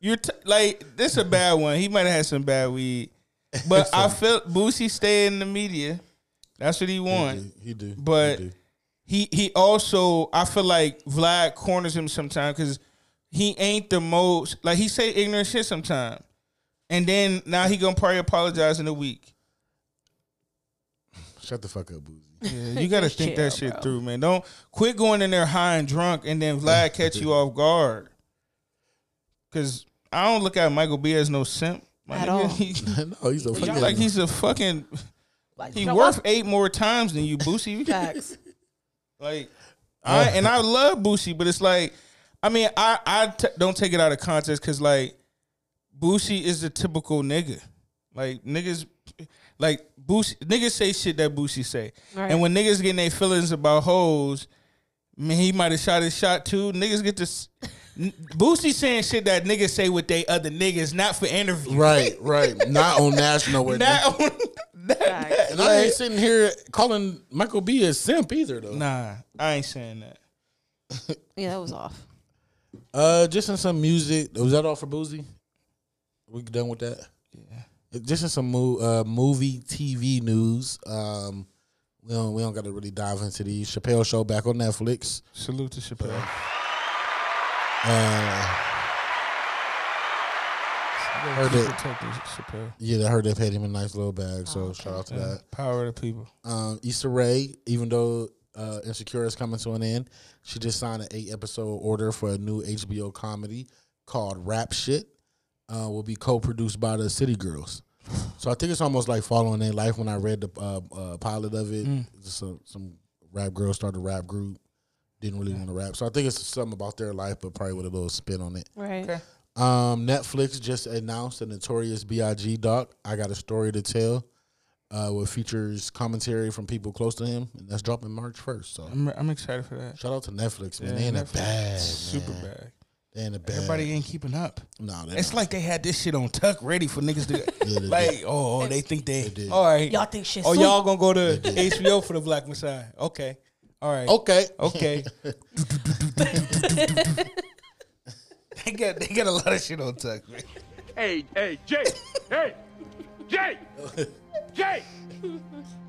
[SPEAKER 7] you're t- like this a bad one. He might have had some bad weed, but I feel Boosie stay in the media. That's what he want.
[SPEAKER 8] He do.
[SPEAKER 7] But
[SPEAKER 8] he do.
[SPEAKER 7] he he also I feel like Vlad corners him sometimes because he ain't the most like he say ignorant shit sometimes, and then now he gonna probably apologize in a week.
[SPEAKER 8] shut the fuck up, boozy.
[SPEAKER 7] Yeah, you gotta think that shit through, man. Don't quit going in there high and drunk, and then Vlad catch you off guard. Cause I don't look at Michael B as no simp my
[SPEAKER 9] At
[SPEAKER 7] nigga.
[SPEAKER 9] all.
[SPEAKER 7] He, he
[SPEAKER 8] no, he's a
[SPEAKER 7] look
[SPEAKER 8] fucking
[SPEAKER 7] like he's a fucking.
[SPEAKER 9] Like,
[SPEAKER 7] He
[SPEAKER 9] you know
[SPEAKER 7] worth
[SPEAKER 9] what?
[SPEAKER 7] eight more times than you, Boosie.
[SPEAKER 9] Facts.
[SPEAKER 7] Like, I and I love Boosie, but it's like, I mean, I I t- don't take it out of context because like Boosie is the typical nigga. Like niggas, like Boosie, niggas say shit that Boosie say,
[SPEAKER 9] Right.
[SPEAKER 7] and when niggas getting their feelings about hoes, man, he might have shot his shot too. Niggas get this. n- Boosie saying shit that niggas say with they other niggas, not for interview.
[SPEAKER 8] Right, right. Not on national. where-
[SPEAKER 7] Not on,
[SPEAKER 8] and I ain't sitting here calling Michael B a simp either though.
[SPEAKER 7] nah, I ain't saying that.
[SPEAKER 9] Yeah, that was off.
[SPEAKER 8] Uh, just in some music. Was that all for Boozy? We done with that. Yeah. Just in some mo- uh, movie, TV news. Um, we don't we don't got to really dive into these. Chappelle Show back on Netflix.
[SPEAKER 7] Salute to Chappelle.
[SPEAKER 8] Uh, Heard
[SPEAKER 7] Keep
[SPEAKER 8] it.
[SPEAKER 7] protecting Chappelle.
[SPEAKER 8] Yeah, I heard they paid him a nice little bag. So shout out to that.
[SPEAKER 7] Power of the people.
[SPEAKER 8] Um, Issa Rae, even though uh, Insecure is coming to an end, she just signed an eight episode order for a new HBO comedy called Rap Shit. Uh, will be co produced by the City Girls. So I think it's almost like following their life. When I read the uh, uh, pilot of it, just some, some rap girls started a rap group, didn't really want to rap. So I think it's something about their life, but probably with a little spin on it.
[SPEAKER 9] Right.
[SPEAKER 8] Um, Netflix just announced a Notorious B.I.G. doc. I got a story to tell. Uh, with features commentary from people close to him, and that's dropping March first. So
[SPEAKER 7] I'm, I'm excited for that.
[SPEAKER 8] shout out to Netflix, man.
[SPEAKER 7] Yeah,
[SPEAKER 8] they in a
[SPEAKER 7] Netflix.
[SPEAKER 8] bag,
[SPEAKER 7] Super
[SPEAKER 8] man.
[SPEAKER 7] bad.
[SPEAKER 8] They in a bag.
[SPEAKER 7] Everybody ain't keeping up.
[SPEAKER 8] no, they
[SPEAKER 7] It's
[SPEAKER 8] not.
[SPEAKER 7] like they had this shit on tuck ready for niggas to
[SPEAKER 8] Yeah, they
[SPEAKER 7] like.
[SPEAKER 8] did.
[SPEAKER 7] Oh, they think they.
[SPEAKER 8] did.
[SPEAKER 7] all right.
[SPEAKER 6] Y'all think shit's
[SPEAKER 7] Oh, y'all gonna go to HBO for the Black Messiah? Okay. All right.
[SPEAKER 8] okay,
[SPEAKER 7] Okay. they got they got a lot of shit on tuck. Man.
[SPEAKER 10] Hey, hey, Jay, hey, Jay, Jay,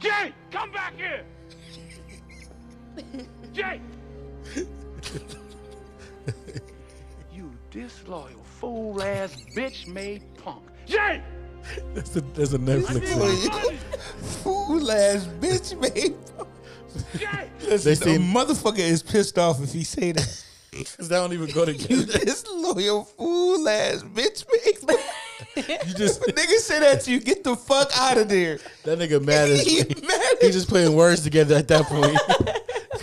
[SPEAKER 10] Jay, come back here. Jay. You disloyal fool ass bitch made punk. Jay!
[SPEAKER 8] that's a, that's a Netflix. thing.
[SPEAKER 7] Fool ass bitch, man.
[SPEAKER 10] Jay!
[SPEAKER 7] Listen,
[SPEAKER 8] They
[SPEAKER 7] they
[SPEAKER 8] seen-
[SPEAKER 7] motherfucker is pissed off if he say that.
[SPEAKER 8] Cause they don't even go
[SPEAKER 7] You
[SPEAKER 8] together.
[SPEAKER 7] disloyal fool ass bitch, man.
[SPEAKER 8] You just
[SPEAKER 7] Nigga say that to you. Get the fuck out of there.
[SPEAKER 8] that nigga mad as
[SPEAKER 7] He mad
[SPEAKER 8] he just putting words together at that point.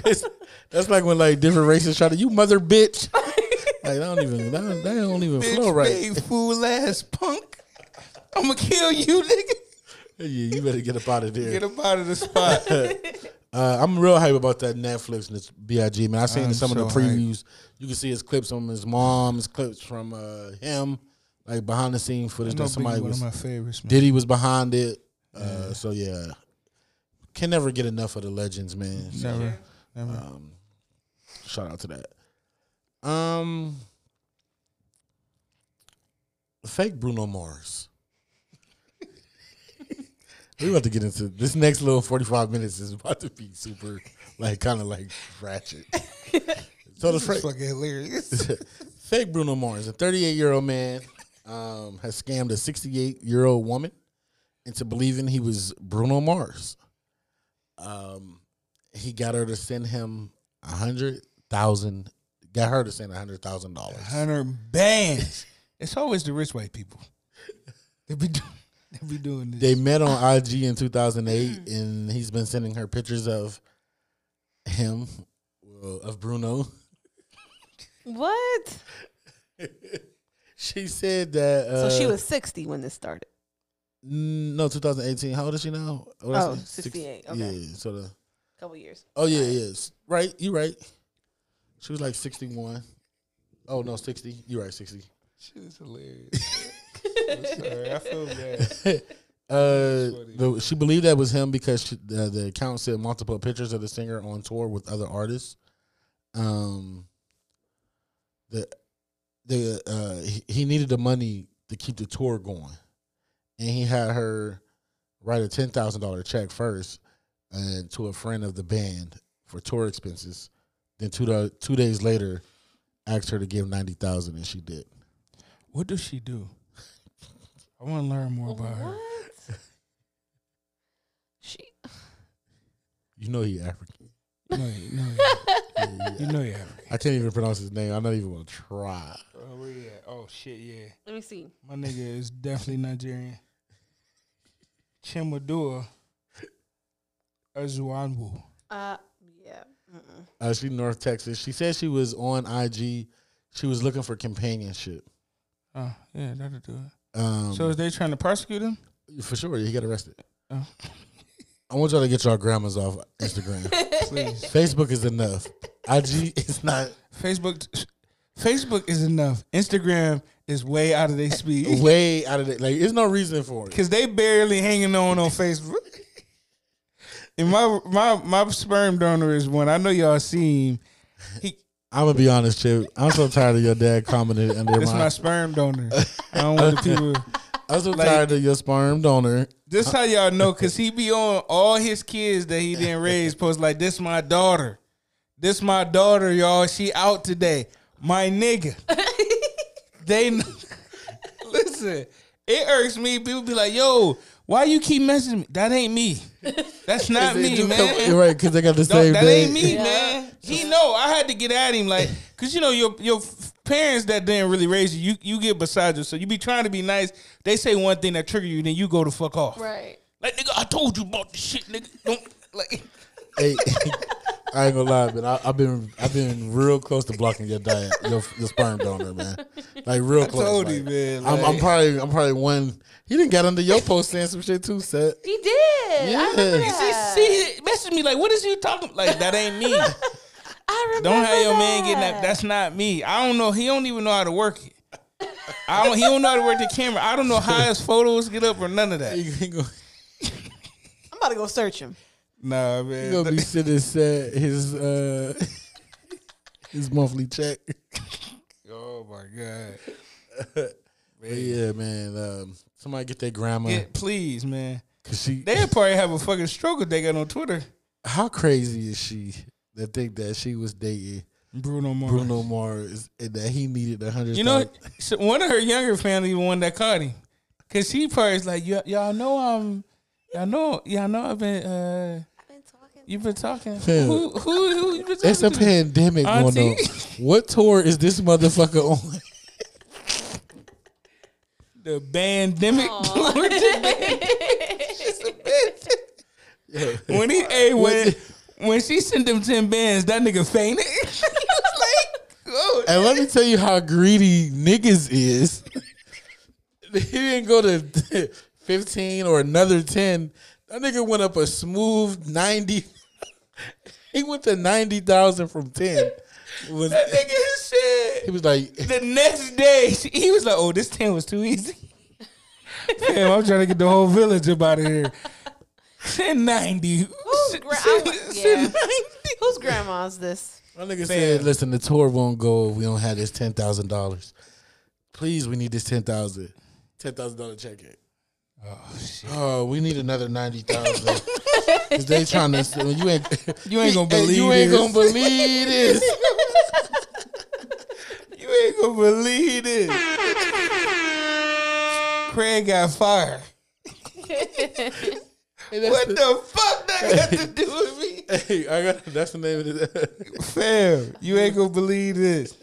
[SPEAKER 8] 'Cause that's like when like different races try to you mother bitch. Like they don't even that don't, that don't even
[SPEAKER 7] bitch,
[SPEAKER 8] flow right.
[SPEAKER 7] big fool ass punk. I'm gonna kill you, nigga.
[SPEAKER 8] Yeah, you better get up out of there.
[SPEAKER 7] Get up out of the spot.
[SPEAKER 8] Uh, I'm real hype about that Netflix and this Big man. I seen
[SPEAKER 7] I'm
[SPEAKER 8] some of the
[SPEAKER 7] so hype.
[SPEAKER 8] previews. You can see his clips from his mom, his clips from uh, him, like behind the scenes footage that somebody was.
[SPEAKER 7] favorites, man.
[SPEAKER 8] Diddy was behind it. Uh, So yeah, can never get enough of the legends, man. So,
[SPEAKER 7] Never, never.
[SPEAKER 8] Um, shout out to that. Um, fake Bruno Mars. we about to get into this next little forty-five minutes is about to be super, like kind of like ratchet. so the fra-
[SPEAKER 7] fucking hilarious.
[SPEAKER 8] fake Bruno Mars, a 38 year old man, um, has scammed a 68 year old woman into believing he was Bruno Mars. Um, he got her to send him a hundred thousand. Got her to send a hundred thousand dollars.
[SPEAKER 7] Hunter bands. It's always the rich white people. They be doing, they be doing this.
[SPEAKER 8] They met on IG in 2008,
[SPEAKER 9] Mm.
[SPEAKER 8] and he's been sending her pictures of him, well, of Bruno.
[SPEAKER 9] What?
[SPEAKER 8] She said that. Uh,
[SPEAKER 9] So she was 60 when this started.
[SPEAKER 8] n- no 2018. How old is she now? What I
[SPEAKER 9] Oh,
[SPEAKER 8] say? Six-
[SPEAKER 9] 68, okay.
[SPEAKER 8] Yeah, so the
[SPEAKER 9] Couple years.
[SPEAKER 8] Oh yeah, yes. Right, you right. She was like sixty one. Oh no, sixty. You right, sixty.
[SPEAKER 7] Shit is hilarious. I'm sorry, I feel bad.
[SPEAKER 8] Uh, the, she believed that was him because she, the, the account said multiple pictures of the singer on tour with other artists. Um, the the uh, he, he needed the money to keep the tour going, and he had her write a ten thousand dollar check first, and to a friend of the band for tour expenses. Then two da- two days later, asked her to give ninety thousand, and she did.
[SPEAKER 7] What does she do? I want to learn more about her.
[SPEAKER 9] She
[SPEAKER 8] You know he African.
[SPEAKER 7] No, you know, you know, you have.
[SPEAKER 8] I can't even pronounce his name. I'm not even gonna try.
[SPEAKER 7] Oh, where you at? Oh shit, yeah.
[SPEAKER 9] Let me see.
[SPEAKER 7] My nigga is definitely Nigerian. Chimadua Azuanwu.
[SPEAKER 9] Uh yeah.
[SPEAKER 8] Uh, she's North Texas. She said she was on IG. She was looking for companionship.
[SPEAKER 7] Oh, yeah, that'll do it.
[SPEAKER 8] Um,
[SPEAKER 7] So is they trying to prosecute him?
[SPEAKER 8] for sure, he got arrested.
[SPEAKER 7] Oh.
[SPEAKER 8] I want y'all to get y'all grandmas off Instagram.
[SPEAKER 7] Please.
[SPEAKER 8] Facebook is enough. IG is not
[SPEAKER 7] Facebook Facebook is enough. Instagram is way out of their speed.
[SPEAKER 8] way out of it. Like, there's no reason for it.
[SPEAKER 7] Cause they barely hanging on on Facebook. And my my my sperm donor is one. I know y'all seen. He
[SPEAKER 8] I'm gonna be honest, Chip. I'm so tired of your dad commenting under
[SPEAKER 7] this my
[SPEAKER 8] my.
[SPEAKER 7] sperm donor. I don't want the people.
[SPEAKER 8] I'm so
[SPEAKER 7] like-
[SPEAKER 8] tired of your sperm donor.
[SPEAKER 7] This how y'all know, cause he be on all his kids that he didn't raise. Post like, "This my daughter, this my daughter, y'all. She out today, my nigga." they kn- listen. It irks me. People be like, "Yo, why you keep messaging me? That ain't me. That's not
[SPEAKER 8] They
[SPEAKER 7] me,
[SPEAKER 8] do
[SPEAKER 7] man."
[SPEAKER 8] come- right? Because they got the
[SPEAKER 7] No,
[SPEAKER 8] same.
[SPEAKER 7] that
[SPEAKER 8] thing.
[SPEAKER 7] ain't me, man. He know I had to get at him, like, cause you know your your f- parents that didn't really raise you, you you get beside you, so you be trying to be nice. They say one thing that trigger you, then you go to fuck off.
[SPEAKER 4] Right.
[SPEAKER 7] Like nigga, I told you about this shit, nigga. Don't like.
[SPEAKER 8] Hey, I ain't gonna lie, man. I, I've been I've been real close to blocking your diet, your, your sperm donor, man. Like real close.
[SPEAKER 7] told
[SPEAKER 8] like,
[SPEAKER 7] you, man,
[SPEAKER 8] I'm, I'm
[SPEAKER 7] like-
[SPEAKER 8] probably I'm probably one. He didn't get under your post saying some shit too, Seth.
[SPEAKER 4] He did.
[SPEAKER 8] Yeah.
[SPEAKER 7] See, see, message me like, what is you talking? Like that ain't me. Don't have your man getting that. That's not me. I don't know. He don't even know how to work it. I don't, he don't know how to work the camera. I don't know how his photos get up or none of that.
[SPEAKER 8] He, he gonna,
[SPEAKER 9] I'm about to go search him.
[SPEAKER 7] Nah,
[SPEAKER 8] he
[SPEAKER 7] man.
[SPEAKER 8] gonna be sending Seth his uh his monthly check.
[SPEAKER 7] Oh my god.
[SPEAKER 8] But yeah, man. Um, somebody get their grandma.
[SPEAKER 7] Yeah, please, man.
[SPEAKER 8] 'cause she,
[SPEAKER 7] They'll probably have a fucking stroke if they got on Twitter.
[SPEAKER 8] how crazy is she to think that she was dating
[SPEAKER 7] Bruno Mars.
[SPEAKER 8] Bruno Mars and that he needed a hundred?
[SPEAKER 7] You know,
[SPEAKER 8] thousand-
[SPEAKER 7] so one of her younger family, the one that caught him, cause she probably is like, "Y- y'all know I'm, y'all know, y'all know I've been, uh, you've been talking.
[SPEAKER 8] Fam.
[SPEAKER 7] Who, who, who you been talking
[SPEAKER 8] It's a
[SPEAKER 7] to?
[SPEAKER 8] pandemic going on.
[SPEAKER 7] Auntie.
[SPEAKER 8] What tour is this motherfucker on?
[SPEAKER 7] The pandemic. when he, hey, when, when she sent them ten bands, that nigga fainted. He was like, oh,
[SPEAKER 8] and let me tell you how greedy niggas is. he didn't go to 15 or another 10. That nigga went up a smooth 90. he went to 90,000 from 10. Was-
[SPEAKER 7] that nigga his shit.
[SPEAKER 8] he was like,
[SPEAKER 7] The next day, she- he was like, "Oh, this ten was too easy." Damn, I'm trying to get the whole village up out of here. Send ninety. Send-
[SPEAKER 9] gra- I
[SPEAKER 7] send-
[SPEAKER 9] would-
[SPEAKER 7] send
[SPEAKER 9] yeah.
[SPEAKER 7] 90.
[SPEAKER 9] Whose grandma's this?
[SPEAKER 8] my nigga said, listen, the tour won't go if we don't have this $10,000. Please, we need this 10000 $10,000 check in.
[SPEAKER 7] Oh, shit.
[SPEAKER 8] Oh, we need another ninety thousand. Cause they trying to you ain't
[SPEAKER 7] You ain't gonna believe
[SPEAKER 8] you ain't
[SPEAKER 7] this.
[SPEAKER 8] gonna believe this.
[SPEAKER 7] You ain't gonna believe this. Craig got fired.
[SPEAKER 8] And that's
[SPEAKER 7] What the fuck that got to do with me?
[SPEAKER 8] the- hey, I got that's the name of it.
[SPEAKER 7] Fam, you ain't gonna believe this.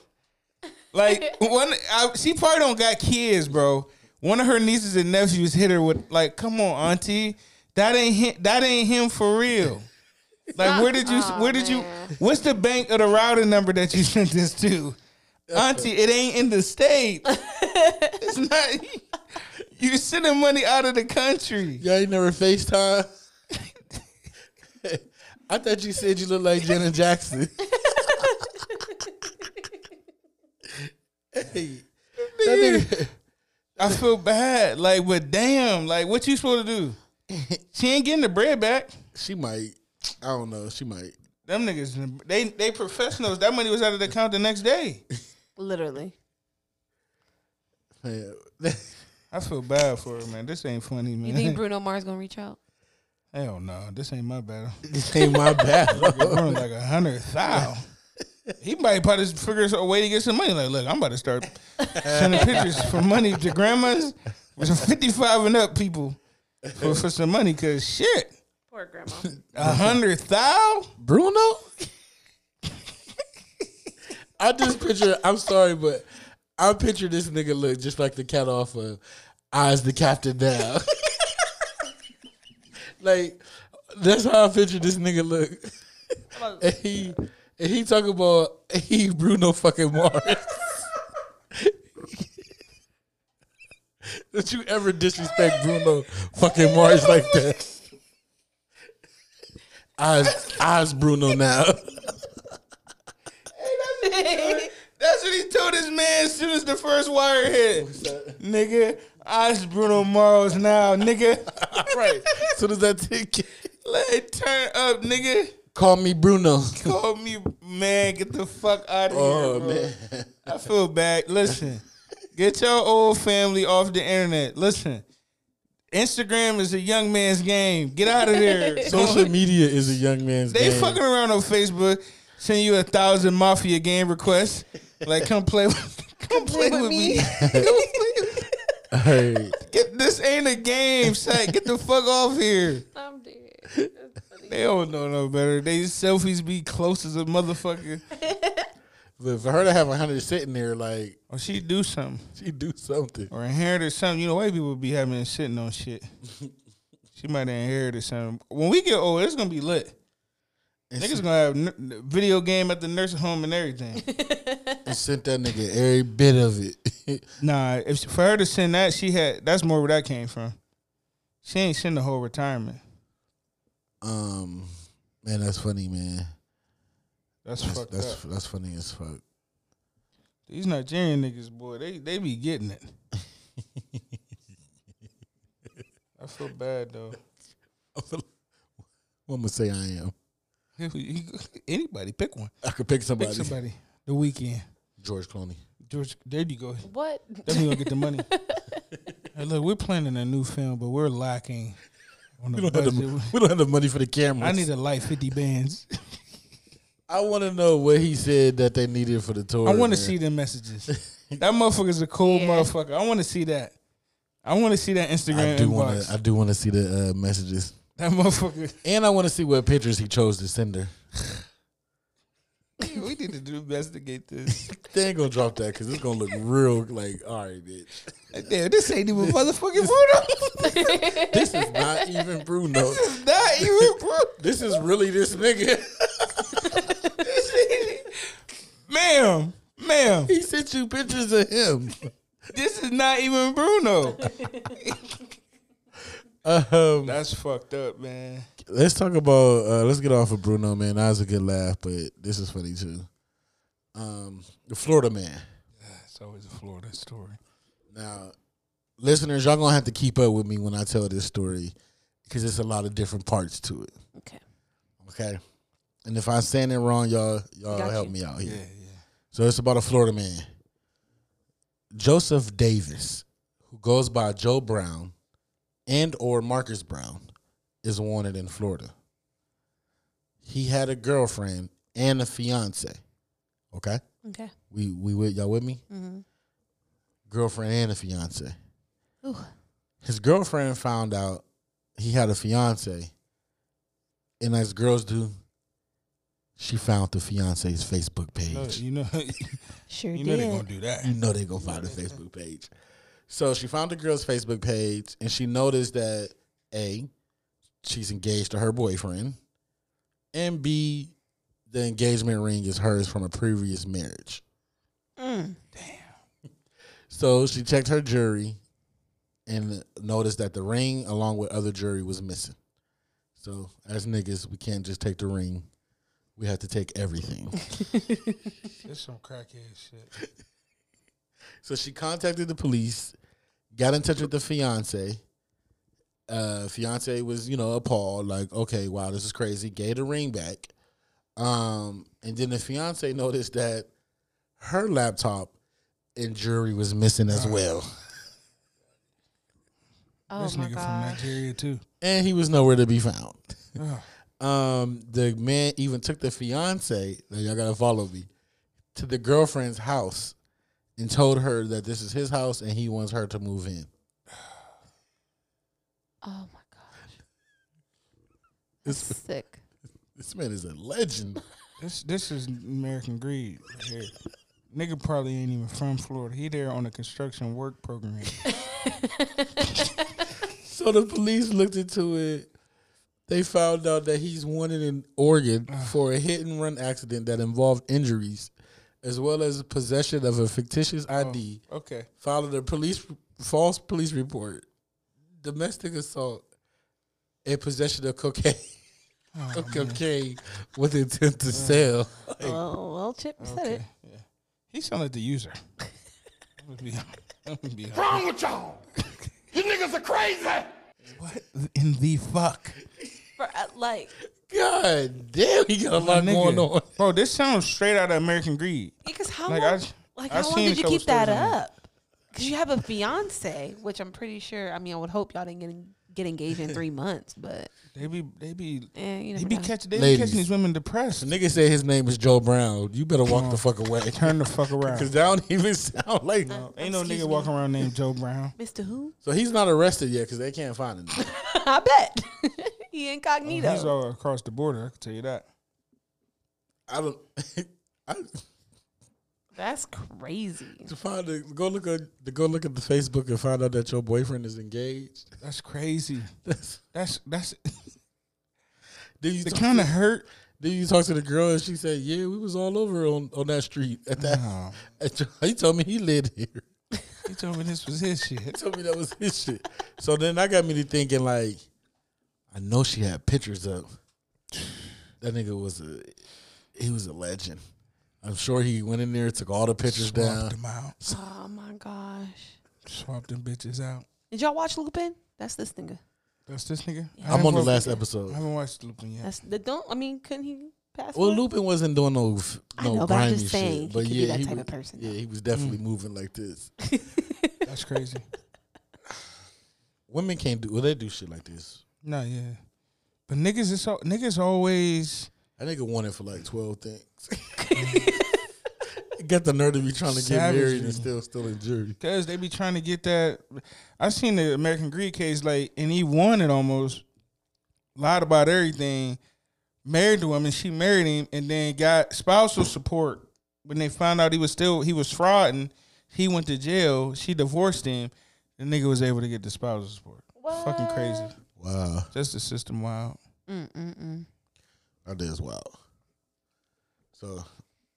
[SPEAKER 7] Like one, I, she probably don't got kids, bro. One of her nieces and nephews hit her with like, "Come on, auntie, that ain't him, that ain't him for real." Like, where did you? Where did you? What's the bank of the routing number that you sent this to, auntie? It ain't in the state. it's not. You sending money out of the country.
[SPEAKER 8] Y'all ain't never FaceTime. I thought you said you look like Janet Jackson. hey, that
[SPEAKER 7] I feel bad. Like, but damn, like, what you supposed to do?
[SPEAKER 8] nigga,
[SPEAKER 7] She ain't getting the bread back.
[SPEAKER 8] she might. I don't know. She might.
[SPEAKER 7] Them niggas, they they professionals. That money was out of the account the next day.
[SPEAKER 9] Literally.
[SPEAKER 8] Man.
[SPEAKER 7] I feel bad for her, man. This ain't funny,
[SPEAKER 9] You think
[SPEAKER 7] man.
[SPEAKER 9] Bruno Mars gonna reach out?
[SPEAKER 7] Hell no, this ain't my battle.
[SPEAKER 8] this ain't my battle.
[SPEAKER 7] We're like a hundred thou. He might probably just figure out a way to get some money. Like, look, I'm about to start sending pictures for money to grandmas with some 55 and up people for, for some money. Cause shit,
[SPEAKER 9] Poor grandma.
[SPEAKER 7] a hundred thou.
[SPEAKER 8] Bruno? I just picture. I'm sorry, but I picture this nigga look just like the cat off of Eyes the Captain Down. like that's how I picture this nigga look. and he and he talk about he Bruno fucking Mars. Did you ever disrespect Bruno fucking Mars like that? Eyes, eyes, Bruno now.
[SPEAKER 7] That's what he told his man as soon as the first wire hit. Nigga, I just Bruno Mars now, nigga.
[SPEAKER 8] right. So does that take?
[SPEAKER 7] Let it turn up, nigga.
[SPEAKER 8] Call me Bruno.
[SPEAKER 7] Call me, man. Get the fuck out of
[SPEAKER 8] Oh
[SPEAKER 7] here, bro.
[SPEAKER 8] man.
[SPEAKER 7] I feel bad. Listen, get your old family off the internet. Listen, Instagram is a young man's game. Get out of there.
[SPEAKER 8] Social media is a young man's
[SPEAKER 7] They
[SPEAKER 8] game.
[SPEAKER 7] fucking around on Facebook, send you a thousand mafia game requests. Like, come play with, come play with me. Come play with me.
[SPEAKER 8] All right.
[SPEAKER 7] Get this ain't a game, site. Get the fuck off here. I'm dead. They don't know no better. They selfies be close as a motherfucker.
[SPEAKER 8] But for her to have a hundred sitting there, like
[SPEAKER 7] Or she do something.
[SPEAKER 8] she do something.
[SPEAKER 7] Or inherited something. You know, white people be having and sitting on shit. She might have inherited something. When we get old, it's gonna be lit.
[SPEAKER 8] And sent,
[SPEAKER 7] Niggas gonna have n- video game at the nursing home and everything.
[SPEAKER 8] and sent that nigga every bit of it.
[SPEAKER 7] Nah, if for her to send that, she had that's more where that came from. She ain't send the whole retirement.
[SPEAKER 8] um, man, that's funny, man.
[SPEAKER 7] That's,
[SPEAKER 8] That's
[SPEAKER 7] fucked
[SPEAKER 8] that's,
[SPEAKER 7] up.
[SPEAKER 8] that's funny as fuck.
[SPEAKER 7] These Nigerian niggas, boy, they they be getting it. I feel bad though.
[SPEAKER 8] One would say I am.
[SPEAKER 7] Anybody pick one.
[SPEAKER 8] I could pick somebody.
[SPEAKER 7] Pick somebody. The weekend.
[SPEAKER 8] George Clooney.
[SPEAKER 7] George, there you go.
[SPEAKER 6] What?
[SPEAKER 7] Then we gonna get the money. hey, look, we're planning a new film, but we're lacking on
[SPEAKER 8] We
[SPEAKER 7] the
[SPEAKER 8] don't, have the,
[SPEAKER 7] budget.
[SPEAKER 8] we don't have the money for the cameras.
[SPEAKER 7] I need to light fifty bands.
[SPEAKER 8] I want to know what he said that they needed for the tour.
[SPEAKER 7] I want to
[SPEAKER 8] man.
[SPEAKER 7] see the messages. That motherfucker's a cool motherfucker. I want to see that. I want to see that Instagram
[SPEAKER 8] I do want
[SPEAKER 7] inbox.
[SPEAKER 8] to. I do want to see the uh, messages,
[SPEAKER 7] that motherfucker.
[SPEAKER 8] and I want to see what pictures he chose to send her.
[SPEAKER 7] we need to do investigate this.
[SPEAKER 8] They ain't gonna drop that because it's gonna look real. Like, all right, bitch,
[SPEAKER 7] Like, Damn, this ain't even motherfucking Bruno.
[SPEAKER 8] this is not even Bruno.
[SPEAKER 7] Not even Bruno.
[SPEAKER 8] This is really this nigga.
[SPEAKER 7] Ma'am, ma'am,
[SPEAKER 8] he sent you pictures of him.
[SPEAKER 7] this is not even Bruno.
[SPEAKER 8] Um,
[SPEAKER 7] That's fucked up, man.
[SPEAKER 8] let's talk about. Uh, let's get off of Bruno, man. That was a good laugh, but this is funny too. Um, the Florida man.
[SPEAKER 7] It's always a Florida story.
[SPEAKER 8] Now, listeners, y'all gonna have to keep up with me when I tell this story because it's a lot of different parts to it.
[SPEAKER 6] Okay.
[SPEAKER 8] Okay. And if I'm saying it wrong, y'all y'all
[SPEAKER 6] Got
[SPEAKER 8] help
[SPEAKER 6] you.
[SPEAKER 8] me out here.
[SPEAKER 7] Yeah, yeah.
[SPEAKER 8] So it's about a Florida man, Joseph Davis, who goes by Joe Brown and or Marcus Brown, is wanted in Florida. He had a girlfriend and a fiance. Okay?
[SPEAKER 6] Okay.
[SPEAKER 8] We we with y'all with me? Girlfriend and a fiance. His girlfriend found out he had a fiance, and as girls do, she found the fiance's Facebook page.
[SPEAKER 7] No, you know,
[SPEAKER 6] Sure
[SPEAKER 7] you know they're gonna do that.
[SPEAKER 8] You know they gonna find the Facebook page. So she found the girl's Facebook page and she noticed that A, she's engaged to her boyfriend, and B, the engagement ring is hers from a previous marriage. Damn. So she checked her jury and noticed that the ring along with other jury was missing. So as niggas, we can't just take the ring. We have to take everything.
[SPEAKER 7] It's some crackhead shit.
[SPEAKER 8] So she contacted the police, got in touch with the fiance. Uh, fiance was, you know, appalled, like, okay, wow, this is crazy. Gave the ring back. Um, and then the fiance noticed that her laptop and jewelry was missing as well.
[SPEAKER 6] Oh
[SPEAKER 7] this
[SPEAKER 6] my
[SPEAKER 7] nigga from
[SPEAKER 6] god.
[SPEAKER 7] Nigeria too.
[SPEAKER 8] And he was nowhere to be found.
[SPEAKER 7] Oh.
[SPEAKER 8] Um, the man even took the fiance, now y'all gotta follow me, to the girlfriend's house and told her that this is his house and he wants her to move in.
[SPEAKER 6] Oh my god.
[SPEAKER 8] It's-
[SPEAKER 6] Sick.
[SPEAKER 8] This man is a legend.
[SPEAKER 7] This this is American greed. right Here. Nigga probably ain't even from Florida. He there on a construction work program.
[SPEAKER 8] So the police looked into it. They found out that he's wanted in Oregon for a hit and run accident that involved injuries as well as possession of a fictitious ID,
[SPEAKER 7] Okay.
[SPEAKER 8] filed a police false police report, domestic assault, and possession of cocaine.
[SPEAKER 7] Oh,
[SPEAKER 8] of cocaine with intent to sell.
[SPEAKER 9] Well, well, Chip said it.
[SPEAKER 7] Okay. Yeah. He sounded like the user. I'm gonna be- I'm gonna be-
[SPEAKER 10] wrong with y'all? You niggas are crazy.
[SPEAKER 7] what in the fuck?
[SPEAKER 9] For, uh, like,
[SPEAKER 8] God damn, he got a lot
[SPEAKER 7] My nigga.
[SPEAKER 8] going on.
[SPEAKER 7] Bro, this sounds straight out of American Greed.
[SPEAKER 9] because how
[SPEAKER 7] Like, I
[SPEAKER 9] long,
[SPEAKER 7] s-
[SPEAKER 9] like how
[SPEAKER 7] I
[SPEAKER 9] long
[SPEAKER 7] seen a
[SPEAKER 9] did you
[SPEAKER 7] couple
[SPEAKER 9] keep that
[SPEAKER 7] stories on it.
[SPEAKER 9] up? Because you have a fiance, which I'm pretty sure. I mean, I would hope y'all didn't get, en- get engaged in three months, but
[SPEAKER 7] They be they be
[SPEAKER 9] eh, you
[SPEAKER 7] they
[SPEAKER 9] never
[SPEAKER 7] be
[SPEAKER 9] know.
[SPEAKER 7] catching they be
[SPEAKER 8] Ladies.
[SPEAKER 7] catching these women depressed.
[SPEAKER 8] The nigga said his name is Joe Brown. You better walk the fuck away.
[SPEAKER 7] Turn the fuck around. Uh,
[SPEAKER 8] Cause that don't even sound like
[SPEAKER 7] Ain't no
[SPEAKER 9] Excuse
[SPEAKER 7] nigga walking around named Joe Brown.
[SPEAKER 9] Mr. Who?
[SPEAKER 8] So he's not arrested yet because they can't find him.
[SPEAKER 9] I bet he
[SPEAKER 7] He's
[SPEAKER 9] incognito.
[SPEAKER 7] all across the border. I can tell you that.
[SPEAKER 8] I don't. I
[SPEAKER 9] That's crazy.
[SPEAKER 8] to find the go look at to go look at the Facebook and find out that your boyfriend is engaged.
[SPEAKER 7] That's crazy.
[SPEAKER 8] That's,
[SPEAKER 7] That's that's
[SPEAKER 8] then you
[SPEAKER 7] the
[SPEAKER 8] talk,
[SPEAKER 7] kind of hurt.
[SPEAKER 8] then you talk to the girl and she said, "Yeah, we was all over on, on that street at that."
[SPEAKER 7] No.
[SPEAKER 8] At your, he told me he lived here.
[SPEAKER 7] He told me this was his
[SPEAKER 8] He
[SPEAKER 7] shit.
[SPEAKER 8] told me that was his shit. So then I got me to thinking like, I know she had pictures up. That nigga was a he was a legend. I'm sure he went in there, took all the pictures
[SPEAKER 7] Swapped
[SPEAKER 8] down.
[SPEAKER 7] them out.
[SPEAKER 9] Oh my gosh!
[SPEAKER 7] Swapped them bitches out.
[SPEAKER 9] Did y'all watch Lupin? That's this nigga.
[SPEAKER 7] That's this nigga. I
[SPEAKER 8] I'm on the
[SPEAKER 7] haven't-
[SPEAKER 8] last
[SPEAKER 7] I
[SPEAKER 8] episode.
[SPEAKER 7] haven't watched Lupin yet.
[SPEAKER 9] That's the don't. I mean, couldn't he pass?
[SPEAKER 8] Well,
[SPEAKER 9] one?
[SPEAKER 8] Lupin wasn't doing no f-
[SPEAKER 9] I
[SPEAKER 8] no
[SPEAKER 9] know, but I'm
[SPEAKER 8] grimy
[SPEAKER 9] just saying,
[SPEAKER 8] shit.
[SPEAKER 9] he
[SPEAKER 8] But
[SPEAKER 9] could be
[SPEAKER 8] yeah,
[SPEAKER 9] that
[SPEAKER 8] he
[SPEAKER 9] type
[SPEAKER 8] was,
[SPEAKER 9] of person,
[SPEAKER 8] Yeah,
[SPEAKER 9] though.
[SPEAKER 8] he was
[SPEAKER 7] Mm.
[SPEAKER 8] definitely moving like this.
[SPEAKER 7] That's crazy.
[SPEAKER 8] Women can't do well. They do shit like this.
[SPEAKER 7] no, yeah. But niggas is al- niggas always
[SPEAKER 8] That nigga wanted for like twelve things. Got the nerve to be trying to get
[SPEAKER 7] Savage
[SPEAKER 8] married and
[SPEAKER 7] nigga.
[SPEAKER 8] still still in jury.
[SPEAKER 7] Cause they be trying to get that. I seen the American Greed case, like, and he won it almost. Lied about everything. Married the woman, she married him, and then got spousal support. When they found out he was still he was frauding, he went to jail. She divorced him. The nigga was able to get the spousal support. Fucking crazy.
[SPEAKER 8] Wow,
[SPEAKER 7] That's the system wild.
[SPEAKER 8] that is wild. So,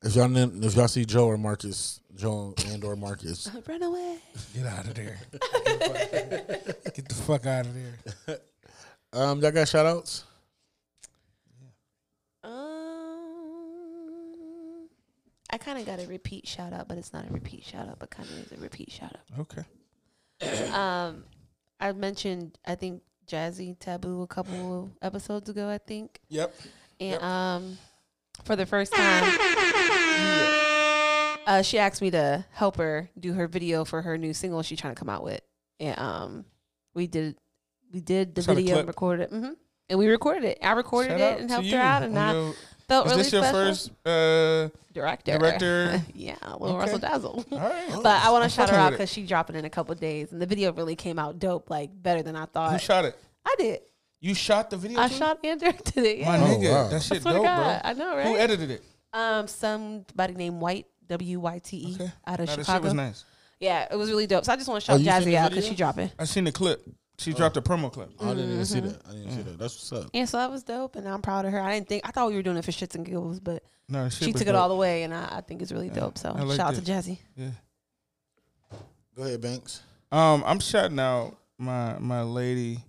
[SPEAKER 8] if y'all nin- if y'all see Joe or Marcus, Joe and or Marcus,
[SPEAKER 9] Run away.
[SPEAKER 7] Get out of there. get the fuck out of there.
[SPEAKER 8] um, y'all got shout outs?
[SPEAKER 9] Um, I kind of got a repeat shout out, but it's not a repeat shout out, but kind of is a repeat shout out.
[SPEAKER 7] Okay.
[SPEAKER 9] Um, I mentioned I think Jazzy Taboo a couple episodes ago. I think,
[SPEAKER 7] Yep.
[SPEAKER 9] and um, for the first time, uh, she asked me to help her do her video for her new single she's trying to come out with, and um, we did we did the
[SPEAKER 7] Shot a
[SPEAKER 9] video
[SPEAKER 7] clip.
[SPEAKER 9] and recorded it, hmm and we recorded it. I recorded
[SPEAKER 7] Shout out
[SPEAKER 9] it and
[SPEAKER 7] to
[SPEAKER 9] helped
[SPEAKER 7] you
[SPEAKER 9] her out, and
[SPEAKER 7] on
[SPEAKER 9] I
[SPEAKER 7] your-
[SPEAKER 9] felt
[SPEAKER 7] Is
[SPEAKER 9] really
[SPEAKER 7] this your
[SPEAKER 9] special.
[SPEAKER 7] first uh
[SPEAKER 9] director.
[SPEAKER 7] Director.
[SPEAKER 9] yeah, little
[SPEAKER 7] Okay.
[SPEAKER 9] Russell Dazzle.
[SPEAKER 7] all right.
[SPEAKER 9] But I want to
[SPEAKER 7] I'm
[SPEAKER 9] shout her
[SPEAKER 7] fucking
[SPEAKER 9] out
[SPEAKER 7] with it.
[SPEAKER 9] because she dropping in a couple days, and the video really came out dope, like better than I thought.
[SPEAKER 7] Who shot it?
[SPEAKER 9] I did.
[SPEAKER 7] You shot the video?
[SPEAKER 9] I
[SPEAKER 7] too?
[SPEAKER 9] shot and directed it.
[SPEAKER 7] My
[SPEAKER 9] Yeah.
[SPEAKER 7] nigga,
[SPEAKER 8] wow.
[SPEAKER 7] that
[SPEAKER 9] I
[SPEAKER 7] shit
[SPEAKER 9] swear to
[SPEAKER 7] dope,
[SPEAKER 9] God,
[SPEAKER 7] bro.
[SPEAKER 9] I know,
[SPEAKER 7] Who
[SPEAKER 9] right?
[SPEAKER 7] edited it?
[SPEAKER 9] um, somebody named White. W Y T E
[SPEAKER 7] Okay.
[SPEAKER 9] out of
[SPEAKER 7] Nah, the shit
[SPEAKER 9] Chicago.
[SPEAKER 7] was Oh, nice.
[SPEAKER 9] Yeah, it was really dope. So I just want to shout
[SPEAKER 8] you seen
[SPEAKER 9] Jazzy
[SPEAKER 8] the
[SPEAKER 9] out because
[SPEAKER 8] video?
[SPEAKER 9] she dropping.
[SPEAKER 7] I seen the clip. She dropped a promo clip.
[SPEAKER 8] I didn't even see that. I didn't even see that. That's what's up.
[SPEAKER 9] Yeah, so that was dope, and I'm proud of her. I didn't think I thought we were doing it for shits and giggles, but
[SPEAKER 7] No,
[SPEAKER 9] she took it all the way, and I, I think it's really dope. So
[SPEAKER 7] I like
[SPEAKER 9] shout out
[SPEAKER 7] that.
[SPEAKER 9] to Jazzy.
[SPEAKER 7] Yeah.
[SPEAKER 8] Go ahead, Banks.
[SPEAKER 7] Um, I'm shouting out my my lady,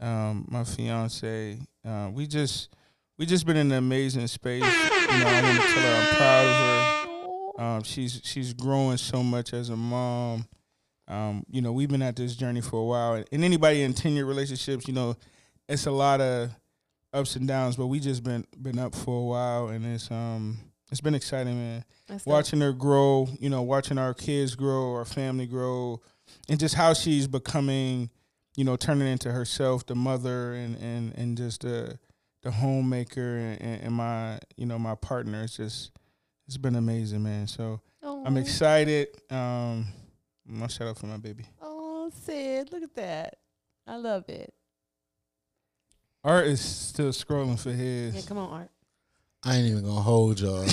[SPEAKER 7] um, my fiance. Uh, we just we just been in an amazing space. You know, I want to tell her I'm proud of her. Um, she's she's growing so much as a mom. Um, you know, we've been at this journey for a while, and anybody in ten year relationships, you know, it's a lot of ups and downs. But we just been been up for a while, and it's um it's been exciting, man.
[SPEAKER 9] That's dope.
[SPEAKER 7] Watching her grow, you know, watching our kids grow, our family grow, and just how she's becoming, you know, turning into herself, the mother, and and and just the the homemaker, and, and, and my you know my partner. It's just it's been amazing, man. So. I'm
[SPEAKER 9] Aw.
[SPEAKER 7] excited. Um, I'm gonna shout out for my baby.
[SPEAKER 9] Oh, Sid, look at that. I love it.
[SPEAKER 7] Art is still scrolling for his.
[SPEAKER 9] Yeah, come on, Art.
[SPEAKER 8] I ain't even gonna hold y'all.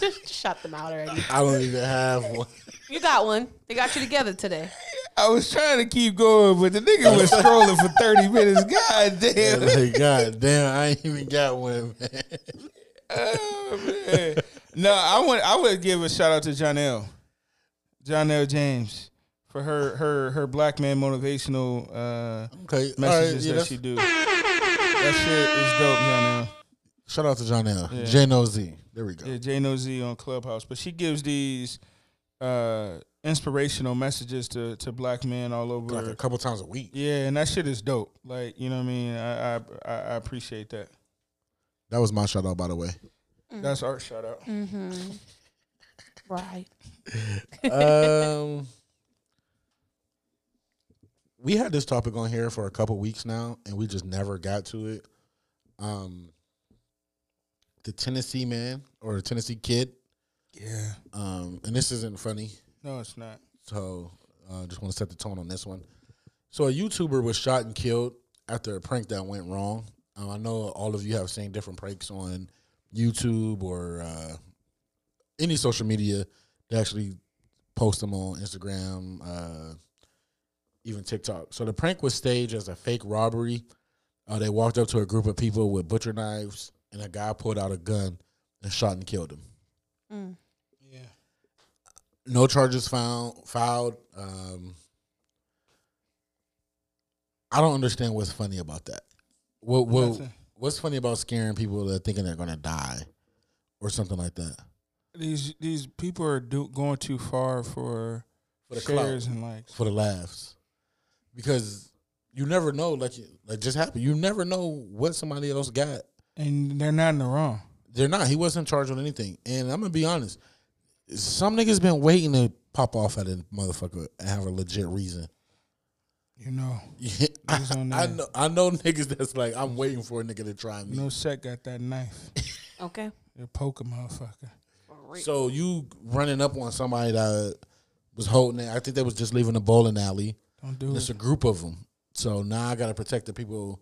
[SPEAKER 9] Just shot them out already.
[SPEAKER 8] I don't even have one.
[SPEAKER 9] You got one. They got you together today.
[SPEAKER 7] I was trying to keep going, but the nigga was scrolling for 30 minutes. God damn.
[SPEAKER 8] like, God damn, I ain't even got one, man.
[SPEAKER 7] Oh, man. No, I would I would give a shout out to Jonelle, Jonelle James for her her her black man motivational uh,
[SPEAKER 8] Okay, all right,
[SPEAKER 7] messages
[SPEAKER 8] yeah,
[SPEAKER 7] that
[SPEAKER 8] that's-
[SPEAKER 7] she do. That
[SPEAKER 8] Shout out to John L. J No Z. There we go.
[SPEAKER 7] shit is dope, Jonelle. Yeah, J No Z on Clubhouse, but she gives these uh, inspirational messages to to black men all over.
[SPEAKER 8] Like a couple times a week.
[SPEAKER 7] yeah, and that shit is dope. Like you know what I mean. I I I I appreciate that.
[SPEAKER 8] That was my shout out, by the way.
[SPEAKER 7] That's our shout out.
[SPEAKER 9] Hmm.
[SPEAKER 6] Right.
[SPEAKER 8] um, we had this topic on here for a couple weeks now, and we just never got to it. Um, the Tennessee man or Tennessee kid,
[SPEAKER 7] Yeah.
[SPEAKER 8] um, and this isn't funny,
[SPEAKER 7] No, it's not.
[SPEAKER 8] so I uh, just want to set the tone on this one. So a YouTuber was shot and killed after a prank that went wrong. Um, I know all of you have seen different pranks on YouTube or uh, any social media. They actually post them on Instagram, uh, even TikTok. So the prank was staged as a fake robbery. Uh, they walked up to a group of people with butcher knives, and a guy pulled out a gun and shot and killed him. Yeah. No charges found filed. Um, I don't understand what's funny about that. What, what
[SPEAKER 7] Nothing.
[SPEAKER 8] what's funny about scaring people that thinking they're gonna die or something like that?
[SPEAKER 7] These these people are do, going too far for,
[SPEAKER 8] For the clout.
[SPEAKER 7] shares and likes.
[SPEAKER 8] for the laughs because you never know like you- like just happened you never know what somebody else got
[SPEAKER 7] and they're not in the wrong.
[SPEAKER 8] they're not he wasn't charged with anything and i'm gonna be honest some niggas been waiting to pop off at a motherfucker and have a legit reason
[SPEAKER 7] You know,
[SPEAKER 8] I,
[SPEAKER 7] Niggas on
[SPEAKER 8] I
[SPEAKER 7] there.
[SPEAKER 8] know i know niggas that's like i'm waiting for a nigga to try me
[SPEAKER 7] you know, Seth got that knife.
[SPEAKER 9] Okay.
[SPEAKER 7] You poke a motherfucker.
[SPEAKER 8] So you running up on somebody that was holding it. I think they was just leaving the bowling alley.
[SPEAKER 7] Don't do
[SPEAKER 8] It's
[SPEAKER 7] it.
[SPEAKER 8] a group of them. So now I gotta protect the people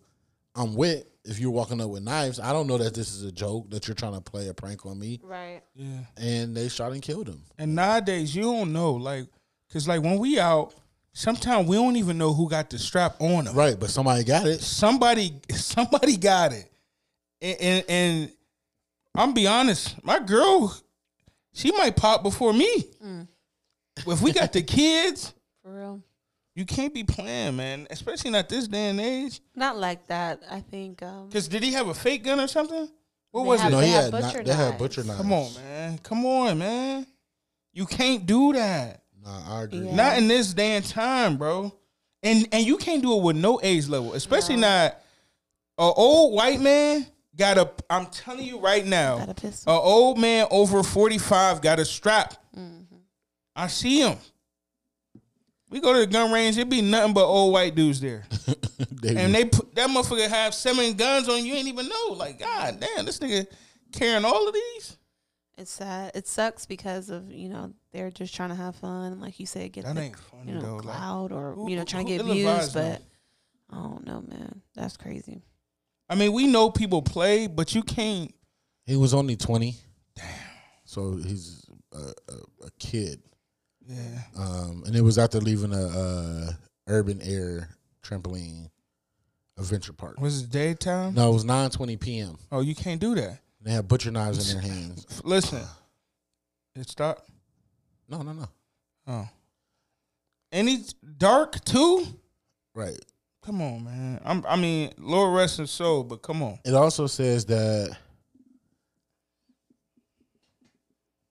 [SPEAKER 8] I'm with. If you're walking up with knives, I don't know that this is a joke that you're trying to play a prank on me.
[SPEAKER 9] Right.
[SPEAKER 7] Yeah.
[SPEAKER 8] And they shot and killed him.
[SPEAKER 7] And nowadays, you don't know, like, cause like when we out, sometimes we don't even know who got the strap on them.
[SPEAKER 8] Right, but somebody got it.
[SPEAKER 7] Somebody, somebody got it. And and, and I'm be honest, my girl, she might pop before me. If we got the kids,
[SPEAKER 4] Mm. For real.
[SPEAKER 7] you can't be playing, man. Especially not this day and age.
[SPEAKER 9] Not like that. I think. Um,
[SPEAKER 7] Cause did he have a fake gun or something? What
[SPEAKER 4] They
[SPEAKER 7] was
[SPEAKER 4] have
[SPEAKER 7] it?
[SPEAKER 8] No, he
[SPEAKER 4] had
[SPEAKER 8] had
[SPEAKER 4] butcher
[SPEAKER 8] kni- they had
[SPEAKER 4] knives.
[SPEAKER 8] butcher knives.
[SPEAKER 7] Come on, man. Come on, man. You can't do that.
[SPEAKER 8] Nah, I agree.
[SPEAKER 7] Not in this day and time, bro. And and you can't do it with no age level, especially not a old white man got a. I'm telling you right now,
[SPEAKER 9] Got a pistol.
[SPEAKER 7] old man over 45 got a strap.
[SPEAKER 9] Mm-hmm.
[SPEAKER 7] I see him. We go to the gun range. It be nothing but old white dudes there,
[SPEAKER 8] They-
[SPEAKER 7] and they put that motherfucker have seven guns on you. Ain't even know. Like God damn, this nigga carrying all of these.
[SPEAKER 9] it's sad. It sucks because of you know they're just trying to have fun, like you said, get
[SPEAKER 7] That
[SPEAKER 9] the,
[SPEAKER 7] ain't funny,
[SPEAKER 9] you know
[SPEAKER 7] though, like,
[SPEAKER 9] cloud or
[SPEAKER 7] who-
[SPEAKER 9] you know
[SPEAKER 7] who-
[SPEAKER 9] trying
[SPEAKER 7] who
[SPEAKER 9] to get views.
[SPEAKER 7] ill-advised them?
[SPEAKER 9] But I don't know, man. That's crazy.
[SPEAKER 7] I mean, we know people play, but you can't.
[SPEAKER 8] he was only twenty. Damn. So he's a, a, a kid.
[SPEAKER 7] Yeah.
[SPEAKER 8] um, and it was after leaving a, uh urban air trampoline adventure park.
[SPEAKER 7] Was it daytime?
[SPEAKER 8] No, it was nine twenty p.m.
[SPEAKER 7] Oh, you can't do that.
[SPEAKER 8] They had butcher knives in their hands.
[SPEAKER 7] F- Listen, it stopped.
[SPEAKER 8] No, no, no.
[SPEAKER 7] Oh, any dark too?
[SPEAKER 8] Right.
[SPEAKER 7] Come on, man. I'm, I mean, Lord rest his soul, but come on.
[SPEAKER 8] It also says that.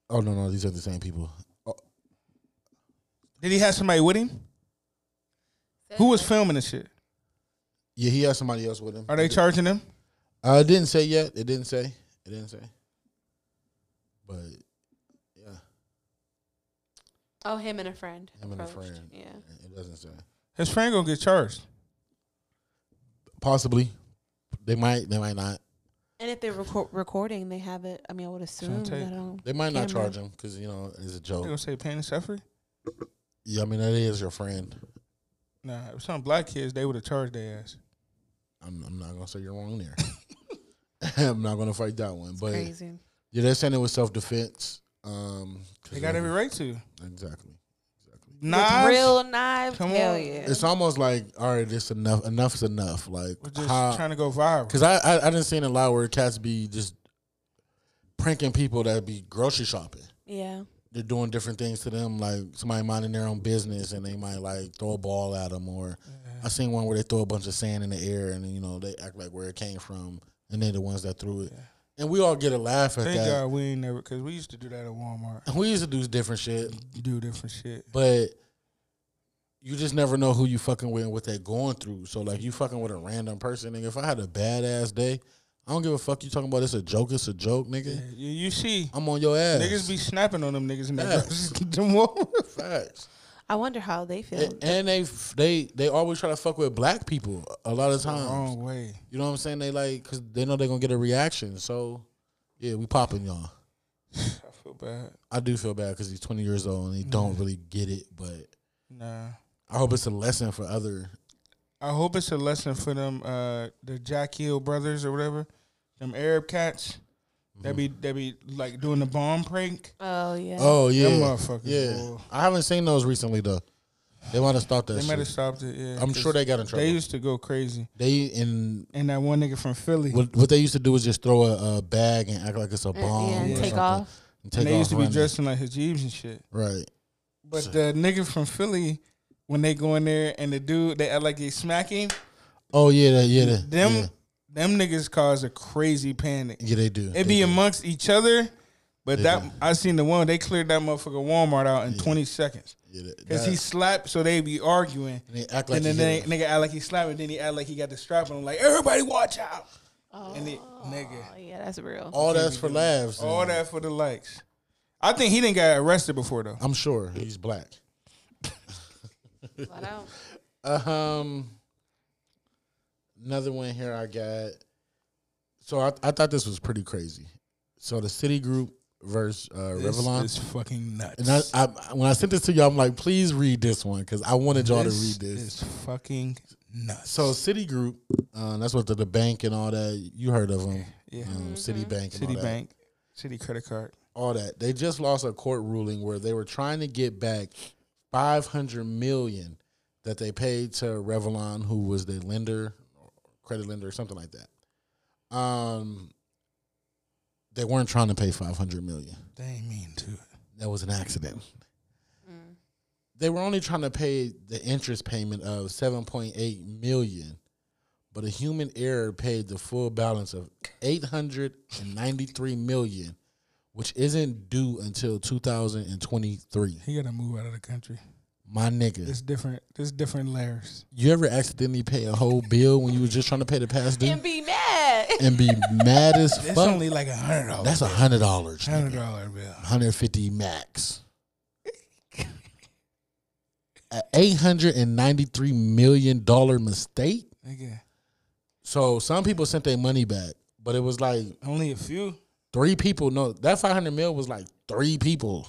[SPEAKER 8] Oh no, no, these are the same people. Oh,
[SPEAKER 7] Did he have somebody with him? Who was filming this shit?
[SPEAKER 8] yeah, he has somebody else with him.
[SPEAKER 7] Are they charging him?
[SPEAKER 8] Uh, it didn't say yet. It didn't say. It didn't say. But yeah,
[SPEAKER 4] Oh, him and a friend.
[SPEAKER 8] him and a
[SPEAKER 4] approached.
[SPEAKER 8] friend.
[SPEAKER 4] Yeah.
[SPEAKER 8] It doesn't say.
[SPEAKER 7] His friend gonna get charged.
[SPEAKER 8] Possibly, they might. They might not.
[SPEAKER 9] And if they're recor- recording, they have it. I mean, I would assume.
[SPEAKER 7] tape.
[SPEAKER 9] That, um,
[SPEAKER 8] They might not
[SPEAKER 9] camera.
[SPEAKER 8] charge him because you know it's a
[SPEAKER 7] They gonna
[SPEAKER 8] joke.
[SPEAKER 7] say pain and suffering.
[SPEAKER 8] Yeah, I mean that is your friend.
[SPEAKER 7] Nah, if some black kids, they would have charged their ass.
[SPEAKER 8] I'm, I'm not gonna say you're wrong there. I'm not gonna fight that one. But
[SPEAKER 9] Crazy.
[SPEAKER 8] yeah, they're saying it was self defense. Um, 'cause
[SPEAKER 7] They got
[SPEAKER 8] they-
[SPEAKER 7] every right to.
[SPEAKER 8] exactly.
[SPEAKER 7] Nah,
[SPEAKER 9] With real knives.
[SPEAKER 7] Come
[SPEAKER 9] Hell
[SPEAKER 7] on.
[SPEAKER 9] yeah.
[SPEAKER 8] It's almost like all right, it's enough. Enough's enough. Like
[SPEAKER 7] we're just
[SPEAKER 8] how-
[SPEAKER 7] trying to go viral.
[SPEAKER 8] Cause I I, I didn't see a lot where cats be just pranking people that be grocery shopping.
[SPEAKER 6] Yeah.
[SPEAKER 8] They're doing different things to them, like somebody minding their own business, and they might like throw a ball at them, or I seen one where they throw a bunch of sand in the air, and you know they act like where it came from, and they're the ones that threw it. And we all get a laugh at
[SPEAKER 7] Thank
[SPEAKER 8] that.
[SPEAKER 7] God we ain't never because we used to do that at Walmart.
[SPEAKER 8] We used to do different shit,
[SPEAKER 7] You do different shit.
[SPEAKER 8] but you just never know who you fucking with and what they're going through. So like you fucking with a random person, nigga. If I had a badass day, I don't give a fuck you talking about. It's a joke. It's a joke, nigga.
[SPEAKER 7] You, you see,
[SPEAKER 8] I'm on your ass.
[SPEAKER 7] niggas be snapping on them niggas in that
[SPEAKER 8] Facts.
[SPEAKER 7] grocery- them Walmart.
[SPEAKER 8] facts.
[SPEAKER 9] I wonder how they feel.
[SPEAKER 8] And, and they they they always try to fuck with black people a lot of times.
[SPEAKER 7] Wrong way.
[SPEAKER 8] You know what I'm saying? They like because they know they're gonna get a reaction. So yeah, we popping y'all.
[SPEAKER 7] I feel bad.
[SPEAKER 8] I do feel bad because he's 20 years old and he don't really get it. But
[SPEAKER 7] Nah.
[SPEAKER 8] I hope it's a lesson for other.
[SPEAKER 7] I hope it's a lesson for them, uh, the Jack Hill brothers or whatever, them Arab cats. That
[SPEAKER 8] Mm-hmm.
[SPEAKER 7] be that be like doing the bomb prank.
[SPEAKER 6] Oh yeah.
[SPEAKER 8] Oh yeah,
[SPEAKER 7] motherfuckers,
[SPEAKER 8] Yeah,
[SPEAKER 7] boy.
[SPEAKER 8] I haven't seen those recently though. They might have stopped that.
[SPEAKER 7] They might have
[SPEAKER 8] Shit.
[SPEAKER 7] stopped it. Yeah,
[SPEAKER 8] I'm
[SPEAKER 7] 'cause
[SPEAKER 8] sure they got in trouble.
[SPEAKER 7] They used to go crazy.
[SPEAKER 8] They and
[SPEAKER 7] And that one nigga from Philly,
[SPEAKER 8] what, what they used to do is just throw a, a bag and act like it's a
[SPEAKER 7] Uh,
[SPEAKER 8] bomb.
[SPEAKER 6] yeah,
[SPEAKER 8] or
[SPEAKER 6] and take
[SPEAKER 8] something.
[SPEAKER 6] off.
[SPEAKER 8] And take
[SPEAKER 7] and they
[SPEAKER 8] off
[SPEAKER 7] used to be
[SPEAKER 8] running.
[SPEAKER 7] dressed in like hijabs and shit.
[SPEAKER 8] right.
[SPEAKER 7] But the nigga from Philly, when they go in there and the dude, they act like they smacking
[SPEAKER 8] Oh yeah, that, yeah, that,
[SPEAKER 7] them.
[SPEAKER 8] yeah.
[SPEAKER 7] Them niggas cause a crazy panic.
[SPEAKER 8] Yeah, they do. They
[SPEAKER 7] It be
[SPEAKER 8] do.
[SPEAKER 7] amongst each other, but
[SPEAKER 8] They
[SPEAKER 7] that
[SPEAKER 8] do.
[SPEAKER 7] I seen the one they cleared that motherfucker Walmart out in 20 seconds.
[SPEAKER 8] Yeah, that-
[SPEAKER 7] Cause
[SPEAKER 8] that-
[SPEAKER 7] he slapped, so they be arguing,
[SPEAKER 8] And they act like
[SPEAKER 7] and
[SPEAKER 8] he
[SPEAKER 7] then they,
[SPEAKER 8] hit him.
[SPEAKER 7] nigga act like he slapped, and then he act like he got the strap, and I'm like, everybody watch out, and it, nigga,
[SPEAKER 9] Oh, yeah, that's real.
[SPEAKER 8] all that's for laughs.
[SPEAKER 7] all
[SPEAKER 8] and-
[SPEAKER 7] that for the likes. I think he didn't got arrested before though.
[SPEAKER 8] I'm sure he's black.
[SPEAKER 5] Well, I don't-
[SPEAKER 8] Um, another one here I got. So I, I thought this was pretty crazy. So the City Group versus uh, Revlon.
[SPEAKER 7] is fucking
[SPEAKER 8] and
[SPEAKER 7] nuts.
[SPEAKER 8] I, I, when I sent this to y'all, I'm like, please read this one because I wanted y'all to read this.
[SPEAKER 7] is fucking nuts.
[SPEAKER 8] So Citigroup, uh, that's what the, the bank and all that. You heard of them?
[SPEAKER 7] Yeah.
[SPEAKER 8] Um,
[SPEAKER 7] Mm-hmm.
[SPEAKER 8] Citibank. And all that.
[SPEAKER 7] Citibank, City credit card.
[SPEAKER 8] all that. They just lost a court ruling where they were trying to get back 500 million that they paid to Revlon, who was the lender, credit lender, or something like that. Um, they weren't trying to pay 500 million.
[SPEAKER 7] They ain't mean to it.
[SPEAKER 8] That was an accident. They were only trying to pay the interest payment of 7.8 million, but a human error paid the full balance of 893 million, which isn't due until 2023.
[SPEAKER 7] He gotta move out of the country.
[SPEAKER 8] My
[SPEAKER 7] There's
[SPEAKER 8] nigga,
[SPEAKER 7] different. There's different layers.
[SPEAKER 8] you ever accidentally pay a whole bill when you was just trying to pay the past due
[SPEAKER 6] And be mad.
[SPEAKER 8] and be mad as
[SPEAKER 7] It's
[SPEAKER 8] fuck?
[SPEAKER 7] only like a hundred dollars.
[SPEAKER 8] That's a hundred dollars,
[SPEAKER 7] Hundred dollar bill.
[SPEAKER 8] 150 max. A $893 million mistake.
[SPEAKER 7] Nigga,
[SPEAKER 8] So some people sent their money back, but it was like
[SPEAKER 7] only a few.
[SPEAKER 8] three people. No, that 500 mil was like three people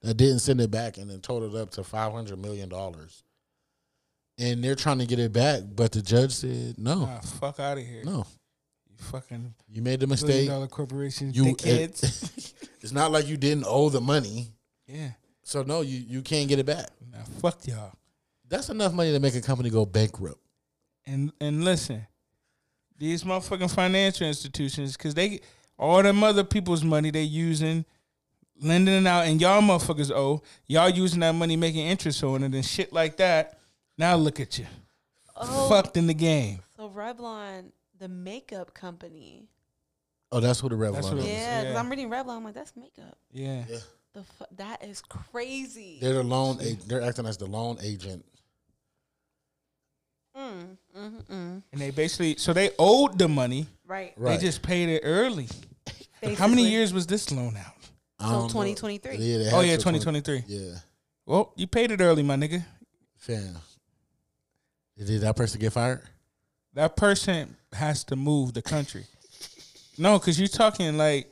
[SPEAKER 8] that didn't send it back and then totaled up to $500 million. And they're trying to get it back, but the judge said, no,
[SPEAKER 7] Nah, fuck out of here.
[SPEAKER 8] no.
[SPEAKER 7] You fucking
[SPEAKER 8] You made the
[SPEAKER 7] billion
[SPEAKER 8] mistake.
[SPEAKER 7] dollar corporation.
[SPEAKER 8] You
[SPEAKER 7] You kids.
[SPEAKER 8] it's not like you didn't owe the money.
[SPEAKER 7] yeah.
[SPEAKER 8] So no, you, you can't get it back.
[SPEAKER 7] Nah, fuck y'all.
[SPEAKER 8] That's enough money to make a company go bankrupt.
[SPEAKER 7] And and listen, these motherfucking financial institutions, cause they all them other people's money they using, lending it out, and y'all motherfuckers owe y'all using that money making interest on it and shit like that. Now look at you, fucked in the game.
[SPEAKER 9] So Revlon, the makeup company.
[SPEAKER 8] Oh, that's what the Revlon
[SPEAKER 7] That's what
[SPEAKER 8] is.
[SPEAKER 7] it-
[SPEAKER 9] Yeah, because
[SPEAKER 7] Yeah.
[SPEAKER 9] I'm reading Revlon. I'm like, that's makeup.
[SPEAKER 7] Yeah,
[SPEAKER 9] The fu- that is crazy.
[SPEAKER 8] They're the loan. A- they're acting as the loan agent.
[SPEAKER 9] Mm, mm, mm.
[SPEAKER 7] and they basically so they owed the money.
[SPEAKER 9] Right.
[SPEAKER 8] Right.
[SPEAKER 7] They just paid it early. How many years was this loan out?
[SPEAKER 8] I
[SPEAKER 9] So
[SPEAKER 8] don't know.
[SPEAKER 9] 2023.
[SPEAKER 8] Yeah. they
[SPEAKER 7] Oh
[SPEAKER 8] had
[SPEAKER 7] yeah,
[SPEAKER 8] to
[SPEAKER 7] 2023.
[SPEAKER 8] Yeah.
[SPEAKER 7] Well, you paid it early, my nigga.
[SPEAKER 8] Fam. Did that person get fired?
[SPEAKER 7] that person has to move the country. no, because you're talking like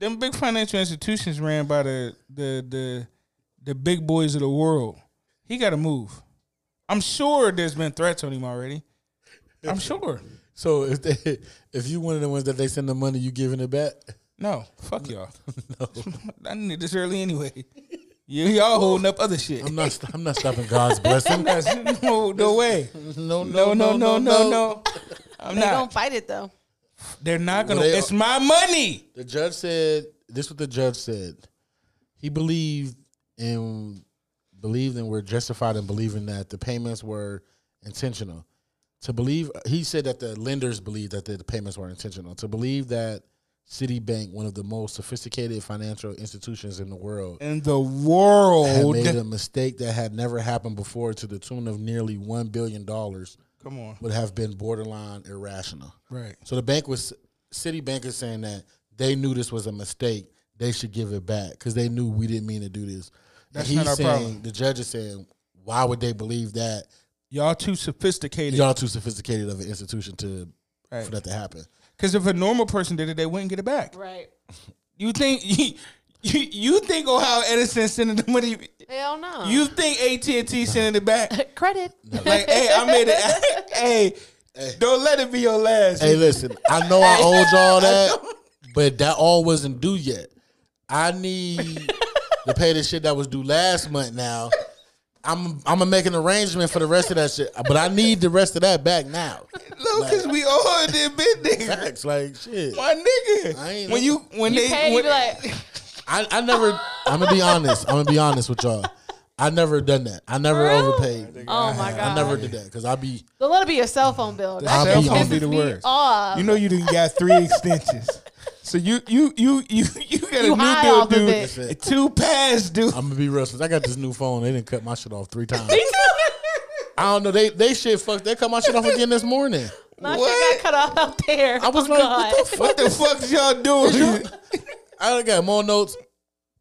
[SPEAKER 7] them big financial institutions ran by the the the the big boys of the world. He got to move. I'm sure there's been threats on him already. I'm sure.
[SPEAKER 8] So if they, if you one of the ones that they send the money, you giving it back?
[SPEAKER 7] No, fuck y'all. no, I need this early anyway. You y'all holding up other shit.
[SPEAKER 8] I'm not. st- I'm not stopping God's blessing.
[SPEAKER 7] That's- no, no way.
[SPEAKER 8] No, no,
[SPEAKER 7] No, no, no, no, no. I'm
[SPEAKER 9] They
[SPEAKER 7] not.
[SPEAKER 9] gonna fight it though.
[SPEAKER 7] They're not gonna.
[SPEAKER 8] Well, they-
[SPEAKER 7] it's my money.
[SPEAKER 8] The judge said this is what the judge said. He believed in believed and were justified in believing that the payments were intentional. To believe he said that the lenders believed that the payments were intentional. To believe that Citibank, one of the most sophisticated financial institutions in the world,
[SPEAKER 7] In the
[SPEAKER 8] had
[SPEAKER 7] world,
[SPEAKER 8] made a mistake that had never happened before to the tune of nearly one billion dollars
[SPEAKER 7] come on,
[SPEAKER 8] would have been borderline irrational.
[SPEAKER 7] right?
[SPEAKER 8] So the bank was Citibank is saying that they knew this was a mistake. They should give it back because they knew we didn't mean to do this. and
[SPEAKER 7] That's
[SPEAKER 8] he's
[SPEAKER 7] not our
[SPEAKER 8] saying
[SPEAKER 7] problem.
[SPEAKER 8] the judge is saying, why would they believe that?
[SPEAKER 7] Y'all too sophisticated.
[SPEAKER 8] Y'all too sophisticated of an institution to
[SPEAKER 7] Right.
[SPEAKER 8] for that to happen.
[SPEAKER 7] Because if a normal person did it, they wouldn't get it back. Right. You think you, you think Ohio Edison sending the money?
[SPEAKER 4] Hell no.
[SPEAKER 7] You think AT and T sending it back?
[SPEAKER 4] credit.
[SPEAKER 7] like, hey, I made it. hey, don't let it be your last.
[SPEAKER 8] Hey, listen, I know I owed y'all that, but that all wasn't due yet. I need to pay the shit that was due last month now. I'm I'm gonna make an arrangement for the rest of that shit, but I need the rest of that back now.
[SPEAKER 7] Look, because we all did big nigga.
[SPEAKER 8] Facts, like shit.
[SPEAKER 7] My nigga,
[SPEAKER 8] I ain't
[SPEAKER 7] when you when they
[SPEAKER 6] Hey, you
[SPEAKER 7] when,
[SPEAKER 6] be like,
[SPEAKER 8] I, I never. I'm gonna be honest. I'm gonna be honest with y'all. I never done that. I never overpaid.
[SPEAKER 6] oh my
[SPEAKER 8] I
[SPEAKER 6] god.
[SPEAKER 8] never did that because I be.
[SPEAKER 6] So let it be your cell phone bill. That
[SPEAKER 8] I'll
[SPEAKER 7] cell
[SPEAKER 8] be
[SPEAKER 7] phone
[SPEAKER 8] on
[SPEAKER 7] be
[SPEAKER 8] it.
[SPEAKER 7] the worst.
[SPEAKER 6] off.
[SPEAKER 7] You know you didn't got three extensions. So you you you you you got
[SPEAKER 6] You
[SPEAKER 7] a
[SPEAKER 6] high
[SPEAKER 7] new bill
[SPEAKER 6] off of
[SPEAKER 7] due,
[SPEAKER 6] it.
[SPEAKER 7] and two pass due.
[SPEAKER 8] I'm gonna be real. Since I got this new phone, they didn't cut my shit off three times. I don't know. They they shit fucked. They cut my shit off again this morning.
[SPEAKER 6] My
[SPEAKER 7] What?
[SPEAKER 6] shit got cut off out there.
[SPEAKER 8] I was
[SPEAKER 6] oh,
[SPEAKER 8] like,
[SPEAKER 6] god.
[SPEAKER 8] what the fuck?
[SPEAKER 7] What the fuck's y'all doing?
[SPEAKER 8] I done got more notes.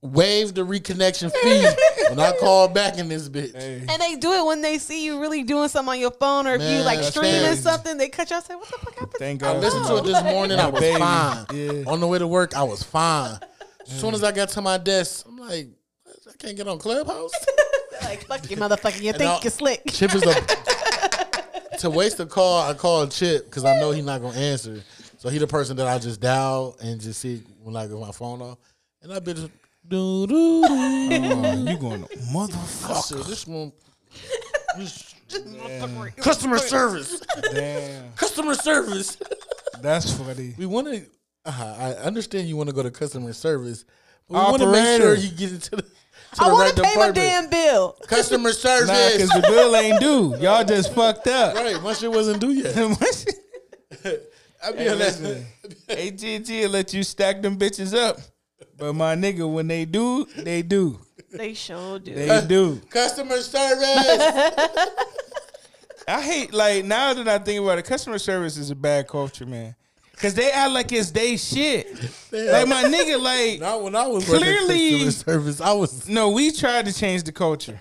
[SPEAKER 8] Waive the reconnection fee when I call back in this bitch.
[SPEAKER 9] And they do it when they see you really doing something on your phone or if you
[SPEAKER 8] Man,
[SPEAKER 9] like
[SPEAKER 8] that's
[SPEAKER 9] streaming
[SPEAKER 8] crazy.
[SPEAKER 9] something, they cut you out and say, What the fuck happened?
[SPEAKER 7] Thank
[SPEAKER 8] I
[SPEAKER 7] God.
[SPEAKER 8] listened to it this morning. I
[SPEAKER 7] My
[SPEAKER 8] was
[SPEAKER 7] baby.
[SPEAKER 8] fine.
[SPEAKER 7] Yeah.
[SPEAKER 8] On the way to work, I was fine. As soon as I got to my desk, I'm like, I can't get on Clubhouse.
[SPEAKER 9] Like, fuck you, motherfucker. You
[SPEAKER 8] I'll-
[SPEAKER 9] think you're slick.
[SPEAKER 8] Chip is a to waste a call. I called Chip because I know he's not gonna answer. So he the person that I just dial and just see when I get my phone off, and I bitch do do. do.
[SPEAKER 7] you going to
[SPEAKER 8] I
[SPEAKER 7] motherfucker?
[SPEAKER 8] said, This one. this- Customer service,
[SPEAKER 7] Damn,
[SPEAKER 8] customer service.
[SPEAKER 7] that's funny.
[SPEAKER 8] We want to. Uh, I understand you want to go to customer service, but we want to make sure
[SPEAKER 7] Operator.
[SPEAKER 8] you get into the. To
[SPEAKER 9] I
[SPEAKER 8] the
[SPEAKER 9] want
[SPEAKER 8] right
[SPEAKER 9] to pay my
[SPEAKER 8] department.
[SPEAKER 9] damn bill.
[SPEAKER 8] customer
[SPEAKER 7] Nah, cause
[SPEAKER 8] service.
[SPEAKER 7] the bill ain't due. Y'all just fucked up.
[SPEAKER 8] right, my shit wasn't due yet. I be on that.
[SPEAKER 7] AT&T will let you stack them bitches up, but my nigga, when they do, they do,
[SPEAKER 9] They sure do.
[SPEAKER 7] they do.
[SPEAKER 8] Customer service.
[SPEAKER 7] I hate like now that I think about it, customer service is a bad culture, man. Cause they act like it's they shit. Like my nigga, like
[SPEAKER 8] Not when I was working
[SPEAKER 7] Clearly-
[SPEAKER 8] customer service. I was.
[SPEAKER 7] no, we tried to change the culture,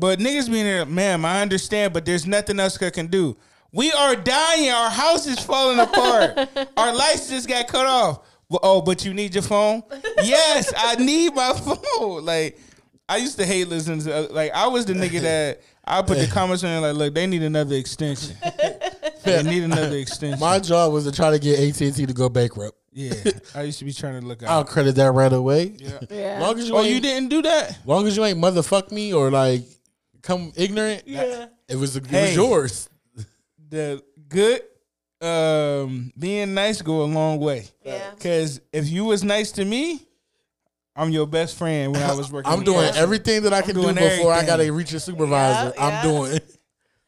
[SPEAKER 7] but niggas being there, ma'am, I understand, but there's nothing else I can do. We are dying. Our house is falling apart. Our license got cut off. Well, oh, but you need your phone? Yes, I need my phone. Like, I used to hate listening to, other- like, I was the nigga that I put the comments on, like, look, they need another extension. They need another extension.
[SPEAKER 8] My job was to try to get AT and T to go bankrupt.
[SPEAKER 7] yeah, I used to be trying to look
[SPEAKER 8] I'll
[SPEAKER 7] out.
[SPEAKER 8] credit that right away.
[SPEAKER 6] Yeah.
[SPEAKER 8] Long as you,
[SPEAKER 7] Oh,
[SPEAKER 8] ain't,
[SPEAKER 7] you didn't do that?
[SPEAKER 8] Long as you ain't motherfuck me or like come ignorant. Yeah. It was it
[SPEAKER 7] Hey.
[SPEAKER 8] was yours.
[SPEAKER 7] the good um being nice go a long way.
[SPEAKER 9] Yeah.
[SPEAKER 7] Cause if you was nice to me, I'm your best friend when I was working.
[SPEAKER 8] I'm
[SPEAKER 7] with
[SPEAKER 8] doing
[SPEAKER 7] you.
[SPEAKER 8] everything that I can do
[SPEAKER 7] doing
[SPEAKER 8] before I
[SPEAKER 7] everything.
[SPEAKER 8] gotta reach a supervisor.
[SPEAKER 9] Yeah, yeah.
[SPEAKER 8] I'm doing.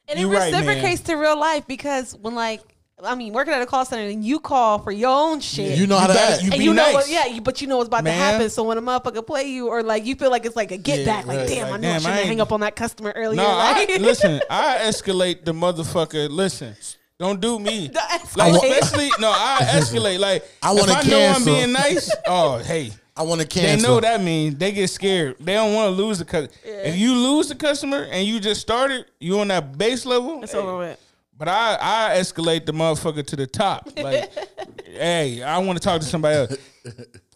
[SPEAKER 9] And
[SPEAKER 7] You
[SPEAKER 9] it
[SPEAKER 7] right, man.
[SPEAKER 9] reciprocates to real life because when like I mean working at a call center and you call for your own shit.
[SPEAKER 8] You know how to
[SPEAKER 7] gotta-
[SPEAKER 8] act.
[SPEAKER 7] you
[SPEAKER 9] and
[SPEAKER 7] be
[SPEAKER 9] you know
[SPEAKER 7] nice.
[SPEAKER 9] what yeah, you, but you know what's about
[SPEAKER 7] Ma'am.
[SPEAKER 9] to happen. So when a motherfucker play you or like you feel like it's like a get
[SPEAKER 8] Yeah,
[SPEAKER 9] back, like
[SPEAKER 8] right.
[SPEAKER 9] damn,
[SPEAKER 7] Like,
[SPEAKER 9] I know
[SPEAKER 7] damn,
[SPEAKER 9] I shouldn't
[SPEAKER 7] I
[SPEAKER 9] have hang
[SPEAKER 7] ain't-
[SPEAKER 9] up on that customer earlier.
[SPEAKER 7] No, I,
[SPEAKER 9] like,
[SPEAKER 7] listen, I escalate the motherfucker. Listen, don't do me.
[SPEAKER 9] That's
[SPEAKER 7] Like
[SPEAKER 9] okay.
[SPEAKER 7] especially no, I escalate. Like
[SPEAKER 8] I
[SPEAKER 7] if
[SPEAKER 8] wanna
[SPEAKER 7] I know I'm
[SPEAKER 8] cancel.
[SPEAKER 7] being nice. Oh, hey.
[SPEAKER 8] I want to
[SPEAKER 7] They
[SPEAKER 8] cancel.
[SPEAKER 7] know that means they get scared. They don't want to lose the customer. If you lose the customer and you just started, you on that base level.
[SPEAKER 9] it's
[SPEAKER 7] hey,
[SPEAKER 9] over with.
[SPEAKER 7] But I, I escalate the motherfucker to the top. Like, hey, I want to talk to somebody else.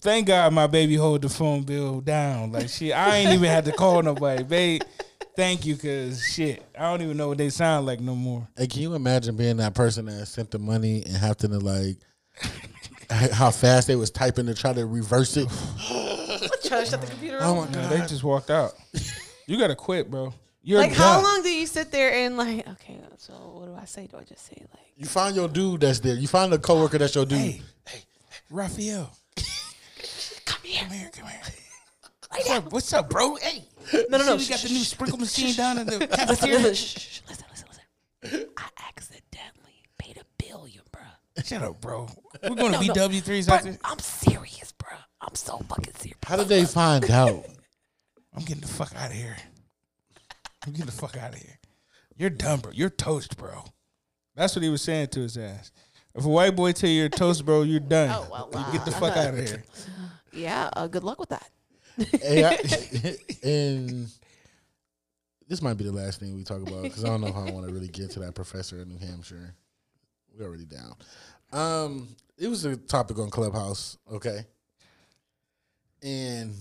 [SPEAKER 7] Thank God my baby hold the phone bill down. Like, shit, I ain't even had to call nobody, babe. Thank you, cause shit, I don't even know what they sound like no more.
[SPEAKER 8] Hey, can you imagine being that person that sent the money and having to like how fast they was typing to try to reverse it?
[SPEAKER 9] Try to shut the computer off.
[SPEAKER 8] Oh my
[SPEAKER 7] No,
[SPEAKER 8] god!
[SPEAKER 7] they just walked out. You gotta quit, bro. You're
[SPEAKER 9] like, how
[SPEAKER 7] dumb.
[SPEAKER 9] long do you sit there and like, okay, so what do I say? Do I just say like,
[SPEAKER 8] You find your dude that's there. You find a coworker that's your dude.
[SPEAKER 7] Hey, Raphael. come here. Come here, come here. What's up, what's up, bro? Hey, no, no, no. We got the new sprinkle machine down in the cafeteria.
[SPEAKER 9] shh, listen, listen, listen. I accidentally paid a billion, bruh.
[SPEAKER 7] Shut up, bro. We're going to BW threes after.
[SPEAKER 9] I'm serious, bruh. I'm so fucking serious.
[SPEAKER 8] How did they find out?
[SPEAKER 7] I'm getting the fuck out of here. I'm getting the fuck out of here. You're dumb, bro. You're toast, bro. That's what he was saying to his ass. If a white boy tell you you're toast, bro, you're done.
[SPEAKER 9] Oh, well,
[SPEAKER 7] You get the fuck out of here.
[SPEAKER 9] Yeah, uh, good luck with that.
[SPEAKER 8] Hey, I- and this might be the last thing we talk about because I don't know if I want to really get to that professor in New Hampshire. We're already down. Um, it was a topic on Clubhouse, okay, and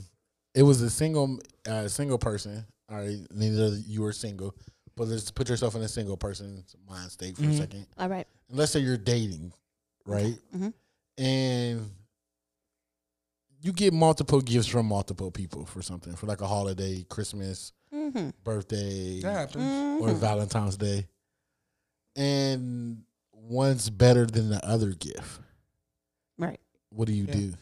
[SPEAKER 8] it was a single, uh, single person. All right, neither of you were single, but let's put yourself in a single person's mind state for a second
[SPEAKER 9] Mm-hmm. All right.
[SPEAKER 8] let's say you're dating, right?
[SPEAKER 9] Mhm.
[SPEAKER 8] And you get multiple gifts from multiple people for something, for like a holiday, Christmas,
[SPEAKER 9] Mm-hmm.
[SPEAKER 8] birthday,
[SPEAKER 7] That happens.
[SPEAKER 8] or Valentine's Day. And one's better than the other gift.
[SPEAKER 9] Right.
[SPEAKER 8] What do you
[SPEAKER 7] Yeah.
[SPEAKER 8] do?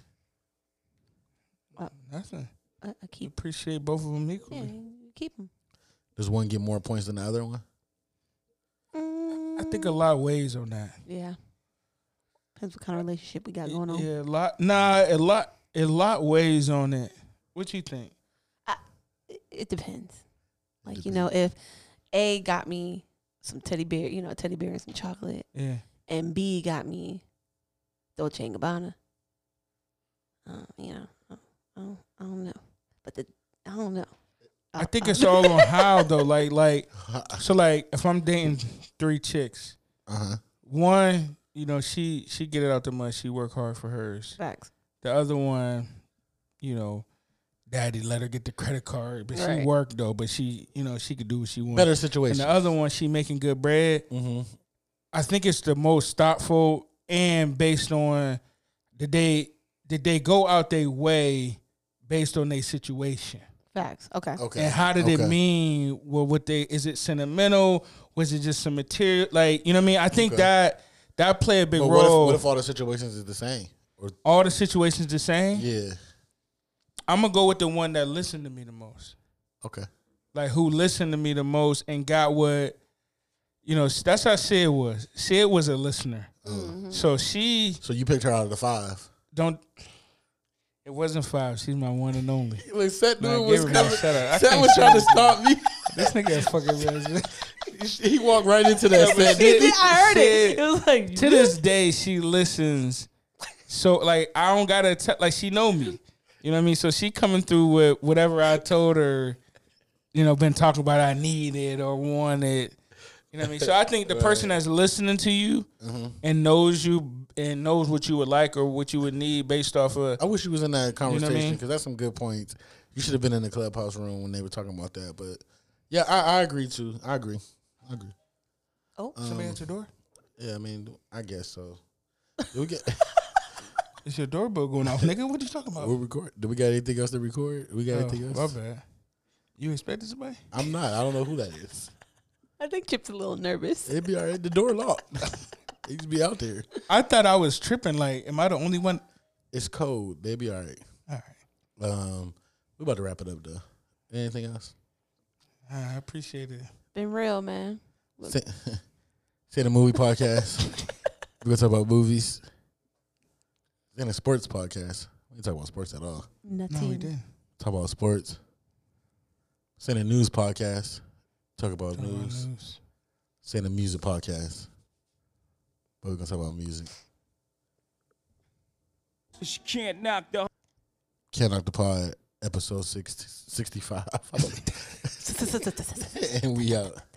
[SPEAKER 7] Nothing.
[SPEAKER 9] I, I Uh, keep,
[SPEAKER 7] Appreciate both of them
[SPEAKER 9] yeah,
[SPEAKER 7] equally.
[SPEAKER 9] keep them.
[SPEAKER 8] Does one get more points than the other one?
[SPEAKER 7] I think a lot of ways on that.
[SPEAKER 9] Yeah. Depends what kind of relationship we got going on.
[SPEAKER 7] Yeah, a lot. Nah, a lot. A lot weighs on it. What you think?
[SPEAKER 9] It, it depends. Like you know, if A got me some teddy bear, you know, a teddy bear and some chocolate,
[SPEAKER 7] Yeah.
[SPEAKER 9] and B got me Dolce and Gabbana. Uh, you know, I don't, I don't know, but the I don't know. Uh,
[SPEAKER 7] I think it's all on how though. Like, like,
[SPEAKER 8] Uh
[SPEAKER 7] so, like, if I'm dating three chicks,
[SPEAKER 8] huh.
[SPEAKER 7] one, you know, she she get it out the mud. She work hard for hers.
[SPEAKER 9] facts.
[SPEAKER 7] The other one, you know, daddy let her get the credit card, but she
[SPEAKER 9] Right.
[SPEAKER 7] worked though. But she, you know, she could do what she wants.
[SPEAKER 8] Better
[SPEAKER 7] And
[SPEAKER 8] situation.
[SPEAKER 7] the other one, she making good bread.
[SPEAKER 8] mm-hmm.
[SPEAKER 7] I think it's the most thoughtful and based on did they did they go out their way based on their situation
[SPEAKER 9] Facts. Okay.
[SPEAKER 8] Okay.
[SPEAKER 7] and how did
[SPEAKER 8] Okay.
[SPEAKER 7] it mean well what they is it sentimental was it just some material like you know what I mean I think
[SPEAKER 8] Okay.
[SPEAKER 7] that that play a big
[SPEAKER 8] But
[SPEAKER 7] role
[SPEAKER 8] what if, what if all the situations is the same? Or
[SPEAKER 7] all the situations the same
[SPEAKER 8] yeah.
[SPEAKER 7] I'm gonna go with the one that listened to me the most
[SPEAKER 8] Okay.
[SPEAKER 7] like who listened to me the most and got what you know that's how Sid was Sid was a listener so she
[SPEAKER 8] So you picked her out of the five.
[SPEAKER 7] don't. It wasn't five. She's my one and only.
[SPEAKER 8] Like Seth dude
[SPEAKER 7] Man,
[SPEAKER 8] was
[SPEAKER 7] give her my
[SPEAKER 8] coming.
[SPEAKER 7] shout out. I
[SPEAKER 8] Seth
[SPEAKER 7] can't
[SPEAKER 8] was trying to
[SPEAKER 7] stand
[SPEAKER 8] stop me.
[SPEAKER 7] This nigga a fucking resident.
[SPEAKER 8] he walked right into that. Seth
[SPEAKER 7] She
[SPEAKER 8] dude.
[SPEAKER 7] did-
[SPEAKER 9] I heard it.
[SPEAKER 7] Sid-
[SPEAKER 9] It was like
[SPEAKER 7] To this day, she listens. So like, I don't gotta tell. Like, she know me. You know what I mean? So she coming through with whatever I told her. You know, been talking about I needed or wanted. You know what I mean? So I think the person that's listening to you
[SPEAKER 8] Mm-hmm.
[SPEAKER 7] and knows you and knows what you would like or what you would need based off of.
[SPEAKER 8] I wish you was in that
[SPEAKER 7] what I
[SPEAKER 8] conversation because
[SPEAKER 7] mean?
[SPEAKER 8] that's some good points. You should have been in the clubhouse room when they were talking about that. But yeah, I, I agree too. I agree. I agree.
[SPEAKER 9] Oh,
[SPEAKER 8] Um,
[SPEAKER 7] Somebody at your door.
[SPEAKER 8] Yeah, I mean, I guess so. Do we get?
[SPEAKER 7] It's your doorbell going off, nigga. What you talking about?
[SPEAKER 8] we record. Do we got anything else to record? We got
[SPEAKER 7] Oh,
[SPEAKER 8] anything
[SPEAKER 7] my
[SPEAKER 8] else?
[SPEAKER 7] bad. You expected somebody?
[SPEAKER 8] I'm not. I don't know who that is.
[SPEAKER 9] I think Chip's a little nervous.
[SPEAKER 8] It'd be all right. The door locked. It just be out there.
[SPEAKER 7] I thought I was tripping. Like, am I the only one?
[SPEAKER 8] It's cold. They'd be all right.
[SPEAKER 7] All right.
[SPEAKER 8] Um, we about to wrap it up though. Anything else?
[SPEAKER 7] Ah, I appreciate it.
[SPEAKER 6] Been real, man.
[SPEAKER 8] Say, say the movie podcast. We're gonna talk about movies. Then a sports podcast. We didn't talk about sports at all.
[SPEAKER 7] No, we did.
[SPEAKER 8] Talk about sports. Send a news podcast. Talk about
[SPEAKER 7] Talk about
[SPEAKER 8] news.
[SPEAKER 7] news.
[SPEAKER 8] Send a music podcast. But we're gonna talk about music.
[SPEAKER 10] She can't knock the
[SPEAKER 8] Can't knock the pod episode 60, 65. and we out.